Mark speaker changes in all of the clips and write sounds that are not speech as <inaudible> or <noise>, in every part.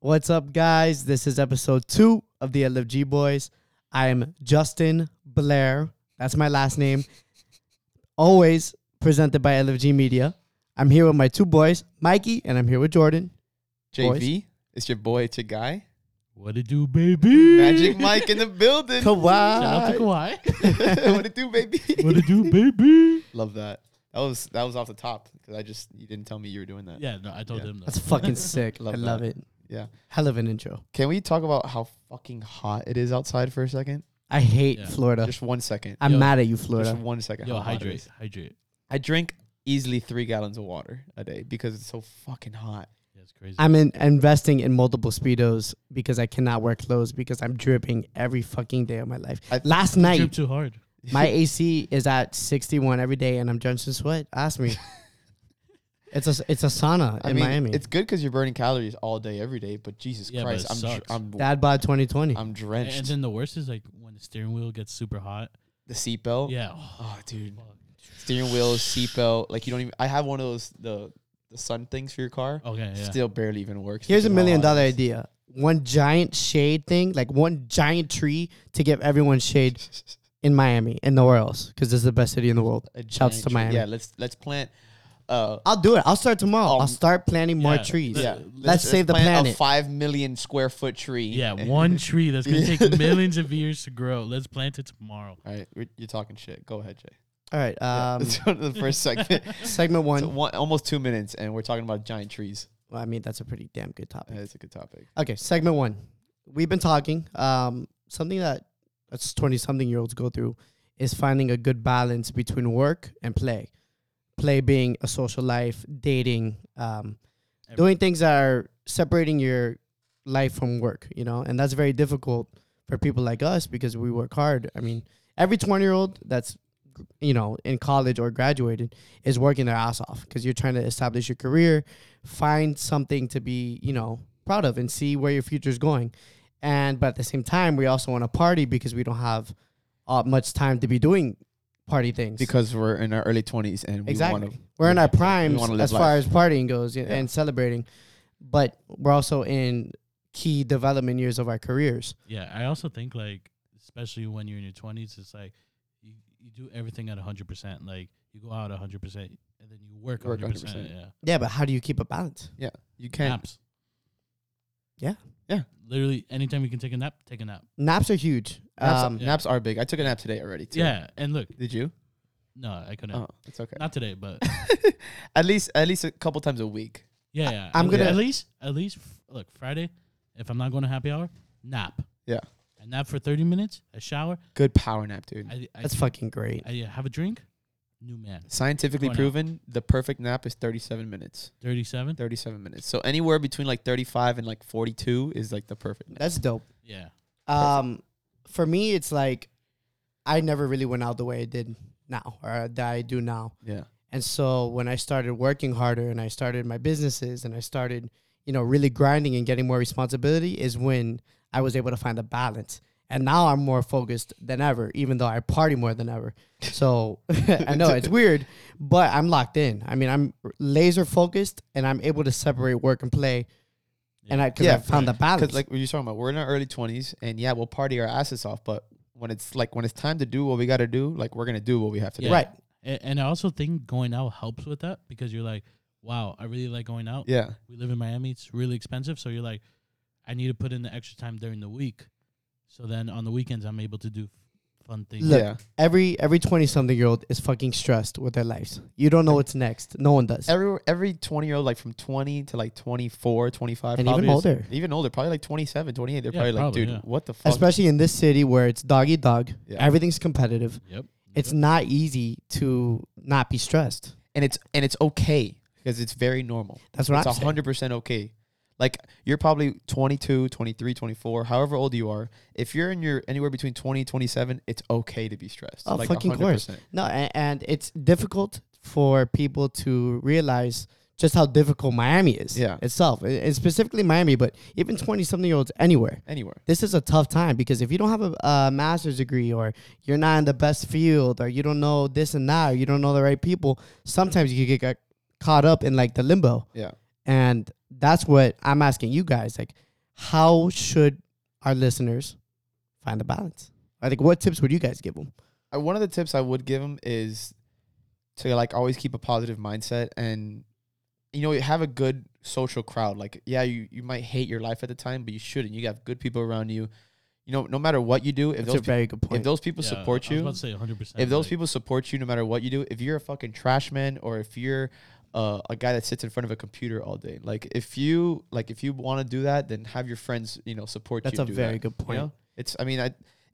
Speaker 1: What's up, guys? This is episode two of the LFG Boys. I am Justin Blair. That's my last name. Always presented by LFG Media. I'm here with my two boys, Mikey, and I'm here with Jordan. Boys.
Speaker 2: JV, it's your boy, it's your guy.
Speaker 3: What it do, baby?
Speaker 2: Magic Mike in the building.
Speaker 3: Shout out to
Speaker 1: Kawhi.
Speaker 3: Kawhi.
Speaker 2: <laughs> what it do, baby?
Speaker 3: <laughs> what it do, baby?
Speaker 2: Love that. That was that was off the top because I just you didn't tell me you were doing that.
Speaker 3: Yeah, no, I told
Speaker 2: Yeah.
Speaker 3: him that.
Speaker 1: That's fucking sick.
Speaker 2: Love
Speaker 1: I love it.
Speaker 2: Yeah.
Speaker 1: Hell of an intro.
Speaker 2: Can we talk about how fucking hot it is outside for a second?
Speaker 1: I hate
Speaker 3: Yeah.
Speaker 1: Florida.
Speaker 2: Just one second.
Speaker 1: I'm
Speaker 3: Yo.
Speaker 1: mad at you,
Speaker 2: Just
Speaker 1: Florida.
Speaker 2: one second.
Speaker 3: Yo,
Speaker 2: how hot it
Speaker 3: hydrate,
Speaker 2: is.
Speaker 3: hydrate.
Speaker 2: I drink easily three gallons of water a day because it's so fucking hot.
Speaker 3: Yeah, it's crazy.
Speaker 1: I'm in, investing in multiple speedos because I cannot wear clothes because I'm dripping every fucking day of my life.
Speaker 2: I-
Speaker 1: Last
Speaker 3: You drip
Speaker 1: night,
Speaker 3: too hard.
Speaker 2: <laughs>
Speaker 1: my AC is at 61 every day, and I'm drenched in sweat. Ask
Speaker 2: <laughs>
Speaker 1: me. it's a it's a sauna
Speaker 2: I
Speaker 1: in
Speaker 2: mean,
Speaker 1: Miami.
Speaker 2: it's good because you're burning calories all day, every day. But Jesus
Speaker 3: Yeah, but
Speaker 2: Christ,
Speaker 3: it
Speaker 2: I'm dr-
Speaker 3: sucks.
Speaker 2: I'm
Speaker 1: Dad bod 2020.
Speaker 2: I'm
Speaker 3: And,
Speaker 2: drenched.
Speaker 3: and then the worst is like when the steering wheel gets super hot.
Speaker 2: the seatbelt.
Speaker 3: Yeah.
Speaker 2: Oh, dude.
Speaker 3: fuck.
Speaker 2: steering wheel, seatbelt. Like you don't even. I have one of those the the sun things for your car.
Speaker 3: Okay, Oh, yeah.
Speaker 2: Still barely even works.
Speaker 1: Here's a
Speaker 2: because of how
Speaker 1: million
Speaker 2: hot it
Speaker 1: dollar
Speaker 2: is.
Speaker 1: idea: one giant shade thing, like one giant tree, to give everyone shade
Speaker 2: <laughs>
Speaker 1: in Miami and nowhere else, because this is the best city in the world.
Speaker 2: A
Speaker 1: Shouts
Speaker 2: giant
Speaker 1: to
Speaker 2: tree.
Speaker 1: Miami.
Speaker 2: Yeah, let's let's plant. Uh,
Speaker 1: I'll do it. I'll start tomorrow. I'll
Speaker 2: Um,
Speaker 1: start planting more
Speaker 3: yeah,
Speaker 1: trees.
Speaker 2: yeah,
Speaker 1: Let's save the
Speaker 2: plant
Speaker 1: planet.
Speaker 2: A five million square foot tree.
Speaker 3: yeah, one tree that's gonna take millions of years to grow. Let's plant it tomorrow.
Speaker 2: All right, we're- you're talking shit. Go ahead, Jay.
Speaker 1: All right.
Speaker 2: <laughs> Yeah,
Speaker 1: Um,
Speaker 2: let's go to the first <laughs> segment.
Speaker 1: segment
Speaker 2: So
Speaker 1: one.
Speaker 2: one, almost two minutes, and we're talking about giant trees.
Speaker 1: Well, I mean, that's a pretty damn good topic.
Speaker 2: That's a good topic.
Speaker 1: Okay, segment one. We've been talking. Um, something that us twenty-something year olds go through is finding a good balance between work and play. Play being a social life, dating, um, doing things that are separating your life from work. You know, and that's very difficult for people like us because we work hard. I mean, every twenty-year-old that's you know in college or graduated is working their ass off because you're trying to establish your career, find something to be you know proud of and see where your future is going. And but at the same time, we also want to party because we don't have uh, much time to be doing party things.
Speaker 2: Because we're in our early twenties, and we
Speaker 1: exactly,
Speaker 2: want to.
Speaker 1: we're in our
Speaker 2: we
Speaker 1: primes
Speaker 2: wanna live
Speaker 1: as far as partying goes y-
Speaker 2: Yeah.
Speaker 1: and celebrating, but we're also in key development years of our careers.
Speaker 3: Yeah, I also think like, especially when you're in your twenties, it's like you, you do everything at hundred percent. Like you go out hundred percent, and then you work
Speaker 2: Work
Speaker 3: hundred percent.
Speaker 2: 100%.
Speaker 3: Yeah,
Speaker 1: Yeah, but how do you keep a balance?
Speaker 2: You can't.
Speaker 3: naps.
Speaker 1: Yeah.
Speaker 2: Yeah.
Speaker 3: Literally, anytime you can take a nap, take a nap.
Speaker 1: Naps are huge.
Speaker 2: Naps,
Speaker 1: Um,
Speaker 3: yeah.
Speaker 2: naps are big. I took a nap today already. Too.
Speaker 3: Yeah, and look,
Speaker 2: Did you?
Speaker 3: no, I couldn't.
Speaker 2: Oh, it's okay.
Speaker 3: Not
Speaker 1: <laughs>
Speaker 3: today, but
Speaker 2: at least at least a couple times a week.
Speaker 3: yeah, yeah.
Speaker 1: I'm
Speaker 3: at
Speaker 1: gonna-
Speaker 3: le- at least at least f- look Friday. If I'm not going to happy hour, nap.
Speaker 2: Yeah.
Speaker 3: I nap for thirty minutes. I shower.
Speaker 2: Good power nap, dude.
Speaker 3: I I,
Speaker 1: That's fucking great.
Speaker 3: I uh, have a drink. New man,
Speaker 2: Scientifically
Speaker 3: Going out.
Speaker 2: proven, the perfect nap is 37 minutes.
Speaker 3: thirty-seven.
Speaker 2: 37 minutes. So anywhere between like 35 and like 42 is like the perfect nap.
Speaker 1: That's dope.
Speaker 3: Yeah,
Speaker 1: Um, for me, it's like I never really went out the way I did now, or that I do now.
Speaker 2: Yeah.
Speaker 1: And so when I started working harder and I started my businesses and I started, you know, really grinding and getting more responsibility is when I was able to find a balance. And now I'm more focused than ever, even though I party more than ever. So <laughs> <laughs> I know
Speaker 2: <laughs>
Speaker 1: it's weird, but I'm locked in. I mean, I'm laser focused and I'm able to separate work and play. And I, cause
Speaker 2: Yeah,
Speaker 1: I found
Speaker 2: <laughs>
Speaker 1: the balance.
Speaker 2: Because like what you're talking about, we're in our early 20s and yeah, we'll party our asses off, but when it's like when it's time to do what we got to do, like we're going to do what we have to
Speaker 3: Yeah.
Speaker 2: do.
Speaker 1: Right.
Speaker 3: and, and I also think going out helps with that because you're like, wow, I really like going out.
Speaker 2: Yeah.
Speaker 3: We live in Miami; it's really expensive, so you're like, I need to put in the extra time during the week. So then on the weekends, I'm able to do f- fun things.
Speaker 1: Look,
Speaker 2: Yeah.
Speaker 1: every every 20 something year old is fucking stressed with their lives. You don't know what's next. No one does.
Speaker 2: Every every 20 year old like from 20 to like 24, 25
Speaker 1: And
Speaker 2: probably
Speaker 1: even
Speaker 2: is-
Speaker 1: older.
Speaker 2: Even older, probably like 27, 28, they're
Speaker 3: Yeah,
Speaker 2: probably, like,
Speaker 3: probably,
Speaker 2: dude,
Speaker 3: yeah.
Speaker 2: what the fuck?
Speaker 1: Especially in this city where it's dog eat dog.
Speaker 2: Yeah.
Speaker 1: Everything's competitive.
Speaker 3: Yep.
Speaker 1: It's not easy to not be stressed.
Speaker 2: and it's and it's okay because it's very normal.
Speaker 1: That's what I'm
Speaker 2: it's
Speaker 1: saying.
Speaker 2: 100% okay like you're probably 22 23 24 however old you are if you're in your anywhere between 20 27 it's okay to be stressed
Speaker 1: Oh,
Speaker 2: like
Speaker 1: fucking course. No, and, and it's difficult for people to realize just how difficult Miami is
Speaker 2: Yeah.
Speaker 1: itself, and and specifically Miami, but even 20 something year olds anywhere.
Speaker 2: anywhere
Speaker 1: this is a tough time because if you don't have a, a master's degree or you're not in the best field or you don't know this and that or you don't know the right people, sometimes you could get caught up in like the limbo.
Speaker 2: yeah
Speaker 1: And that's what I'm asking you guys. Like, how should our listeners find the balance? I think what tips would you guys give them?
Speaker 2: I, Uh, one of the tips I would give them is to like always keep a positive mindset and you know have a good social crowd. Like yeah, you you might hate your life at the time, but you shouldn't. You have good people around you. You know, no matter what you do, if
Speaker 1: That's a
Speaker 2: those people,
Speaker 1: very good
Speaker 2: if
Speaker 1: point.
Speaker 2: those people
Speaker 3: Yeah,
Speaker 2: support
Speaker 3: I was
Speaker 2: you,
Speaker 3: about to say 100. percent
Speaker 2: if those people support you no matter what you do if you're a fucking trash man or if you're uh, a guy that sits in front of a computer all day like if you like if you want to do that then have your friends you know support
Speaker 1: That's
Speaker 2: you
Speaker 1: a
Speaker 2: do
Speaker 1: very
Speaker 2: that,
Speaker 1: good
Speaker 2: you
Speaker 1: point.
Speaker 2: know? it's i mean I,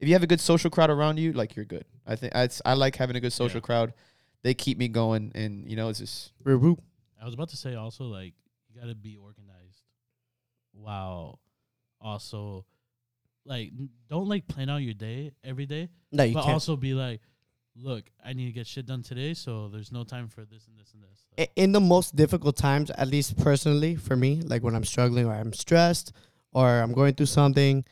Speaker 2: if you have a good social crowd around you like you're good i think I, I like having a good social
Speaker 3: Yeah.
Speaker 2: crowd they keep me going and you know it's just
Speaker 1: Ruru,
Speaker 3: I was about to say also like you gotta be organized, while also like n- don't like plan out your day every day,
Speaker 1: No, you
Speaker 3: but
Speaker 1: can't.
Speaker 3: also be like, look, I need to get shit done today, so there's no time for this and this and this. Like,
Speaker 1: I- in the most difficult times, at least personally for me, like when I'm struggling or I'm stressed or I'm going through something,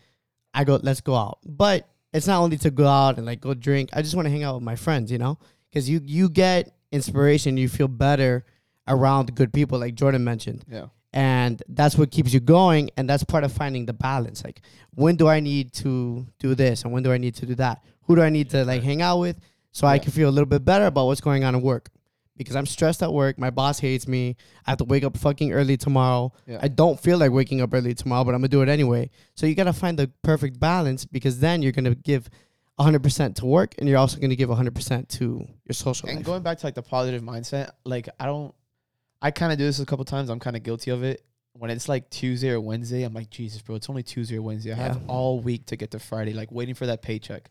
Speaker 1: I go, let's go out. But it's not only to go out and like go drink. I just want to hang out with my friends, you know, because you you get inspiration, you feel better around good people, like Jordan mentioned
Speaker 2: yeah
Speaker 1: and that's what keeps you going and that's part of finding the balance like when do i need to do this and when do i need to do that who do i need to like hang out with so i
Speaker 2: Yeah.
Speaker 1: can feel a little bit better about what's going on at work because i'm stressed at work my boss hates me i have to wake up fucking early tomorrow
Speaker 2: Yeah.
Speaker 1: i don't feel like waking up early tomorrow but i'm gonna do it anyway so you gotta find the perfect balance because then you're gonna give 100% to work and you're also gonna give 100% to your social
Speaker 2: and
Speaker 1: life
Speaker 2: going back to like the positive mindset like i don't i kind of do this a couple times i'm kind of guilty of it when it's like tuesday or wednesday i'm like jesus bro it's only tuesday or wednesday i have
Speaker 1: Yeah.
Speaker 2: all week to get to friday like waiting for that paycheck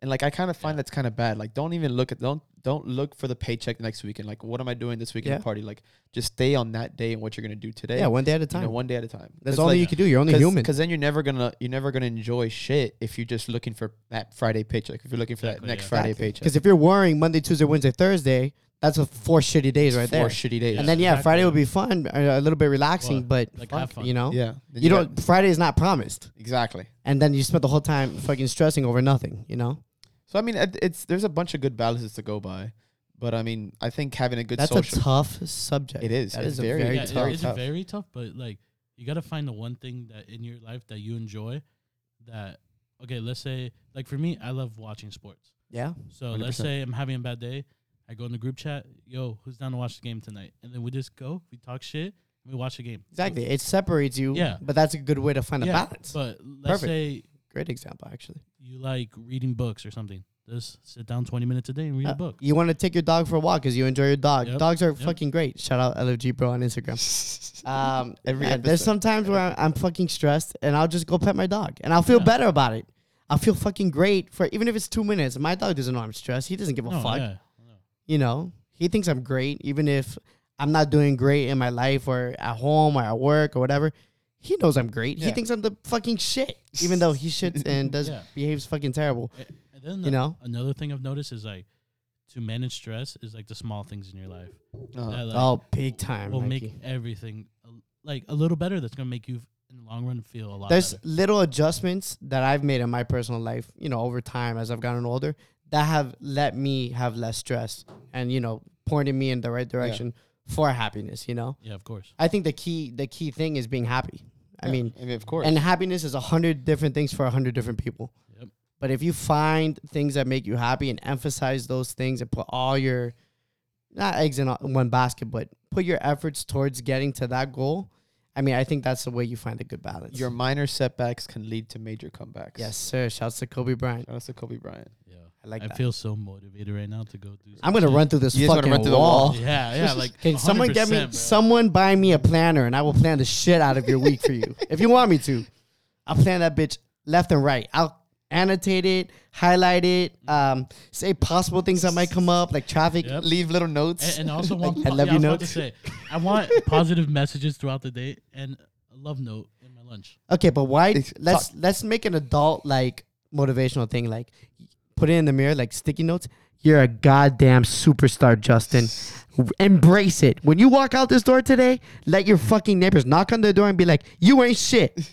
Speaker 2: and like i kind of find
Speaker 3: Yeah.
Speaker 2: that's kind of bad like don't even look at don't don't look for the paycheck next weekend like what am i doing this weekend
Speaker 1: Yeah.
Speaker 2: party like just stay on that day and what you're gonna do today
Speaker 1: yeah one day at a
Speaker 2: you
Speaker 1: time
Speaker 2: know, one day at a time
Speaker 1: that's
Speaker 2: 'Cause,
Speaker 1: all
Speaker 2: like,
Speaker 1: that you can do you're only
Speaker 2: Cause,
Speaker 1: human
Speaker 2: 'cause then you're never gonna you're never gonna enjoy shit if you're just looking for that Friday paycheck. If you're looking for
Speaker 3: Exactly,
Speaker 2: that next
Speaker 3: yeah.
Speaker 2: Friday paycheck,
Speaker 1: Because if you're worrying Monday, Tuesday, Wednesday, Thursday, that's a four shitty days
Speaker 2: It's
Speaker 1: right there.
Speaker 2: four shitty days.
Speaker 3: Yeah,
Speaker 1: and then yeah,
Speaker 3: exactly.
Speaker 1: Friday will be fun, a a little bit relaxing,
Speaker 3: Well,
Speaker 1: but
Speaker 3: like,
Speaker 1: fuck,
Speaker 3: have fun.
Speaker 1: you know,
Speaker 2: yeah,
Speaker 1: you,
Speaker 2: Then got-
Speaker 1: don't. Friday is not promised,
Speaker 2: Oh, exactly.
Speaker 1: and then you spend the whole time fucking stressing over nothing. You know,
Speaker 2: So I mean, it- it's there's a bunch of good balances to go by, but I mean, I think having a good
Speaker 1: that's
Speaker 2: social <laughs>
Speaker 1: a tough subject.
Speaker 2: It is.
Speaker 1: That
Speaker 2: It's
Speaker 1: a
Speaker 2: very-
Speaker 1: very
Speaker 3: yeah, it-
Speaker 1: tough.
Speaker 3: it's
Speaker 2: tough.
Speaker 3: very tough, but like you gotta find the one thing that in your life that you enjoy. That okay, let's say like for me, I love watching sports.
Speaker 1: Yeah,
Speaker 3: So let us
Speaker 2: 100%.
Speaker 3: say I'm having a bad day. I go in the group chat. Yo, who's down to watch the game tonight? And then we just go. We talk shit. We watch the game.
Speaker 1: exactly. It separates you.
Speaker 3: Yeah.
Speaker 1: but that's a good way to find a
Speaker 3: yeah,
Speaker 1: balance.
Speaker 3: But
Speaker 1: Perfect.
Speaker 3: let's say
Speaker 1: Great example, actually.
Speaker 3: you like reading books or something. Just sit down 20 minutes a day and read
Speaker 1: Uh,
Speaker 3: a book.
Speaker 1: You want to take your dog for a walk because you enjoy your dog.
Speaker 3: Yep,
Speaker 1: Dogs are
Speaker 3: yep.
Speaker 1: fucking great. Shout out LFG bro on Instagram. Um,
Speaker 3: <laughs>
Speaker 2: Every
Speaker 1: man, there's
Speaker 2: episode.
Speaker 1: some times where I'm, I'm fucking stressed, and I'll just go pet my dog, and I'll feel
Speaker 3: Yeah.
Speaker 1: better about it. I'll feel fucking great for even if it's two minutes. My dog doesn't know I'm stressed. He doesn't give a
Speaker 3: No,
Speaker 1: fuck.
Speaker 3: Oh, yeah, no.
Speaker 1: You know, he thinks I'm great, even if I'm not doing great in my life or at home or at work or whatever. He knows I'm great. He
Speaker 2: Yeah.
Speaker 1: thinks I'm the fucking shit, even though he shits
Speaker 3: <laughs>
Speaker 1: and does
Speaker 3: Yeah.
Speaker 1: behaves fucking terrible.
Speaker 3: A- And then
Speaker 1: You know?
Speaker 3: another thing I've noticed is like to manage stress is like the small things in your life.
Speaker 2: Uh,
Speaker 3: that, like,
Speaker 1: oh, big time.
Speaker 3: will
Speaker 1: Mikey.
Speaker 3: make everything a, like a little better. That's gonna make you in the long run feel a lot.
Speaker 1: There's
Speaker 3: better.
Speaker 1: little adjustments that I've made in my personal life, you know, over time as I've gotten older that have let me have less stress and, you know, pointed me in the right direction for happiness, you know?
Speaker 3: Yeah, of course.
Speaker 1: I think the key the key thing is being happy. I
Speaker 2: yeah.
Speaker 1: mean,
Speaker 2: I mean, of course,
Speaker 1: and happiness is a hundred different things for a hundred different people.
Speaker 3: Yep.
Speaker 1: But if you find things that make you happy and emphasize those things and put all your not eggs in all- one basket, but put your efforts towards getting to that goal, I mean, I think that's the way you find a good balance.
Speaker 2: your minor setbacks can lead to major comebacks.
Speaker 1: Yes, sir. Shouts to Kobe Bryant.
Speaker 2: Shout out to Kobe Bryant.
Speaker 3: Yeah,
Speaker 1: I like
Speaker 3: I
Speaker 1: that.
Speaker 3: feel so motivated right now to go do.
Speaker 1: I'm
Speaker 3: some
Speaker 1: gonna
Speaker 3: shit.
Speaker 1: run through this
Speaker 2: You just wanna
Speaker 1: fucking
Speaker 2: run through the
Speaker 1: wall. <laughs>
Speaker 3: Yeah, yeah. Like,
Speaker 1: Can someone get me?
Speaker 3: 100%, bro.
Speaker 1: Someone buy me a planner, and I will plan the shit out of your week for you if you want me to. I'll plan that bitch left and right. I'll annotate it, highlight it, um, say possible things that might come up, like traffic.
Speaker 3: Yep.
Speaker 2: Leave little notes.
Speaker 3: And,
Speaker 1: <laughs>
Speaker 3: and also want.
Speaker 1: I
Speaker 3: po-
Speaker 1: love you
Speaker 3: yeah, I was about to
Speaker 1: notes.
Speaker 3: say,
Speaker 1: <laughs>
Speaker 3: I want positive messages throughout the day and a love note in my lunch.
Speaker 1: Okay, but why?
Speaker 2: It's-
Speaker 1: let's let's make an adult like motivational thing. Like, put it in the mirror, like sticky notes. You're a goddamn superstar,
Speaker 2: <sighs>
Speaker 1: Justin. Embrace it. When you walk out this door today, let your fucking neighbors knock on the door and be like, "You ain't
Speaker 2: <laughs>
Speaker 1: shit,"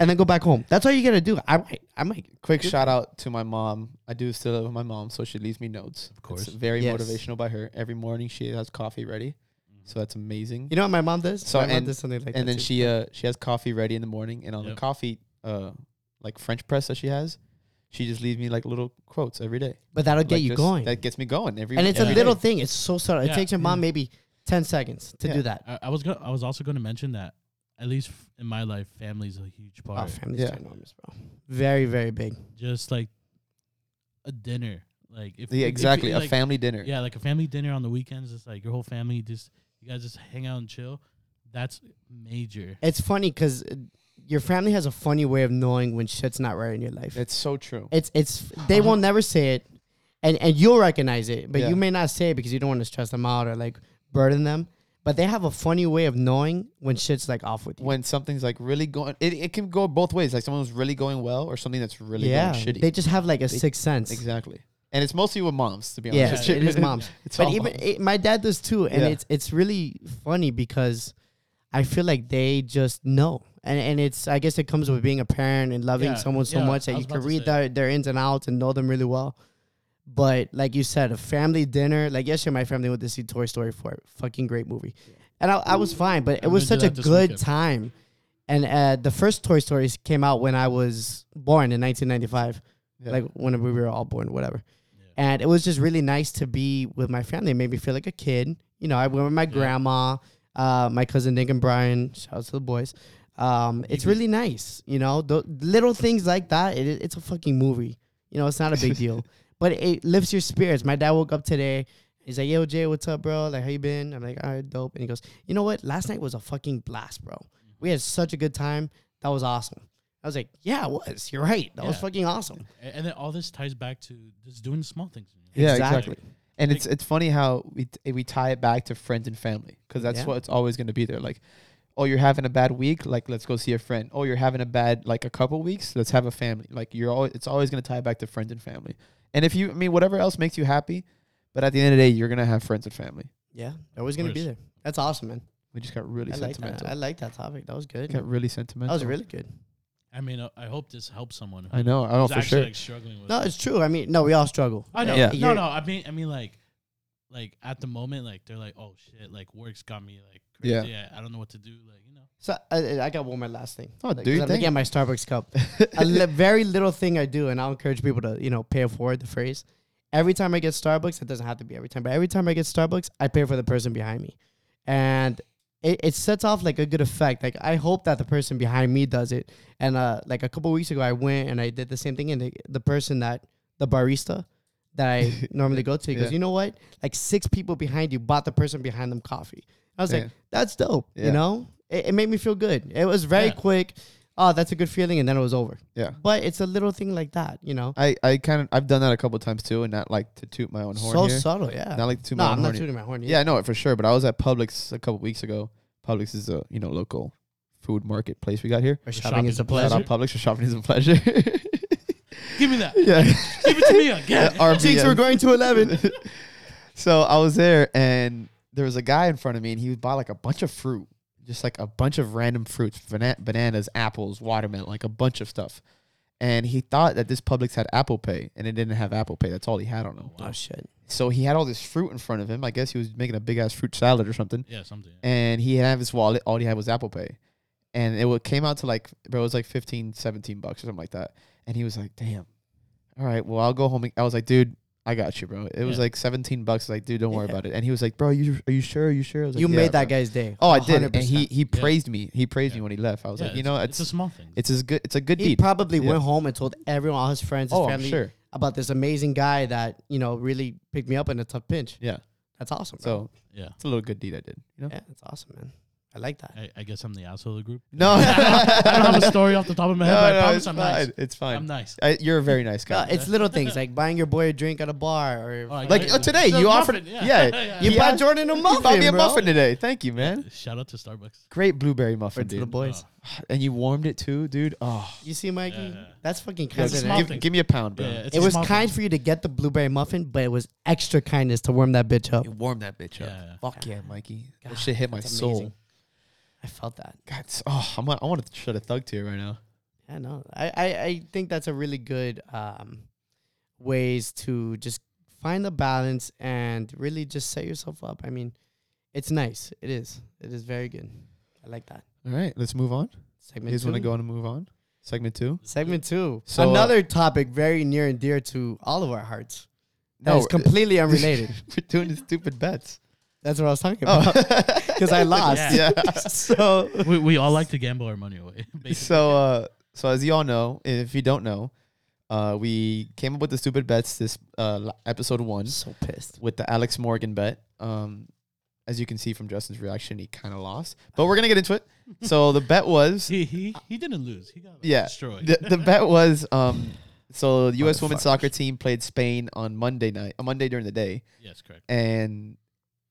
Speaker 1: and then go back home. That's all you gotta do. I might, I might.
Speaker 2: Quick shout out to my mom. I do still live with my mom, so she leaves me notes. Of
Speaker 3: course.
Speaker 2: very
Speaker 1: Yes.
Speaker 3: Mm-hmm.
Speaker 2: motivational by her. Every morning she has coffee ready. so that's amazing.
Speaker 1: You know what my mom does?
Speaker 2: So,
Speaker 1: my mom
Speaker 2: and-
Speaker 1: does something like that.
Speaker 2: and then
Speaker 1: too.
Speaker 2: she uh she has coffee ready in the morning, and on
Speaker 3: Yep.
Speaker 2: the coffee uh like French press that she has, she just leaves me like little quotes every day.
Speaker 1: but that'll get
Speaker 2: Like,
Speaker 1: you
Speaker 2: just-
Speaker 1: going.
Speaker 2: That gets me going every.
Speaker 1: and it's a
Speaker 2: every
Speaker 1: little
Speaker 2: day.
Speaker 1: thing. It's so subtle.
Speaker 3: Yeah.
Speaker 1: It takes your mom
Speaker 2: Yeah.
Speaker 1: maybe ten seconds to
Speaker 2: Yeah.
Speaker 1: do that.
Speaker 3: I, I was gonna, I was also going to mention that at least f- in my life, family's a huge part.
Speaker 1: Our family's
Speaker 2: Yeah.
Speaker 1: ginormous, bro. Very, very big.
Speaker 3: Just like a dinner, like if if-
Speaker 2: Yeah,
Speaker 3: if
Speaker 2: exactly.
Speaker 3: you,
Speaker 2: a
Speaker 3: like-
Speaker 2: family dinner.
Speaker 3: Yeah, like a family dinner on the weekends. It's like your whole family just you guys just hang out and chill. That's major.
Speaker 1: It's funny because your family has a funny way of knowing when shit's not right in your life.
Speaker 2: It's so true.
Speaker 1: It's it's they will never say it, and and you'll recognize it, but
Speaker 2: Uh-huh. Yeah.
Speaker 1: you may not say it because you don't want to stress them out or like burden them. But they have a funny way of knowing when shit's like off with you.
Speaker 2: when something's like really going, it, it can go both ways. Like someone's really going well, or something that's really
Speaker 1: yeah,
Speaker 2: going shitty.
Speaker 1: they just have like a
Speaker 2: They-
Speaker 1: sixth sense.
Speaker 2: exactly. And it's mostly with moms, to be
Speaker 1: Yeah,
Speaker 2: honest. with
Speaker 1: it
Speaker 2: you. <laughs>
Speaker 1: is moms.
Speaker 2: it's
Speaker 1: but
Speaker 2: all
Speaker 1: even
Speaker 2: moms.
Speaker 1: it, my dad does too, and
Speaker 2: Yeah.
Speaker 1: it's it's really funny because I feel like they just know, and and it's I guess it comes with being a parent and loving
Speaker 3: Yeah,
Speaker 1: someone so
Speaker 3: yeah,
Speaker 1: much that
Speaker 3: I
Speaker 1: you
Speaker 3: was
Speaker 1: can
Speaker 3: about to
Speaker 1: read
Speaker 3: say.
Speaker 1: their, their ins and outs and know them really well. But like you said, a family dinner. Like yesterday, my family went to see Toy Story four, fucking great movie, and I, I was fine, but it
Speaker 3: I'm
Speaker 1: was such
Speaker 3: gonna do
Speaker 1: a
Speaker 3: that this
Speaker 1: good
Speaker 3: weekend.
Speaker 1: time. And uh, the first Toy Stories came out when I was born in 1995
Speaker 2: Yeah.
Speaker 1: like when we were all born, whatever.
Speaker 3: Yeah.
Speaker 1: And it was just really nice to be with my family. It made me feel like a kid. You know, I went with my grandma, uh, my cousin Nick and Brian. Shout out to the boys. Um, it's really nice. You know, the little things like that. It, it's a fucking movie. You know, it's not a big deal, but it lifts your spirits. My dad woke up today. He's like, "Yo, Jay, what's up, bro? Like, how you been?" I'm like, "All right, dope." And he goes, "You know what? Last night was a fucking blast, bro. We had such a good time. That was awesome." I was like, "Yeah, it was. You're right. That was
Speaker 3: Yeah.
Speaker 1: fucking awesome."
Speaker 3: A- And, then all this ties back to just doing small things. you know?
Speaker 2: Yeah,
Speaker 1: exactly.
Speaker 2: And it's it's funny how we t- we tie it back to friends and family because that's
Speaker 1: Yeah.
Speaker 2: what's always going to be there. Like, oh, you're having a bad week, like let's go see a friend. Oh, you're having a bad like a couple weeks, let's have a family. Like you're always it's always going to tie back to friends and family. And if you, I mean, whatever else makes you happy, but at the end of the day, you're gonna have friends and family.
Speaker 1: Yeah, always gonna be
Speaker 3: course.
Speaker 1: there. That's awesome, man.
Speaker 2: We just got really
Speaker 1: I like
Speaker 2: sentimental.
Speaker 1: that. I like that topic. That was good.
Speaker 2: got
Speaker 1: That
Speaker 2: really sentimental.
Speaker 1: was really good.
Speaker 3: I mean, uh, I hope this helps someone.
Speaker 2: I know. I know
Speaker 3: who's
Speaker 2: for
Speaker 3: actually
Speaker 2: sure.
Speaker 3: like struggling with.
Speaker 1: No, it's true. I mean, no, we all struggle.
Speaker 3: I know.
Speaker 2: Yeah.
Speaker 3: No,
Speaker 1: You're-
Speaker 3: no. I mean, I mean, like, like at the moment, like they're like, oh shit, like work's got me like
Speaker 2: Yeah.
Speaker 3: crazy. I, I don't know what to do. Like, you know,
Speaker 1: So I, I got one more last thing.
Speaker 2: Oh,
Speaker 1: Like,
Speaker 2: do
Speaker 1: 'cause
Speaker 2: you
Speaker 1: I'm
Speaker 2: think?
Speaker 1: looking at my Starbucks
Speaker 2: <laughs>
Speaker 1: cup. a li- very little thing I do, and I'll encourage people to you know pay it forward. The phrase. Every time I get Starbucks, it doesn't have to be every time, but every time I get Starbucks, I pay for the person behind me, and it, it sets off like a good effect. Like I hope that the person behind me does it. And uh, like a couple weeks ago, I went and I did the same thing, and the, the person that the barista that
Speaker 2: <laughs>
Speaker 1: I normally go to he goes,
Speaker 2: Yeah.
Speaker 1: you know what? Like six people behind you bought the person behind them coffee. I was
Speaker 2: Yeah.
Speaker 1: like, that's dope.
Speaker 2: Yeah.
Speaker 1: You know, it, it made me feel good. It was very
Speaker 3: Yeah.
Speaker 1: quick. Oh, that's a good feeling, and then it was over.
Speaker 2: Yeah.
Speaker 1: But it's a little thing like that, you know.
Speaker 2: I, I kind of I've done that a couple times too, and not like to toot my own horn
Speaker 1: So
Speaker 2: here.
Speaker 1: subtle, yeah.
Speaker 2: Not like to toot
Speaker 1: no,
Speaker 2: my own
Speaker 1: I'm
Speaker 2: horn.
Speaker 1: not
Speaker 2: here.
Speaker 1: tooting my horn.
Speaker 2: Yeah, I know it for sure. But I was at Publix a couple weeks ago. Publix is a you know local food market place we got here.
Speaker 1: Or
Speaker 3: Shopping
Speaker 1: shopping
Speaker 3: is
Speaker 1: is a
Speaker 3: a pleasure.
Speaker 1: pleasure.
Speaker 2: Shout out Publix for shopping is
Speaker 1: <laughs>
Speaker 2: a pleasure.
Speaker 3: give me that.
Speaker 2: <laughs> yeah,
Speaker 3: give it to me
Speaker 2: <laughs>
Speaker 3: again. <laughs>
Speaker 2: RBN.
Speaker 1: Jinx, we're going to
Speaker 2: <laughs>
Speaker 1: eleven.
Speaker 2: so I was there, and there was a guy in front of me, and he bought like a bunch of fruit, just like a bunch of random fruits, bana- bananas, apples, watermelon, like a bunch of stuff. And he thought that this Publix had Apple Pay, and it didn't have Apple Pay. That's all he had on him.
Speaker 1: oh shit!
Speaker 2: So he had all this fruit in front of him. I guess he was making a big ass fruit salad or something.
Speaker 3: Yeah, something.
Speaker 2: and he had his wallet. All he had was Apple Pay, and it wa- came out to like bro, it was like 15, 17 bucks or something like that. And he was like, "Damn, all right, well I'll go home." and-" I was like, "Dude, I got you, bro." It was
Speaker 3: Yeah.
Speaker 2: like seventeen bucks. Like, dude, don't worry
Speaker 1: Yeah.
Speaker 2: about it. And he was like, "Bro, you are you sure? Are you sure?" I was like,
Speaker 1: you
Speaker 2: "Yeah,
Speaker 1: made that
Speaker 2: bro."
Speaker 1: guy's day.
Speaker 2: Oh, I did, and
Speaker 1: 100%.
Speaker 2: he he
Speaker 3: Yeah.
Speaker 2: praised me. He praised me
Speaker 3: Yeah.
Speaker 2: when he left. I was
Speaker 3: Yeah,
Speaker 2: like, you know,
Speaker 3: it's
Speaker 2: it's
Speaker 3: a
Speaker 2: it's,
Speaker 3: small thing.
Speaker 2: as good. It's a good
Speaker 1: he
Speaker 2: deed.
Speaker 1: probably
Speaker 2: Yeah.
Speaker 1: went home and told everyone, all his friends, his
Speaker 2: Oh, I'm
Speaker 1: family,
Speaker 2: sure.
Speaker 1: about this amazing guy that you know really picked me up in a tough pinch.
Speaker 2: Yeah.
Speaker 1: That's awesome. Bro.
Speaker 2: So
Speaker 3: yeah,
Speaker 2: it's a little good deed I did. You know.
Speaker 1: yeah, that's awesome, man. I like that.
Speaker 3: I, I guess I'm the asshole of the
Speaker 2: <laughs>
Speaker 3: group.
Speaker 2: No,
Speaker 3: I don't have a story off the top of my head. but I
Speaker 2: no, no,
Speaker 3: promise
Speaker 2: it's
Speaker 3: I'm
Speaker 2: fine.
Speaker 3: nice.
Speaker 2: It's fine.
Speaker 3: I'm nice.
Speaker 2: I, you're a very nice
Speaker 1: No,
Speaker 2: guy.
Speaker 1: it's little things like buying your boy a drink at a bar or
Speaker 3: Oh, I
Speaker 2: Like
Speaker 3: get
Speaker 2: uh,
Speaker 3: it.
Speaker 2: today,
Speaker 3: The
Speaker 2: you offered.
Speaker 3: muffin,
Speaker 2: Yeah,
Speaker 3: <laughs> yeah.
Speaker 2: you
Speaker 1: you
Speaker 2: bought
Speaker 1: buy Jordan a muffin.
Speaker 2: You bought me a
Speaker 1: bro.
Speaker 2: muffin today. Thank you, man.
Speaker 3: Shout out to Starbucks. Oh,
Speaker 2: Great blueberry muffin,
Speaker 1: Or to the
Speaker 2: dude.
Speaker 1: boys.
Speaker 2: And you warmed it too, dude. Oh,
Speaker 1: You see, Mikey,
Speaker 3: Yeah.
Speaker 1: that's fucking
Speaker 3: Yeah,
Speaker 1: kind.
Speaker 3: it's a
Speaker 1: of
Speaker 3: small
Speaker 1: nice.
Speaker 3: thing.
Speaker 2: give, give me a pound, bro.
Speaker 3: Yeah, it's
Speaker 1: It
Speaker 3: a
Speaker 1: was
Speaker 3: small thing.
Speaker 1: kind for you to get the blueberry muffin, but it was extra kindness to warm that bitch up.
Speaker 2: You warmed that bitch up.
Speaker 3: Yeah.
Speaker 2: Fuck yeah, Mikey.
Speaker 1: God,
Speaker 2: that shit hit my
Speaker 1: that's
Speaker 2: soul.
Speaker 1: amazing. I felt that.
Speaker 2: God, it's- oh, I'm, I want to shut a thug tear right now.
Speaker 1: Yeah, no, I, I, I think that's a really good um, ways to just find the balance and really just set yourself up. I mean, It's nice. It is. It is very good. I like that.
Speaker 2: All right, let's move on. You
Speaker 1: Segment
Speaker 2: guys
Speaker 1: two.
Speaker 2: want to go on and move on? Segment two.
Speaker 1: Segment two.
Speaker 2: So, uh,
Speaker 1: Another topic very near and dear to all of our hearts. That
Speaker 2: No, uh,
Speaker 1: is
Speaker 2: <laughs>
Speaker 1: completely unrelated.
Speaker 2: We're doing the stupid bets.
Speaker 1: That's what I was talking <laughs> about.
Speaker 2: Oh, <laughs>
Speaker 1: <laughs> Because I lost.
Speaker 2: yeah. <laughs>
Speaker 1: <laughs> So
Speaker 3: we, we all like to gamble our money away. <laughs> basically.
Speaker 2: so uh so as you all know if you don't know uh we came up with the stupid bets this uh la- episode one
Speaker 1: I'm so pissed.
Speaker 2: with the alex morgan bet um as you can see from justin's reaction he kind of lost but we're gonna get into it so the bet was
Speaker 3: he, he he didn't lose. He got like,
Speaker 2: Yeah.
Speaker 3: destroyed.
Speaker 2: the, the bet was um so the us women's
Speaker 1: Motherfuckers.
Speaker 2: soccer team played spain on monday night a monday during the day
Speaker 3: yes, correct.
Speaker 2: and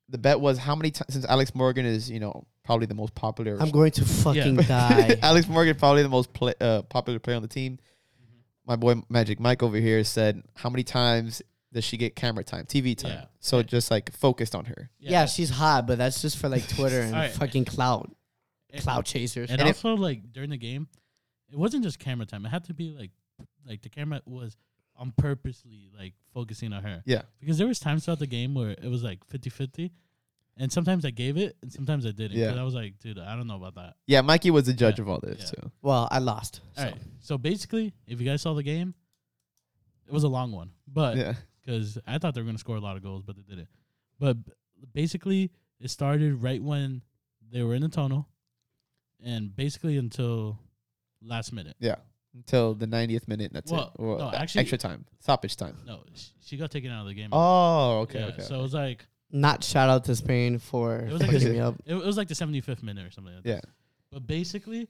Speaker 2: the bet was how many times since alex morgan is you know probably the most popular
Speaker 1: I'm going to fucking
Speaker 3: <laughs>
Speaker 1: die.
Speaker 2: <laughs> Alex Morgan, probably the most pla uh, popular player on the team.
Speaker 3: Mm-hmm.
Speaker 2: My boy Magic Mike over here said, "How many times does she get camera time, TV time?"
Speaker 3: Yeah.
Speaker 2: So just like focused on her.
Speaker 1: yeah. she's hot, but that's just for like Twitter and
Speaker 3: Alright.
Speaker 1: fucking clout.
Speaker 3: And-
Speaker 1: Clout chasers.
Speaker 3: And,
Speaker 2: And it-
Speaker 3: also, like during the game, it wasn't just camera time. It had to be like, like the camera was on purposely like focusing on her.
Speaker 2: Yeah.
Speaker 3: Because there was times throughout the game where it was like 50-50. and sometimes I gave it, and sometimes I didn't.
Speaker 2: Yeah.
Speaker 3: Because I was like, dude, I don't know about that.
Speaker 2: Yeah, Mikey was the judge
Speaker 3: Yeah.
Speaker 2: of all this
Speaker 3: Yeah.
Speaker 2: too.
Speaker 1: well, I lost.
Speaker 3: All
Speaker 1: So.
Speaker 3: right. So basically, if you guys saw the game, it was a long one, but
Speaker 2: Yeah,
Speaker 3: because I thought they were gonna score a lot of goals, but they didn't. But b- basically, it started right when they were in the tunnel, and basically until last minute.
Speaker 2: until the 90th minute. and That's
Speaker 3: Well,
Speaker 2: it. Well,
Speaker 3: no,
Speaker 2: uh,
Speaker 3: actually-
Speaker 2: extra time, stoppage time.
Speaker 3: No, sh- she got taken out of the game.
Speaker 2: Oh, okay,
Speaker 3: Yeah,
Speaker 2: okay. <laughs>
Speaker 3: So it was like
Speaker 1: Not shout out to Spain for
Speaker 3: It was like
Speaker 1: fucking
Speaker 2: a-
Speaker 1: me up.
Speaker 3: it, it was like the seventy fifth minute or something. Like that.
Speaker 2: yeah,
Speaker 3: But basically,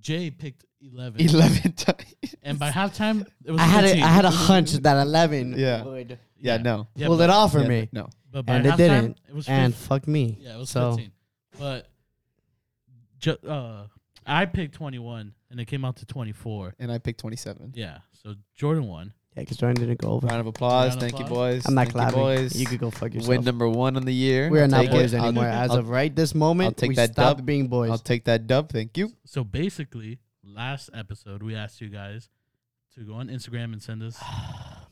Speaker 3: Jay picked eleven,
Speaker 2: 11 times.
Speaker 3: and by halftime it was.
Speaker 1: I had a,
Speaker 3: 15.
Speaker 1: I had a hunch that 11
Speaker 2: Yeah.
Speaker 1: would
Speaker 2: Yeah, no.
Speaker 3: Yeah,
Speaker 1: pull
Speaker 3: but,
Speaker 1: it off for
Speaker 2: Yeah,
Speaker 1: me.
Speaker 2: No.
Speaker 3: but by
Speaker 1: and it
Speaker 3: halftime,
Speaker 1: didn't,
Speaker 3: It was
Speaker 1: And
Speaker 3: 15.
Speaker 1: fuck me.
Speaker 3: yeah, it was
Speaker 1: so-
Speaker 3: fifteen. But ju- uh, I picked twenty one, and it came out to twenty four.
Speaker 2: And I picked 27.
Speaker 3: Yeah, so Jordan won.
Speaker 1: Yeah, because Jordan didn't go over.
Speaker 2: Round of applause.
Speaker 3: Round of
Speaker 2: Thank you,
Speaker 3: applause.
Speaker 2: boys.
Speaker 1: I'm not
Speaker 2: Thank
Speaker 1: clapping.
Speaker 2: You,
Speaker 1: You,
Speaker 2: boys.
Speaker 1: could go fuck yourself.
Speaker 2: Win number one on the year.
Speaker 1: we are
Speaker 2: I'll
Speaker 1: not
Speaker 2: take it.
Speaker 1: boys
Speaker 2: I'll-
Speaker 1: anymore. As
Speaker 2: I'll-
Speaker 1: of right this moment,
Speaker 2: take
Speaker 1: we
Speaker 2: that
Speaker 1: stopped
Speaker 2: dub.
Speaker 1: being boys.
Speaker 2: I'll take that dub. Thank you.
Speaker 3: So basically, last episode we asked you guys to go on Instagram and
Speaker 1: <sighs>
Speaker 3: send us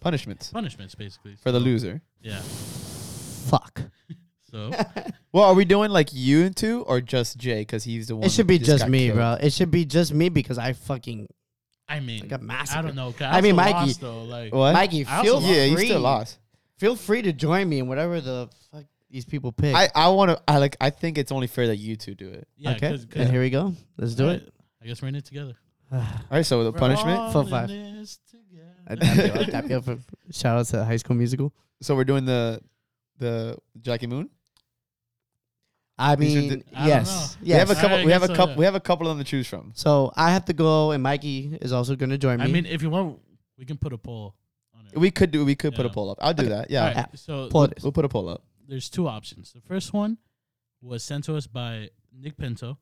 Speaker 2: Punishments
Speaker 3: punishments, basically
Speaker 2: for the
Speaker 3: So-
Speaker 2: loser.
Speaker 3: Yeah.
Speaker 1: Fuck.
Speaker 3: So
Speaker 1: <laughs>
Speaker 2: Well, are we doing like you and two or just Jay? Because he's the one.
Speaker 1: It should be
Speaker 2: that
Speaker 1: just
Speaker 2: got
Speaker 1: me,
Speaker 2: killed.
Speaker 1: bro. It should be just me because I fucking
Speaker 3: I mean,
Speaker 1: like a massive.
Speaker 3: I don't know. 'cause I,
Speaker 1: I mean,
Speaker 3: mean,
Speaker 1: Mikey-
Speaker 3: Mikey. though, like,
Speaker 2: What?
Speaker 1: Mikey,
Speaker 3: I also
Speaker 1: feel
Speaker 3: lost.
Speaker 2: yeah,
Speaker 1: free.
Speaker 2: you still lost.
Speaker 1: Feel free to join me in whatever the fuck these people pick.
Speaker 2: I, I want to. I like. I think it's only fair that you two do it.
Speaker 3: yeah,
Speaker 1: okay,
Speaker 3: 'cause- 'cause-
Speaker 1: and here we go. Let's do it.
Speaker 3: I guess we're in it together.
Speaker 2: All right. So the
Speaker 3: We're
Speaker 2: punishment.
Speaker 3: all
Speaker 1: For
Speaker 3: in
Speaker 1: five.
Speaker 3: this
Speaker 1: I
Speaker 3: together.
Speaker 1: tap you up, tap you up for- Shout out to High School Musical.
Speaker 2: So we're doing the the Jackie Moon.
Speaker 1: I
Speaker 2: These are
Speaker 1: mean,
Speaker 2: the-
Speaker 3: I don't
Speaker 1: yes,
Speaker 3: know.
Speaker 2: We have
Speaker 1: yes.
Speaker 2: a couple.
Speaker 3: I
Speaker 2: we have a
Speaker 3: guess so,
Speaker 2: couple.
Speaker 3: yeah.
Speaker 2: We have a couple of them to choose from.
Speaker 1: so I have to go, and Mikey is also going to join me.
Speaker 3: <laughs> I mean, if you want, we can put a poll on it.
Speaker 2: We could do. We could put a
Speaker 3: Yeah.
Speaker 2: poll up. I'll do that. Yeah.
Speaker 3: All right, so
Speaker 1: Pull
Speaker 3: th-
Speaker 1: it.
Speaker 2: We'll put a poll up.
Speaker 3: there's two options. The first one was sent to us by Nick Pinto,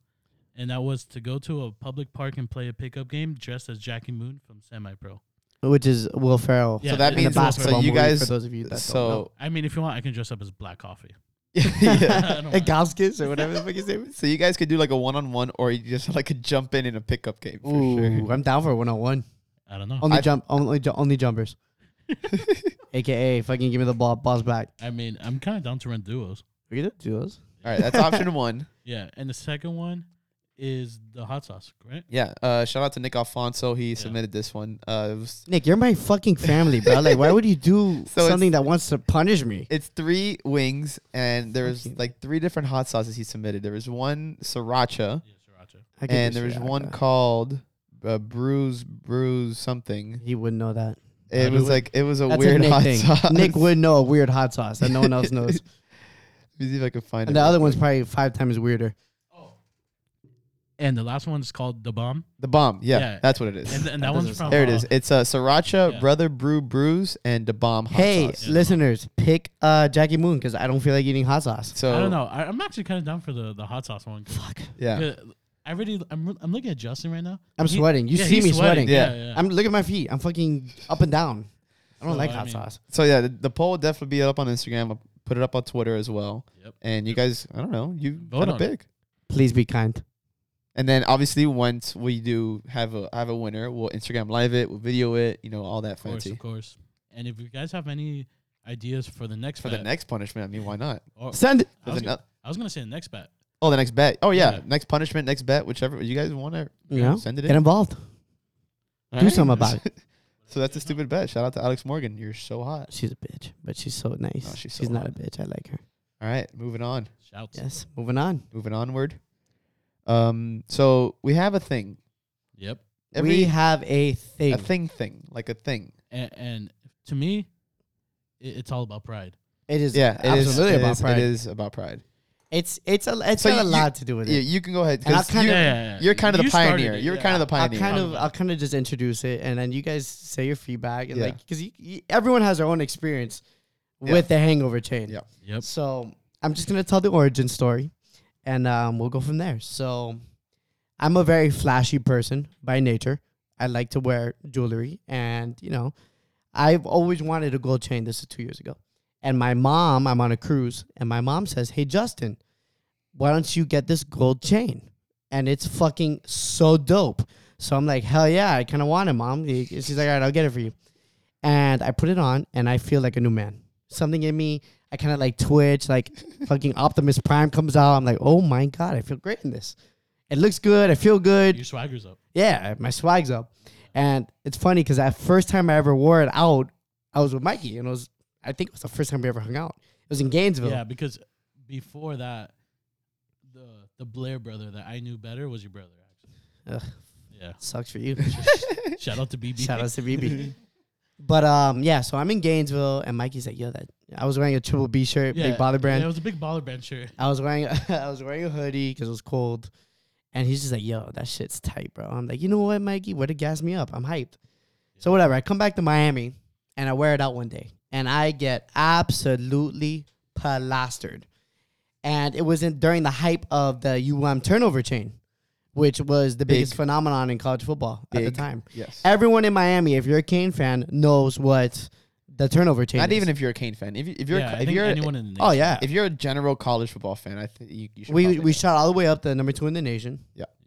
Speaker 3: and that was to go to a public park and play a pickup game dressed as Jackie Moon from Semi Pro.
Speaker 1: which is Will Ferrell.
Speaker 3: Yeah,
Speaker 2: so
Speaker 1: in
Speaker 2: that
Speaker 3: it-
Speaker 1: a
Speaker 2: means.
Speaker 3: it's also-
Speaker 2: So
Speaker 1: basketball
Speaker 2: you
Speaker 1: movie,
Speaker 2: guys.
Speaker 1: for those of you that
Speaker 2: So.
Speaker 3: I mean, if you want, I can dress up as Black Coffee.
Speaker 2: <laughs> yeah.
Speaker 3: <laughs> I don't
Speaker 1: don't know.
Speaker 3: mind.
Speaker 1: Gaskis or
Speaker 2: Whatever the fuck his name is. So you guys could do like a one on one, or you just like a jump in in a pickup game. For
Speaker 1: Ooh,
Speaker 2: sure.
Speaker 1: I'm down for one on one.
Speaker 3: I don't know.
Speaker 1: Only
Speaker 2: I've-
Speaker 1: jump, only ju- only <laughs> jumpers. AKA, fucking give me the ball, boss back.
Speaker 3: I mean, I'm kind of down to run duos.
Speaker 1: We gonna do those.
Speaker 2: All right. That's option one.
Speaker 3: Yeah, and the second one is the hot sauce, right?
Speaker 2: Yeah. Uh, shout out to Nick Alfonso. He submitted this one. Uh, it was,
Speaker 1: Nick, you're my fucking family, bro. Like, why would you do
Speaker 2: So
Speaker 1: something that wants to punish me?
Speaker 2: it's three wings, and there was
Speaker 1: Fucking-
Speaker 2: like three different hot sauces he submitted. There was one sriracha,
Speaker 3: Yeah, sriracha.
Speaker 1: I could
Speaker 2: and
Speaker 1: do
Speaker 2: there was
Speaker 1: shit like
Speaker 2: one
Speaker 1: that.
Speaker 2: called uh, Bruise Bruise something.
Speaker 1: He wouldn't know that.
Speaker 2: It
Speaker 3: do
Speaker 2: was
Speaker 3: it.
Speaker 2: like it was a
Speaker 1: That's a
Speaker 2: weird
Speaker 1: Nick
Speaker 2: hot
Speaker 1: thing.
Speaker 2: sauce.
Speaker 1: Nick would know a weird hot sauce that no one else knows,
Speaker 2: Let me see if I could
Speaker 1: and
Speaker 2: find it.
Speaker 1: the other one's probably five times weirder.
Speaker 3: And the last one's called the bomb,
Speaker 2: the bomb. Yeah,
Speaker 3: Yeah.
Speaker 2: that's what it is.
Speaker 3: and, th- and that,
Speaker 1: That
Speaker 3: one's
Speaker 1: doesn't
Speaker 3: from.
Speaker 2: there it
Speaker 3: uh,
Speaker 2: is. It's a sriracha,
Speaker 3: Yeah.
Speaker 2: brother brew brews, and the bomb hot
Speaker 1: hey,
Speaker 2: sauce.
Speaker 3: Yeah.
Speaker 1: listeners, pick uh, Jackie Moon because I don't feel like eating hot sauce.
Speaker 2: So
Speaker 3: I don't know. I, I'm actually kind of down for the, the hot sauce one. 'cause-
Speaker 1: Fuck,
Speaker 2: Yeah,
Speaker 3: 'cause I really, I'm, re- I'm looking at Justin right now.
Speaker 1: I'm
Speaker 3: He-
Speaker 1: sweating. You
Speaker 3: yeah,
Speaker 1: see
Speaker 3: he's
Speaker 1: me sweating.
Speaker 3: Yeah,
Speaker 2: Yeah.
Speaker 3: yeah.
Speaker 1: I'm look at my feet. I'm fucking up and down. I don't
Speaker 3: So,
Speaker 1: like
Speaker 3: I
Speaker 1: hot
Speaker 3: mean-
Speaker 1: sauce.
Speaker 2: so yeah, the, the poll will definitely be up on Instagram. I'll put it up on Twitter as well.
Speaker 3: Yep.
Speaker 2: And you guys, I don't know, you
Speaker 3: Vote
Speaker 2: kind of
Speaker 3: on it.
Speaker 2: pick.
Speaker 1: Please be kind.
Speaker 2: And then obviously once we do have a have a winner, we'll Instagram live it, we'll video it, you know, all that
Speaker 3: of course,
Speaker 2: fancy.
Speaker 3: of course. And if you guys have any ideas for the next
Speaker 2: for
Speaker 3: bet.
Speaker 2: the next punishment. I mean, why not?
Speaker 3: Or-
Speaker 1: Send it.
Speaker 3: I
Speaker 2: For
Speaker 3: was,
Speaker 2: the
Speaker 3: gonna,
Speaker 2: no-
Speaker 3: I was gonna say the next bet.
Speaker 2: oh, the next bet. Oh yeah.
Speaker 3: Yeah.
Speaker 2: next punishment, next bet, whichever you guys want to
Speaker 1: Yeah.
Speaker 2: send it in.
Speaker 1: Get involved.
Speaker 2: All
Speaker 1: do something about
Speaker 2: it. so that's a stupid bet. Shout out to Alex Morgan. You're so hot.
Speaker 1: She's a bitch, but she's so nice.
Speaker 2: No, she's
Speaker 1: she's
Speaker 2: so
Speaker 1: not a
Speaker 2: hot.
Speaker 1: bitch. I like her.
Speaker 2: All right, moving on.
Speaker 3: Shouts.
Speaker 1: Yes. Moving on.
Speaker 2: Moving onward. Um, so we have a thing.
Speaker 3: Yep.
Speaker 2: Every
Speaker 1: we have a thing.
Speaker 2: a thing thing like a thing.
Speaker 3: And, and to me, it, it's all about pride.
Speaker 1: It is.
Speaker 2: Yeah, it is-
Speaker 1: absolutely
Speaker 2: it
Speaker 1: about
Speaker 2: is-
Speaker 1: pride.
Speaker 2: It is about pride.
Speaker 1: It's it's a it's
Speaker 2: So
Speaker 1: got a
Speaker 2: you-
Speaker 1: lot to do with
Speaker 2: Yeah,
Speaker 1: it.
Speaker 2: you can go ahead.
Speaker 1: And I'll
Speaker 2: 'cause
Speaker 1: kinda-
Speaker 2: you're,
Speaker 3: Yeah, yeah, yeah.
Speaker 2: you're kind of
Speaker 3: You
Speaker 2: the
Speaker 3: started
Speaker 2: pioneer.
Speaker 3: it,
Speaker 2: You're
Speaker 3: yeah.
Speaker 2: kind of the
Speaker 1: I'll
Speaker 2: pioneer.
Speaker 1: kind of
Speaker 3: Um,
Speaker 1: I'll kind of just introduce it, and then you guys say your feedback, and
Speaker 2: Yeah.
Speaker 1: like because you, you, everyone has their own experience
Speaker 2: Yeah.
Speaker 1: with the hangover chain.
Speaker 2: Yeah.
Speaker 3: Yep.
Speaker 1: So I'm just gonna tell the origin story, and um, we'll go from there. So I'm a very flashy person by nature. I like to wear jewelry, and you know, I've always wanted a gold chain. This is two years ago, and my mom. I'm on a cruise, and my mom says, "Hey, Justin, why don't you get this gold chain?" And it's fucking so dope. So I'm like, hell yeah, I kind of want it, mom. She's like, all right, I'll get it for you. And I put it on, and I feel like a new man. Something in me, I kind of like twitch, like fucking Optimus Prime comes out. I'm like, oh my god, I feel great in this. It looks good. I feel good.
Speaker 3: Your swagger's up.
Speaker 1: Yeah, my swag's up. And it's funny because that first time I ever wore it out, I was with Mikey, and it was I think it was the first time we ever hung out. It was in Gainesville.
Speaker 3: Yeah, because before that, the the Blair brother that I knew better was your brother.
Speaker 1: Ugh.
Speaker 3: Actually. Yeah.
Speaker 1: Sucks for
Speaker 3: <laughs>
Speaker 1: you.
Speaker 3: Shout out to BB.
Speaker 1: Shout outs to
Speaker 3: <laughs>
Speaker 1: BB. but um, yeah, so I'm in Gainesville, and Mikey's like, yo, that I was wearing a triple B shirt,
Speaker 3: Yeah,
Speaker 1: big bother brand.
Speaker 3: Yeah, it was a big baller brand shirt.
Speaker 1: I was wearing <laughs> I was wearing a hoodie because it was cold, and he's just like, "Yo, that shit's tight, bro." I'm like, "You know what, Mikey? Where to gas me up? I'm hyped." So whatever. I come back to Miami, and I wear it out one day, and I get absolutely plastered. And it was in, during the hype of the UM turnover chain, which was the biggest
Speaker 2: Big.
Speaker 1: phenomenon in college football at
Speaker 2: Big.
Speaker 1: the time.
Speaker 2: yes.
Speaker 1: Everyone in Miami, if you're a Kane fan, knows what the turnover chain.
Speaker 2: Not
Speaker 1: is.
Speaker 2: even if you're a Kane fan. If, you, if you're
Speaker 3: yeah,
Speaker 2: a,
Speaker 3: I
Speaker 2: if
Speaker 3: think
Speaker 2: you're a-
Speaker 3: anyone in the
Speaker 1: oh
Speaker 3: nation.
Speaker 1: yeah,
Speaker 2: if you're a general college football fan, I think you, you should.
Speaker 1: we
Speaker 2: probably
Speaker 1: we
Speaker 2: know.
Speaker 1: shot all the way up to number two in the nation.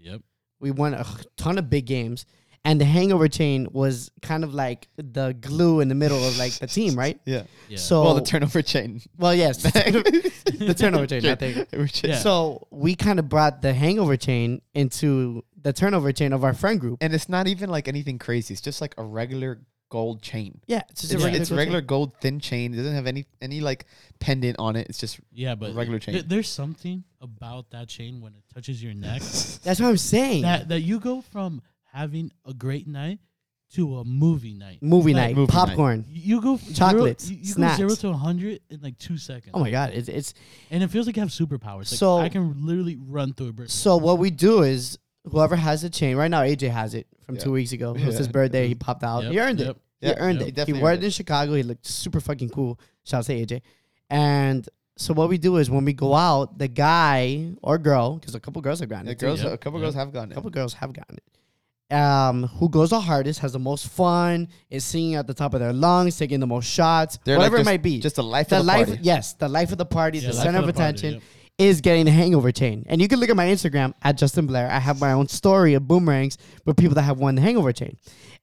Speaker 3: Yep.
Speaker 1: we won a ton of big games and the hangover chain was kind of like the glue in the middle of like the team right
Speaker 2: <laughs> yeah.
Speaker 3: Yeah.
Speaker 1: so
Speaker 2: Well, the
Speaker 1: <laughs>
Speaker 2: turnover chain.
Speaker 1: well, yes the turnover chain i
Speaker 2: <laughs>
Speaker 1: think
Speaker 2: Turnover chain.
Speaker 3: Yeah.
Speaker 1: so we kind of brought the hangover chain into the turnover chain of our friend group
Speaker 2: And it's not even like anything crazy. It's just like a regular gold chain.
Speaker 1: yeah it's just
Speaker 2: It's,
Speaker 1: a
Speaker 2: like-
Speaker 1: regular,
Speaker 2: it's
Speaker 1: gold
Speaker 2: regular
Speaker 1: chain.
Speaker 2: gold thin chain. It doesn't have any any like pendant on it. It's just
Speaker 3: yeah, but
Speaker 2: regular
Speaker 3: th-
Speaker 2: chain.
Speaker 3: there's something about that chain when it touches your
Speaker 1: <laughs>
Speaker 3: neck
Speaker 1: that's what i'm saying
Speaker 3: that that you go from having a great night to a movie night.
Speaker 1: movie
Speaker 3: Like,
Speaker 1: night
Speaker 2: Movie night.
Speaker 1: popcorn
Speaker 3: You go f-
Speaker 1: Chocolates,
Speaker 3: Zero, you you
Speaker 1: snacks.
Speaker 3: go zero to a hundred in like two seconds.
Speaker 1: oh my god it's, it's
Speaker 3: And it feels like you have superpowers. Like
Speaker 1: So-
Speaker 3: I can literally run through a brick.
Speaker 1: so what we do is whoever has the chain right now aj has it from
Speaker 2: Yeah.
Speaker 1: two weeks ago it was
Speaker 2: Yeah.
Speaker 1: his birthday he popped out
Speaker 3: Yep,
Speaker 1: he earned it
Speaker 3: yep.
Speaker 1: He
Speaker 2: Yeah,
Speaker 1: earned
Speaker 3: yeah. He
Speaker 1: it. He,
Speaker 2: definitely
Speaker 1: wore it
Speaker 2: earned
Speaker 1: in Chicago. He looked super fucking cool. Shout out to AJ. And so what we do is when we go out, the guy or girl, because a couple girls have gotten
Speaker 2: The
Speaker 1: it.
Speaker 2: girls,
Speaker 3: Yep,
Speaker 2: a couple
Speaker 3: yep.
Speaker 2: girls have gone.
Speaker 1: too.
Speaker 2: in.
Speaker 1: A couple girls have gotten it. Um, who goes the hardest, has the most fun, is singing at the top of their lungs, taking the most shots,
Speaker 2: They're like
Speaker 1: whatever
Speaker 2: just-
Speaker 1: it might be.
Speaker 2: Just the life
Speaker 1: the
Speaker 2: of the
Speaker 1: life,
Speaker 2: party.
Speaker 1: yes, the life of the party,
Speaker 3: Yeah,
Speaker 1: the
Speaker 3: life
Speaker 1: center
Speaker 3: of
Speaker 1: of
Speaker 3: the party,
Speaker 1: attention
Speaker 3: yep.
Speaker 1: is getting the hangover chain. And you can look at my Instagram at Justin Blair. I have my own story of boomerangs with people that have won the hangover chain.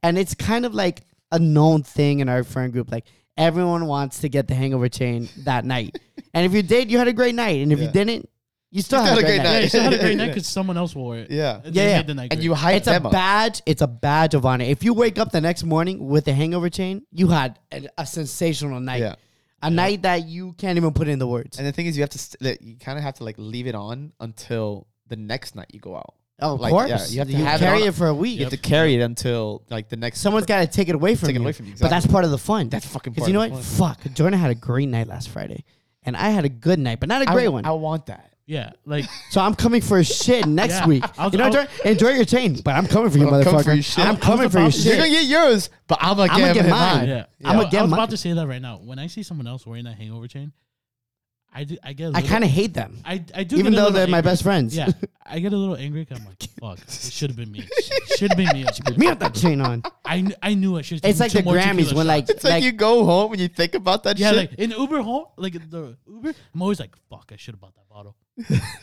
Speaker 1: And it's kind of like a known thing in our friend group. Like everyone wants to get the hangover chain that night. And if you did, you had a great night. And if you
Speaker 2: Yeah.
Speaker 1: didn't, you still
Speaker 2: You
Speaker 1: had a great night.
Speaker 3: Yeah, you <laughs> still had a great night
Speaker 1: <laughs>
Speaker 3: because someone else wore it.
Speaker 2: Yeah.
Speaker 1: Yeah,
Speaker 3: And they
Speaker 1: yeah.
Speaker 3: made the night
Speaker 2: And
Speaker 3: great.
Speaker 2: you hype
Speaker 1: It's a
Speaker 2: them up.
Speaker 1: badge. It's a badge of honor. If you wake up the next morning with a hangover chain, you had a, a sensational night.
Speaker 2: Yeah.
Speaker 1: A night that you can't even put in the words.
Speaker 2: And the thing is, you have to st- like, you kind of have to like leave it on until the next night you go out.
Speaker 1: Oh, of
Speaker 2: Like,
Speaker 1: course.
Speaker 2: yeah,
Speaker 1: you
Speaker 2: you have to have it
Speaker 1: carry
Speaker 2: on-
Speaker 1: it, for a week.
Speaker 2: You have to carry it until like the next.
Speaker 1: Someone's got to take it away from
Speaker 2: Take it
Speaker 1: you.
Speaker 2: away from you,
Speaker 1: But that's part of the fun.
Speaker 2: That's fucking
Speaker 1: Because
Speaker 2: part
Speaker 1: you know
Speaker 2: of the
Speaker 1: what? Fuck. Jordan had a great night last Friday. And I had a good night, but not a
Speaker 2: I-
Speaker 1: great one.
Speaker 2: I want that.
Speaker 3: yeah,
Speaker 1: <laughs>
Speaker 3: like
Speaker 1: so I'm coming for his
Speaker 2: <laughs>
Speaker 1: shit next
Speaker 3: Yeah.
Speaker 1: week.
Speaker 3: I was-
Speaker 1: you know,
Speaker 3: I
Speaker 1: what,
Speaker 3: was-
Speaker 1: Jordan? enjoy your chain, but I'm coming for you,
Speaker 2: But I'm
Speaker 1: motherfucker.
Speaker 2: coming for your shit.
Speaker 1: I'm
Speaker 2: I
Speaker 1: coming
Speaker 3: was
Speaker 1: for your
Speaker 3: about to-
Speaker 2: You're gonna
Speaker 1: shit.
Speaker 2: get yours, but I'm gonna
Speaker 1: I'ma
Speaker 2: get,
Speaker 1: get mine.
Speaker 2: mine.
Speaker 3: yeah.
Speaker 1: I'ma
Speaker 3: I-
Speaker 1: get
Speaker 3: I was
Speaker 1: mine.
Speaker 3: about to say that right now. When I see someone else wearing that hangover chain, I do. I get. A
Speaker 1: I
Speaker 3: little-
Speaker 1: kind of hate
Speaker 2: <laughs>
Speaker 1: them,
Speaker 3: I, I do.
Speaker 1: even
Speaker 3: get
Speaker 1: though
Speaker 3: a little
Speaker 1: they're my
Speaker 3: angry.
Speaker 1: best friends.
Speaker 3: Yeah, I get a little angry. 'cause
Speaker 1: <laughs>
Speaker 3: I'm like, fuck, it should have been me. Should have been me.
Speaker 1: Me with that chain
Speaker 2: <laughs>
Speaker 1: on.
Speaker 3: I, kn- I knew I should.
Speaker 1: It's like the Grammys when like
Speaker 2: <laughs> It's like, you go home and you think about that
Speaker 3: Yeah,
Speaker 2: shit.
Speaker 3: like in Uber home, like the Uber, I'm always like, fuck, I should have bought that bottle.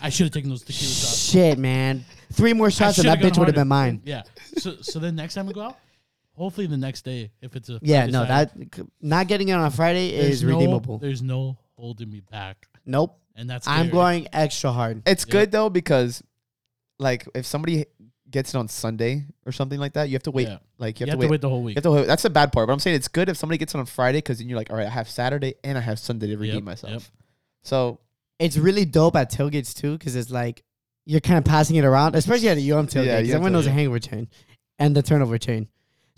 Speaker 3: I should have taken those tequila shots.
Speaker 1: shit, man. Three more
Speaker 3: I
Speaker 1: shots and
Speaker 3: shoulda
Speaker 1: that bitch
Speaker 3: gone
Speaker 1: would have
Speaker 3: harder.
Speaker 1: been mine.
Speaker 3: Yeah. So so then next time we go out, Hopefully the next day, if it's a
Speaker 1: <laughs> Yeah,
Speaker 3: Friday,
Speaker 1: no,
Speaker 3: Saturday,
Speaker 1: that not getting it on a Friday is
Speaker 3: there's no-
Speaker 1: redeemable.
Speaker 3: There's no holding me back,
Speaker 1: Nope,
Speaker 3: and that's
Speaker 1: I'm
Speaker 3: scary.
Speaker 1: going extra hard.
Speaker 2: It's
Speaker 3: Yeah.
Speaker 2: good though because, like, if somebody gets it on Sunday or something like that, you have to wait.
Speaker 3: Yeah.
Speaker 2: Like,
Speaker 3: You,
Speaker 2: you have,
Speaker 3: have
Speaker 2: to wait.
Speaker 3: the whole
Speaker 2: You
Speaker 3: week.
Speaker 2: have to wait. That's the bad part. But I'm saying it's good if somebody gets it on Friday because then you're like, all right, I have Saturday and I have Sunday to redeem
Speaker 3: Yep,
Speaker 2: myself.
Speaker 3: yep.
Speaker 2: So
Speaker 1: It's really dope at tailgates too, because it's like you're kind of passing it around, especially at a UM tailgate.
Speaker 2: Yeah,
Speaker 1: 'cause
Speaker 2: UM
Speaker 1: everyone knows the
Speaker 3: tailgate.
Speaker 1: hangover chain and the turnover chain.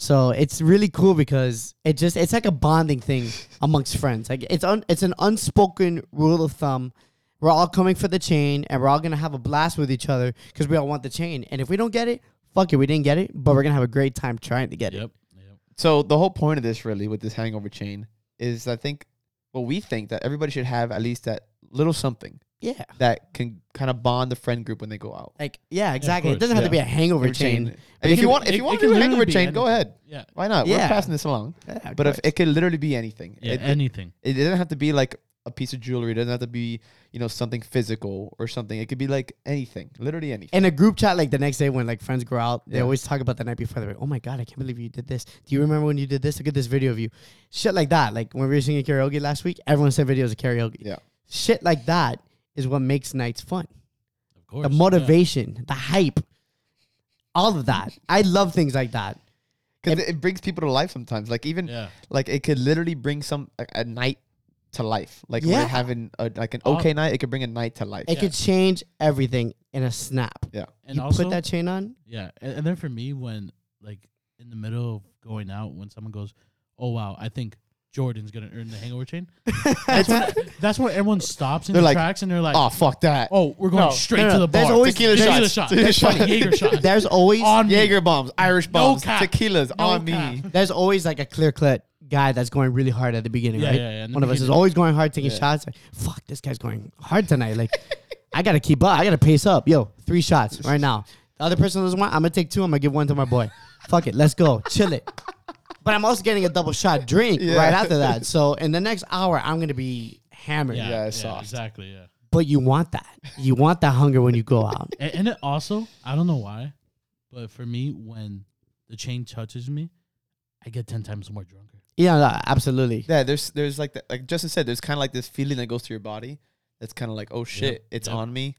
Speaker 1: So it's really cool because it just it's like a bonding thing amongst friends. Like it's un, it's an unspoken rule of thumb. We're all coming for the chain, and we're all gonna have a blast with each other because we all want the chain. And if we don't get it, fuck it, we didn't get it, but we're gonna have a great time trying to get it.
Speaker 3: Yep. yep.
Speaker 2: So the whole point of this, really, with this hangover chain, is I think well, we think that everybody should have at least that little something
Speaker 1: Yeah.
Speaker 2: that can kind of bond the friend group when they go out.
Speaker 1: Like yeah, exactly. it
Speaker 3: course,
Speaker 1: doesn't have to
Speaker 2: yeah.
Speaker 1: be a hangover chain.
Speaker 2: And
Speaker 1: It
Speaker 2: if
Speaker 1: can-
Speaker 2: you want, if
Speaker 3: It-
Speaker 2: you
Speaker 3: it
Speaker 2: want to
Speaker 3: can
Speaker 2: do a
Speaker 3: literally
Speaker 2: hangover
Speaker 3: be
Speaker 2: chain, go
Speaker 3: anything.
Speaker 2: ahead.
Speaker 3: Yeah.
Speaker 2: Why not? We're
Speaker 1: Yeah.
Speaker 2: passing this along.
Speaker 1: Yeah,
Speaker 2: But if it could literally be anything,
Speaker 3: Yeah.
Speaker 2: it,
Speaker 3: anything.
Speaker 2: it doesn't have to be like a piece of jewelry. It doesn't have to be you know something physical or something. It could be like anything, literally anything.
Speaker 1: in a group chat, like the next day when like friends go out, they
Speaker 2: Yeah.
Speaker 1: always talk about the night before. They're like, "Oh my god, I can't believe you did this. Do you remember when you did this? Look at this video of you." Shit like that. Like when we were singing karaoke last week, everyone sent videos of karaoke.
Speaker 2: Yeah.
Speaker 1: Shit like that is what makes nights fun.
Speaker 3: Of course.
Speaker 1: The
Speaker 3: yeah.
Speaker 1: motivation, the hype, all of that. I love things like that.
Speaker 2: Because it, it brings people to life sometimes. Like even
Speaker 3: Yeah.
Speaker 2: like it could literally bring some a, a night to life. Like
Speaker 1: Yeah.
Speaker 2: we're having a, like an
Speaker 3: Oh.
Speaker 2: okay night, it could bring a night to life.
Speaker 1: It could change everything in a snap.
Speaker 2: yeah,
Speaker 3: And
Speaker 1: you
Speaker 3: also
Speaker 1: put that chain on.
Speaker 3: Yeah, and, and then for me, when like in the middle of going out, when someone goes, "Oh wow, I think Jordan's gonna earn the
Speaker 1: <laughs>
Speaker 3: hangover chain," that's, when, that's when everyone stops in
Speaker 2: They're
Speaker 3: the
Speaker 2: like,
Speaker 3: tracks and they're like,
Speaker 2: oh
Speaker 3: "Oh,
Speaker 2: fuck that.
Speaker 3: we're going
Speaker 2: No,
Speaker 3: straight
Speaker 1: no, no,
Speaker 3: to the bar."
Speaker 1: there's always-
Speaker 2: Tequila
Speaker 3: Tequila
Speaker 2: shots.
Speaker 3: shot,
Speaker 2: Tequila
Speaker 1: <laughs>
Speaker 2: shot.
Speaker 3: Jaeger shot,
Speaker 1: There's always
Speaker 3: on me.
Speaker 2: Jaeger bombs, Irish bombs,
Speaker 3: cap.
Speaker 2: tequilas
Speaker 3: No
Speaker 2: on
Speaker 3: cap.
Speaker 2: me.
Speaker 1: there's always like a clear cut guy that's going really hard at the beginning,
Speaker 3: Yeah,
Speaker 1: right?
Speaker 3: yeah, yeah, in the
Speaker 1: One of us is
Speaker 3: beginning.
Speaker 1: always going hard, taking
Speaker 2: Yeah.
Speaker 1: shots. Like, fuck, this guy's going hard tonight.
Speaker 3: <laughs>
Speaker 1: Like, I gotta keep up. I gotta pace up. Yo, three shots right now. The other person doesn't want. I'm gonna take two. I'm gonna give one to my
Speaker 3: <laughs>
Speaker 1: boy. Fuck it, let's go, chill it. But I'm also getting a double shot drink
Speaker 2: Yeah.
Speaker 1: right after that. So in the next hour, I'm gonna be hammered.
Speaker 3: Yeah,
Speaker 2: Yeah,
Speaker 3: yeah,
Speaker 2: it's soft.
Speaker 3: exactly. Yeah,
Speaker 1: But you want that. You want that hunger when you go out.
Speaker 3: and, and it also, I don't know why, but for me, when the chain touches me, I get ten times more drunker.
Speaker 1: Yeah, no, absolutely.
Speaker 2: <laughs> Yeah, there's there's like that, like Justin said, there's kind of like this feeling that goes through your body. That's kind of like, oh shit, it's
Speaker 3: yep.
Speaker 2: on me.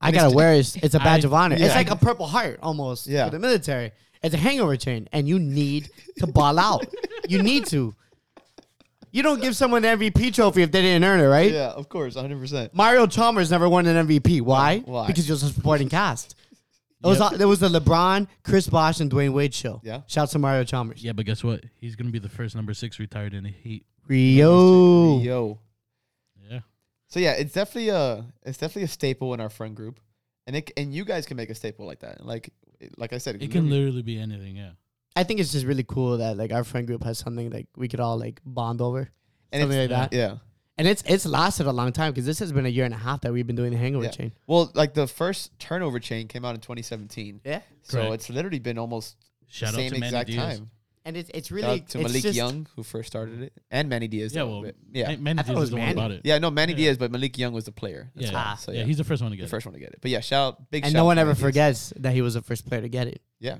Speaker 1: I
Speaker 2: And it's
Speaker 1: gotta
Speaker 2: ju-
Speaker 1: wear it. It's a badge
Speaker 3: I-
Speaker 1: of honor. It's
Speaker 2: yeah.
Speaker 1: like a purple heart almost
Speaker 2: Yeah.
Speaker 1: for the military. It's a hangover chain, and you need to ball out. You need to. You don't give someone an MVP trophy if they didn't earn it, right?
Speaker 2: Yeah, of course, 100. percent
Speaker 1: Mario Chalmers never won an MVP. Why?
Speaker 2: Why?
Speaker 1: Because he was a supporting cast. It was
Speaker 3: Yep.
Speaker 1: it was the LeBron, Chris Bosh, and Dwayne Wade show.
Speaker 2: Yeah.
Speaker 1: Shout to Mario Chalmers.
Speaker 3: Yeah, but guess what? He's gonna be the first number six retired in the heat.
Speaker 1: Rio.
Speaker 2: Yo.
Speaker 3: Yeah,
Speaker 2: So yeah, it's definitely a it's definitely a staple in our friend group, and it c- and you guys can make a staple like that. Like like I said,
Speaker 3: it can literally be anything. Yeah,
Speaker 1: I think it's just really cool that like our friend group has something like we could all like bond over.
Speaker 2: and
Speaker 1: something
Speaker 2: it's-
Speaker 1: like that.
Speaker 2: Yeah.
Speaker 1: And it's it's lasted a long time because this has been a year and a half that we've been doing the hangover
Speaker 2: Yeah.
Speaker 1: chain.
Speaker 2: Well, like the first turnover chain came out in 2017,
Speaker 1: Yeah.
Speaker 2: so
Speaker 3: Correct.
Speaker 2: it's literally been almost
Speaker 3: shout
Speaker 2: same
Speaker 3: out to Manny
Speaker 2: exact
Speaker 3: Diaz.
Speaker 2: time.
Speaker 1: And it's it's
Speaker 2: Shout
Speaker 1: really
Speaker 2: out to
Speaker 1: it's
Speaker 2: Malik
Speaker 1: just-
Speaker 2: Young who first started it, and Manny Diaz.
Speaker 3: Yeah,
Speaker 2: a
Speaker 3: well,
Speaker 2: bit. yeah,
Speaker 3: Ma- Manny
Speaker 1: I thought it
Speaker 3: Diaz is
Speaker 1: was
Speaker 3: the one
Speaker 1: Manny.
Speaker 3: about it.
Speaker 2: yeah. No, Manny
Speaker 3: yeah.
Speaker 2: Diaz, but Malik Young was the player. That's
Speaker 3: Yeah.
Speaker 2: why.
Speaker 1: Ah.
Speaker 2: so
Speaker 3: yeah,
Speaker 2: yeah,
Speaker 3: he's the first one to
Speaker 2: the
Speaker 3: get. it.
Speaker 2: first one to get it. But yeah, shout out, big.
Speaker 1: And
Speaker 2: shout
Speaker 1: no
Speaker 2: out
Speaker 1: one
Speaker 2: to
Speaker 1: ever
Speaker 2: Manny Diaz.
Speaker 1: forgets that he was the first player to get it.
Speaker 2: Yeah,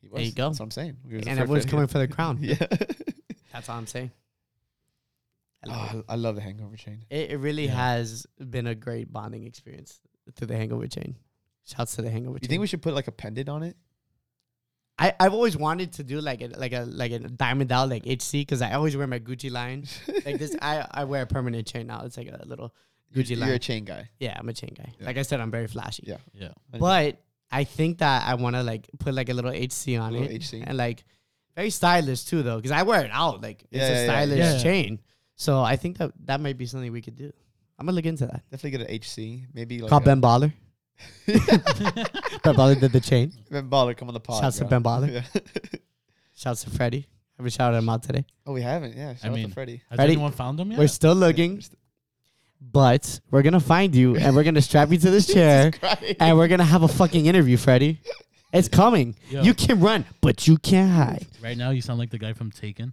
Speaker 2: he was.
Speaker 1: There you go.
Speaker 2: That's what I'm saying. He was the
Speaker 1: and
Speaker 2: first
Speaker 1: everyone's coming
Speaker 2: player
Speaker 1: for the crown.
Speaker 2: <laughs> to get it. Yeah.
Speaker 1: That's all I'm saying. I love
Speaker 2: Oh, I I love the hangover chain.
Speaker 1: it. It, it really
Speaker 3: Yeah.
Speaker 1: has been a great bonding experience through the hangover chain. Shouts to the hangover
Speaker 2: You
Speaker 1: chain.
Speaker 2: think we should put like a pendant on it?
Speaker 1: I, I've always wanted to do like a like a like a diamond out like HC because I always wear my Gucci line.
Speaker 2: <laughs>
Speaker 1: like this I, I wear a permanent chain now. It's like a little
Speaker 2: You're-
Speaker 1: Gucci
Speaker 2: you're,
Speaker 1: line.
Speaker 2: a chain guy.
Speaker 1: yeah, I'm a chain guy.
Speaker 2: Yeah.
Speaker 1: Like I said, I'm very flashy.
Speaker 2: Yeah.
Speaker 3: Yeah,
Speaker 1: But I think that I want to like put like a little HC on
Speaker 2: Little
Speaker 1: it,
Speaker 2: HC.
Speaker 1: and like very stylish too, though, because I wear it out. Like
Speaker 2: Yeah,
Speaker 1: it's
Speaker 2: yeah,
Speaker 1: a
Speaker 2: yeah.
Speaker 1: stylish
Speaker 3: Yeah.
Speaker 1: chain. So I think that that might be something we could do. I'm gonna look into that.
Speaker 2: Definitely get an HC. Maybe like
Speaker 1: Call
Speaker 2: a-
Speaker 1: Ben Baller. <laughs> ben Baller did the chain.
Speaker 2: <laughs> Ben Baller, come on the pod.
Speaker 1: Shouts to
Speaker 2: bro.
Speaker 1: Ben Baller.
Speaker 2: Yeah. <laughs>
Speaker 1: Shouts to Freddie. Haven't shouted him out today.
Speaker 2: oh, we haven't. Yeah. Shout out
Speaker 3: mean,
Speaker 2: to Freddie.
Speaker 3: Has
Speaker 1: Ready?
Speaker 3: anyone found him yet?
Speaker 1: We're still looking, but we're gonna find you and we're gonna strap you to
Speaker 2: <laughs>
Speaker 1: this <laughs> chair and we're gonna have a fucking interview, Freddie. It's coming.
Speaker 3: Yo.
Speaker 1: You can run, but you can't hide.
Speaker 3: Right now, you sound like the guy from Taken.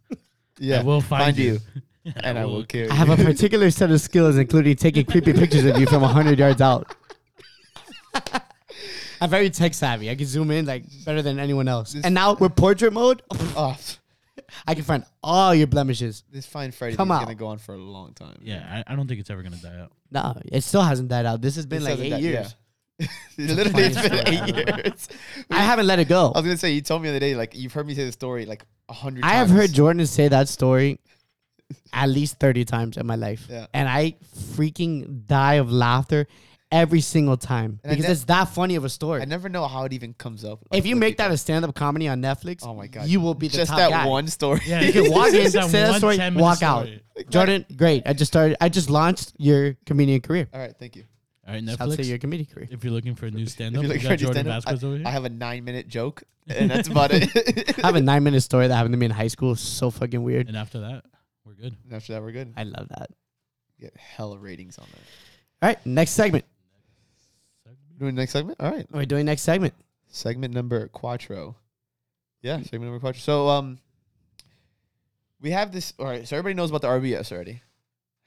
Speaker 2: Yeah.
Speaker 3: I will find, you, <laughs>
Speaker 2: and I will kill you.
Speaker 1: I have a
Speaker 2: <laughs>
Speaker 1: <laughs> particular set of skills, including taking creepy pictures of you from 100 yards out. <laughs> I'm very tech savvy. I can zoom in like better than anyone else.
Speaker 2: This-
Speaker 1: and now with portrait mode,
Speaker 2: Oh,
Speaker 1: I can find all your blemishes.
Speaker 2: this fine Freddy
Speaker 1: Come
Speaker 2: thing's
Speaker 1: out.
Speaker 2: gonna go on for a long time.
Speaker 3: Yeah, I, I don't think it's ever gonna die
Speaker 2: <laughs>
Speaker 3: out.
Speaker 1: Nah, it still hasn't died out. This has been
Speaker 2: This
Speaker 1: like
Speaker 2: doesn't
Speaker 1: eight
Speaker 2: die-
Speaker 1: years.
Speaker 2: yeah. <laughs> Literally, it's been
Speaker 1: funniest
Speaker 2: eight
Speaker 1: story ever.
Speaker 2: years.
Speaker 1: I haven't let it go.
Speaker 2: I was gonna say you told me the other day, like you've heard me say the story like a hundred.
Speaker 1: I have
Speaker 2: times.
Speaker 1: heard Jordan say that story at least 30 times in my life.
Speaker 2: Yeah.
Speaker 1: And I freaking die of laughter every single time
Speaker 2: And I
Speaker 1: because
Speaker 2: ne-
Speaker 1: it's that funny of a story.
Speaker 2: I never know how it even comes up. like,
Speaker 1: if you
Speaker 2: with
Speaker 1: make
Speaker 2: people. <laughs>
Speaker 1: that a stand up comedy on Netflix,
Speaker 2: Oh my God.
Speaker 1: you will be the
Speaker 2: just
Speaker 1: top
Speaker 2: that
Speaker 1: guy.
Speaker 2: one story,
Speaker 3: Yeah,
Speaker 1: You
Speaker 2: <laughs>
Speaker 1: can walk in,
Speaker 3: Just
Speaker 1: say
Speaker 3: that
Speaker 1: that
Speaker 3: one
Speaker 1: story,
Speaker 3: 10-minute
Speaker 1: walk
Speaker 3: story.
Speaker 1: out. Jordan, great. I just started, I just launched your comedian career.
Speaker 2: All right, thank you.
Speaker 3: All right,
Speaker 1: Shout out to
Speaker 3: Netflix.
Speaker 1: your comedian career.
Speaker 3: If you're looking for a new stand-up,
Speaker 2: you're
Speaker 3: you
Speaker 2: looking
Speaker 3: got
Speaker 2: for a new
Speaker 3: Jordan
Speaker 2: stand-up,
Speaker 3: Vasquez over here.
Speaker 2: I have a nine-minute joke, and
Speaker 1: <laughs>
Speaker 2: that's about it. <laughs>
Speaker 1: I have a nine minute story that happened to me in high school. It's so fucking weird.
Speaker 3: and after that, we're good.
Speaker 2: And after that, we're good.
Speaker 1: I love that.
Speaker 2: Get hella ratings on that.
Speaker 1: All right, next segment.
Speaker 2: Doing next segment. All right,
Speaker 1: We're doing next segment.
Speaker 2: segment number quattro. Yeah, segment number quattro. So um, we have this. All right, so everybody knows about the RBS already.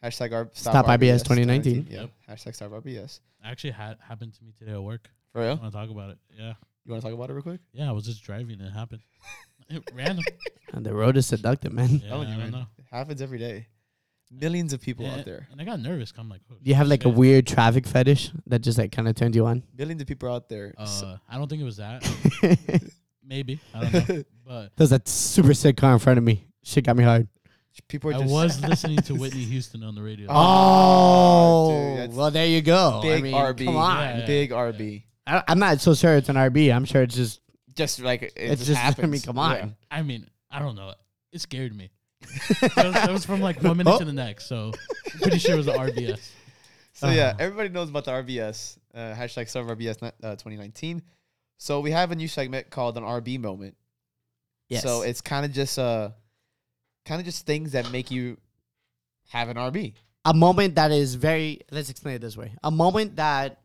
Speaker 2: Hashtag R-
Speaker 1: Stop RBS 2019.
Speaker 2: Yeah.
Speaker 3: Yep.
Speaker 2: Hashtag stop RBS.
Speaker 3: Actually, had happened to me today at work.
Speaker 2: For
Speaker 3: I
Speaker 2: real?
Speaker 3: want to talk about it. Yeah,
Speaker 2: You want to talk about it real quick?
Speaker 3: yeah. I was just driving and it happened. <laughs> Random.
Speaker 1: And Oh, the road is seductive, man.
Speaker 2: <laughs>
Speaker 3: Yeah,
Speaker 2: Telling
Speaker 3: I
Speaker 2: you,
Speaker 3: don't
Speaker 2: man.
Speaker 3: know.
Speaker 2: It happens every day. Millions of people
Speaker 3: Yeah,
Speaker 2: out there.
Speaker 3: And I got nervous. 'cause I'm like, oh,
Speaker 1: You have like a
Speaker 3: shit.
Speaker 1: weird traffic fetish that just like kind of turned you on. <laughs>
Speaker 2: Millions of people out there. So-
Speaker 3: Uh, I don't think it was that.
Speaker 1: There's
Speaker 3: Maybe I don't know. But
Speaker 2: <laughs>
Speaker 1: a super sick car in front of me. Shit got me hard.
Speaker 2: people are
Speaker 3: I
Speaker 2: just <laughs>
Speaker 3: was listening to Whitney Houston on the radio.
Speaker 2: Oh, Oh, dude, that's
Speaker 1: well, there you go.
Speaker 2: big
Speaker 1: I mean,
Speaker 2: RB.
Speaker 1: Come on.
Speaker 3: Yeah.
Speaker 2: Big RB.
Speaker 1: I, I'm not so sure it's an RB. I'm sure it's just
Speaker 2: Just like it
Speaker 1: it's,
Speaker 2: just,
Speaker 1: just.
Speaker 2: happens.
Speaker 1: I mean, come on.
Speaker 2: Yeah.
Speaker 3: I mean, I don't know. It
Speaker 2: <laughs>
Speaker 3: scared me. that, was, that was from like one minute to the next, so I'm pretty sure it was an RBS.
Speaker 2: So yeah,
Speaker 1: Uh-huh.
Speaker 2: everybody knows about the RBS uh, hashtag serve RBS ni- uh, 2019. So we have a new segment called an RB moment.
Speaker 1: Yes.
Speaker 2: So it's kind of just uh, kind of just things that make you have an RB.
Speaker 1: a moment that is very. Let's explain it this way. A moment that,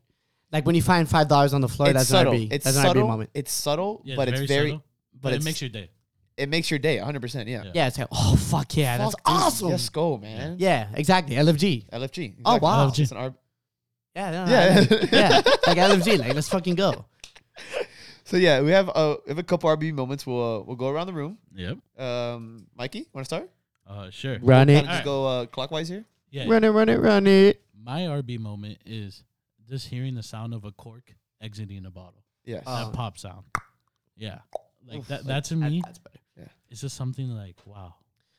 Speaker 1: like when you find five dollars on the floor,
Speaker 2: it's
Speaker 1: that's
Speaker 2: subtle.
Speaker 1: an RB.
Speaker 2: It's
Speaker 1: that's
Speaker 2: subtle.
Speaker 1: an RB moment.
Speaker 2: It's subtle,
Speaker 3: Yeah,
Speaker 2: but it's very.
Speaker 3: subtle,
Speaker 2: but,
Speaker 3: but it
Speaker 2: it's-
Speaker 3: makes your day.
Speaker 2: it makes your day 100. percent Yeah.
Speaker 3: Yeah.
Speaker 1: Yeah, it's like, oh fuck yeah, that's
Speaker 2: Fuck, dude,
Speaker 1: awesome.
Speaker 2: Yes, go man.
Speaker 1: Yeah, exactly. LFG.
Speaker 2: LFG.
Speaker 1: Oh,
Speaker 2: exactly.
Speaker 1: wow.
Speaker 3: LFG.
Speaker 2: It's an RB.
Speaker 1: Yeah, no,
Speaker 2: <laughs> Yeah.
Speaker 1: I- <laughs> yeah. Like LFG. Like let's fucking go.
Speaker 2: So yeah, we have uh, we have a couple RB moments. We'll uh, we'll go around the room.
Speaker 3: Yep.
Speaker 2: Um, Mikey, want to start?
Speaker 3: Uh, sure.
Speaker 1: Run
Speaker 2: Kind
Speaker 1: it.
Speaker 2: of just go uh, clockwise here.
Speaker 3: Yeah.
Speaker 1: Run it. Run it. Run it.
Speaker 3: My RB moment is just hearing the sound of a cork exiting a bottle.
Speaker 2: Yes.
Speaker 1: Uh, Oh.
Speaker 3: That pop sound. Yeah. Like
Speaker 2: Oof,
Speaker 3: that.
Speaker 2: like,
Speaker 3: That to me
Speaker 1: That's better.
Speaker 3: is just something like wow.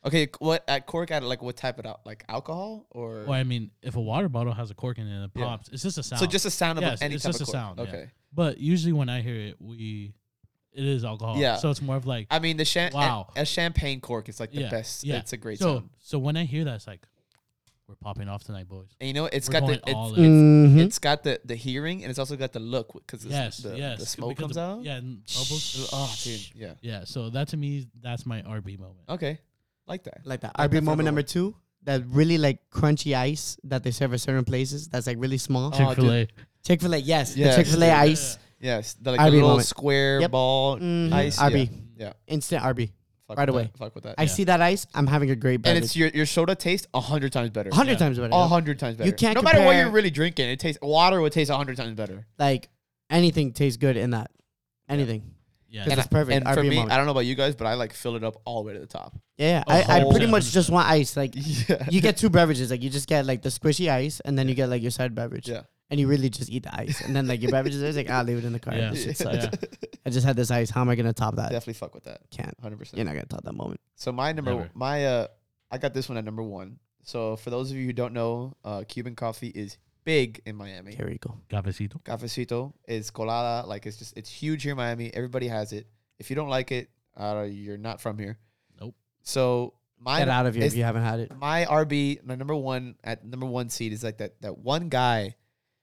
Speaker 2: okay. c- What at cork at like what type of al- like alcohol or
Speaker 3: Well, I mean, if a water bottle has a cork in it, and it
Speaker 2: Yeah.
Speaker 3: pops. It's just a sound.
Speaker 2: so just a sound of
Speaker 3: Yeah, it's-
Speaker 2: any
Speaker 3: it's
Speaker 2: type
Speaker 3: just
Speaker 2: of
Speaker 3: a
Speaker 2: cork.
Speaker 3: sound, yeah.
Speaker 2: Okay.
Speaker 3: But usually when I hear it, we it is alcohol.
Speaker 2: Yeah.
Speaker 3: So it's more of like
Speaker 2: I mean the champ
Speaker 3: Wow.
Speaker 2: a, champagne cork is like the
Speaker 3: yeah,
Speaker 2: best.
Speaker 3: Yeah.
Speaker 2: It's a great
Speaker 3: so,
Speaker 2: sound.
Speaker 3: So when I hear that, it's like we're popping off tonight, boys.
Speaker 2: And you know what? it's got
Speaker 3: we're
Speaker 2: the
Speaker 3: going
Speaker 2: it's,
Speaker 3: all
Speaker 2: it's-
Speaker 1: in. Mhm.
Speaker 2: it's got the the hearing and it's also got the look because
Speaker 3: Yes.
Speaker 2: the,
Speaker 3: yes.
Speaker 2: the smoke
Speaker 3: because
Speaker 2: comes
Speaker 3: the-
Speaker 2: out.
Speaker 3: Yeah. And bubbles.
Speaker 2: Oh, dude. Oh, Yeah.
Speaker 3: Yeah. So that to me, that's my RB moment.
Speaker 2: Okay. Like that.
Speaker 1: Like that.
Speaker 2: Like
Speaker 1: RB
Speaker 2: that for
Speaker 1: moment
Speaker 2: the-
Speaker 1: number two. That really like crunchy ice that they serve at certain places. That's like really small.
Speaker 2: Oh,
Speaker 3: Chick Fil A.
Speaker 1: Chick Fil A. Yes.
Speaker 2: Yes.
Speaker 1: The Chick
Speaker 3: <laughs>
Speaker 1: Fil A
Speaker 2: Yeah.
Speaker 1: ice.
Speaker 2: Yes. The, like
Speaker 1: RB
Speaker 2: the little
Speaker 1: moment.
Speaker 2: square
Speaker 1: Yep.
Speaker 2: ball
Speaker 1: Mhm.
Speaker 2: ice. yeah.
Speaker 1: RB.
Speaker 2: Yeah.
Speaker 1: Instant RB.
Speaker 2: Fuck
Speaker 1: Right
Speaker 2: with
Speaker 1: away.
Speaker 2: That. Fuck with that.
Speaker 1: I
Speaker 3: Yeah.
Speaker 1: see that ice. I'm having a great.
Speaker 2: and
Speaker 1: beverage.
Speaker 2: it's Oh, your your soda tastes a hundred times better.
Speaker 1: a hundred
Speaker 3: yeah.
Speaker 1: times better.
Speaker 2: A hundred times better.
Speaker 1: You can't
Speaker 2: No matter what
Speaker 1: compare-
Speaker 2: you're really drinking, it tastes water would taste a hundred times better.
Speaker 1: Like anything tastes good in that. Anything.
Speaker 3: Yeah.
Speaker 1: Because
Speaker 2: And
Speaker 1: it's perfect.
Speaker 2: and
Speaker 1: RB
Speaker 2: for me,
Speaker 1: moment.
Speaker 2: I don't know about you guys, but I like fill it up all the way to
Speaker 1: <laughs>
Speaker 2: the top.
Speaker 1: yeah.
Speaker 3: A
Speaker 1: I, I
Speaker 3: whole
Speaker 1: pretty much
Speaker 3: hundred
Speaker 1: just want ice.
Speaker 2: <laughs>
Speaker 1: Like
Speaker 2: Yeah.
Speaker 1: you get two beverages. Like you just get like the squishy ice, and then you get like your side beverage.
Speaker 2: Yeah.
Speaker 1: And you really just eat the ice, and then like your beverages. It's like I'll leave it in the car.
Speaker 3: Yeah.
Speaker 1: This shit sucks.
Speaker 3: yeah.
Speaker 1: I just had this ice. How am I gonna top that?
Speaker 2: <laughs> Definitely fuck with that.
Speaker 1: Can't.
Speaker 2: Hundred percent.
Speaker 1: You're not gonna top that moment.
Speaker 2: So my number
Speaker 3: Never.
Speaker 2: my uh I got this one at number one. So for those of you who don't know, uh Cuban coffee is big in Miami.
Speaker 1: Here we go.
Speaker 3: Cafecito.
Speaker 2: Cafecito is colada, like it's just it's huge here in Miami. Everybody has it. If you don't like it, uh, you're not from here.
Speaker 3: Nope.
Speaker 2: So my
Speaker 1: Get out of here if
Speaker 2: it's-
Speaker 1: you haven't had it.
Speaker 2: my RB, my number one at number one seed is like that that one guy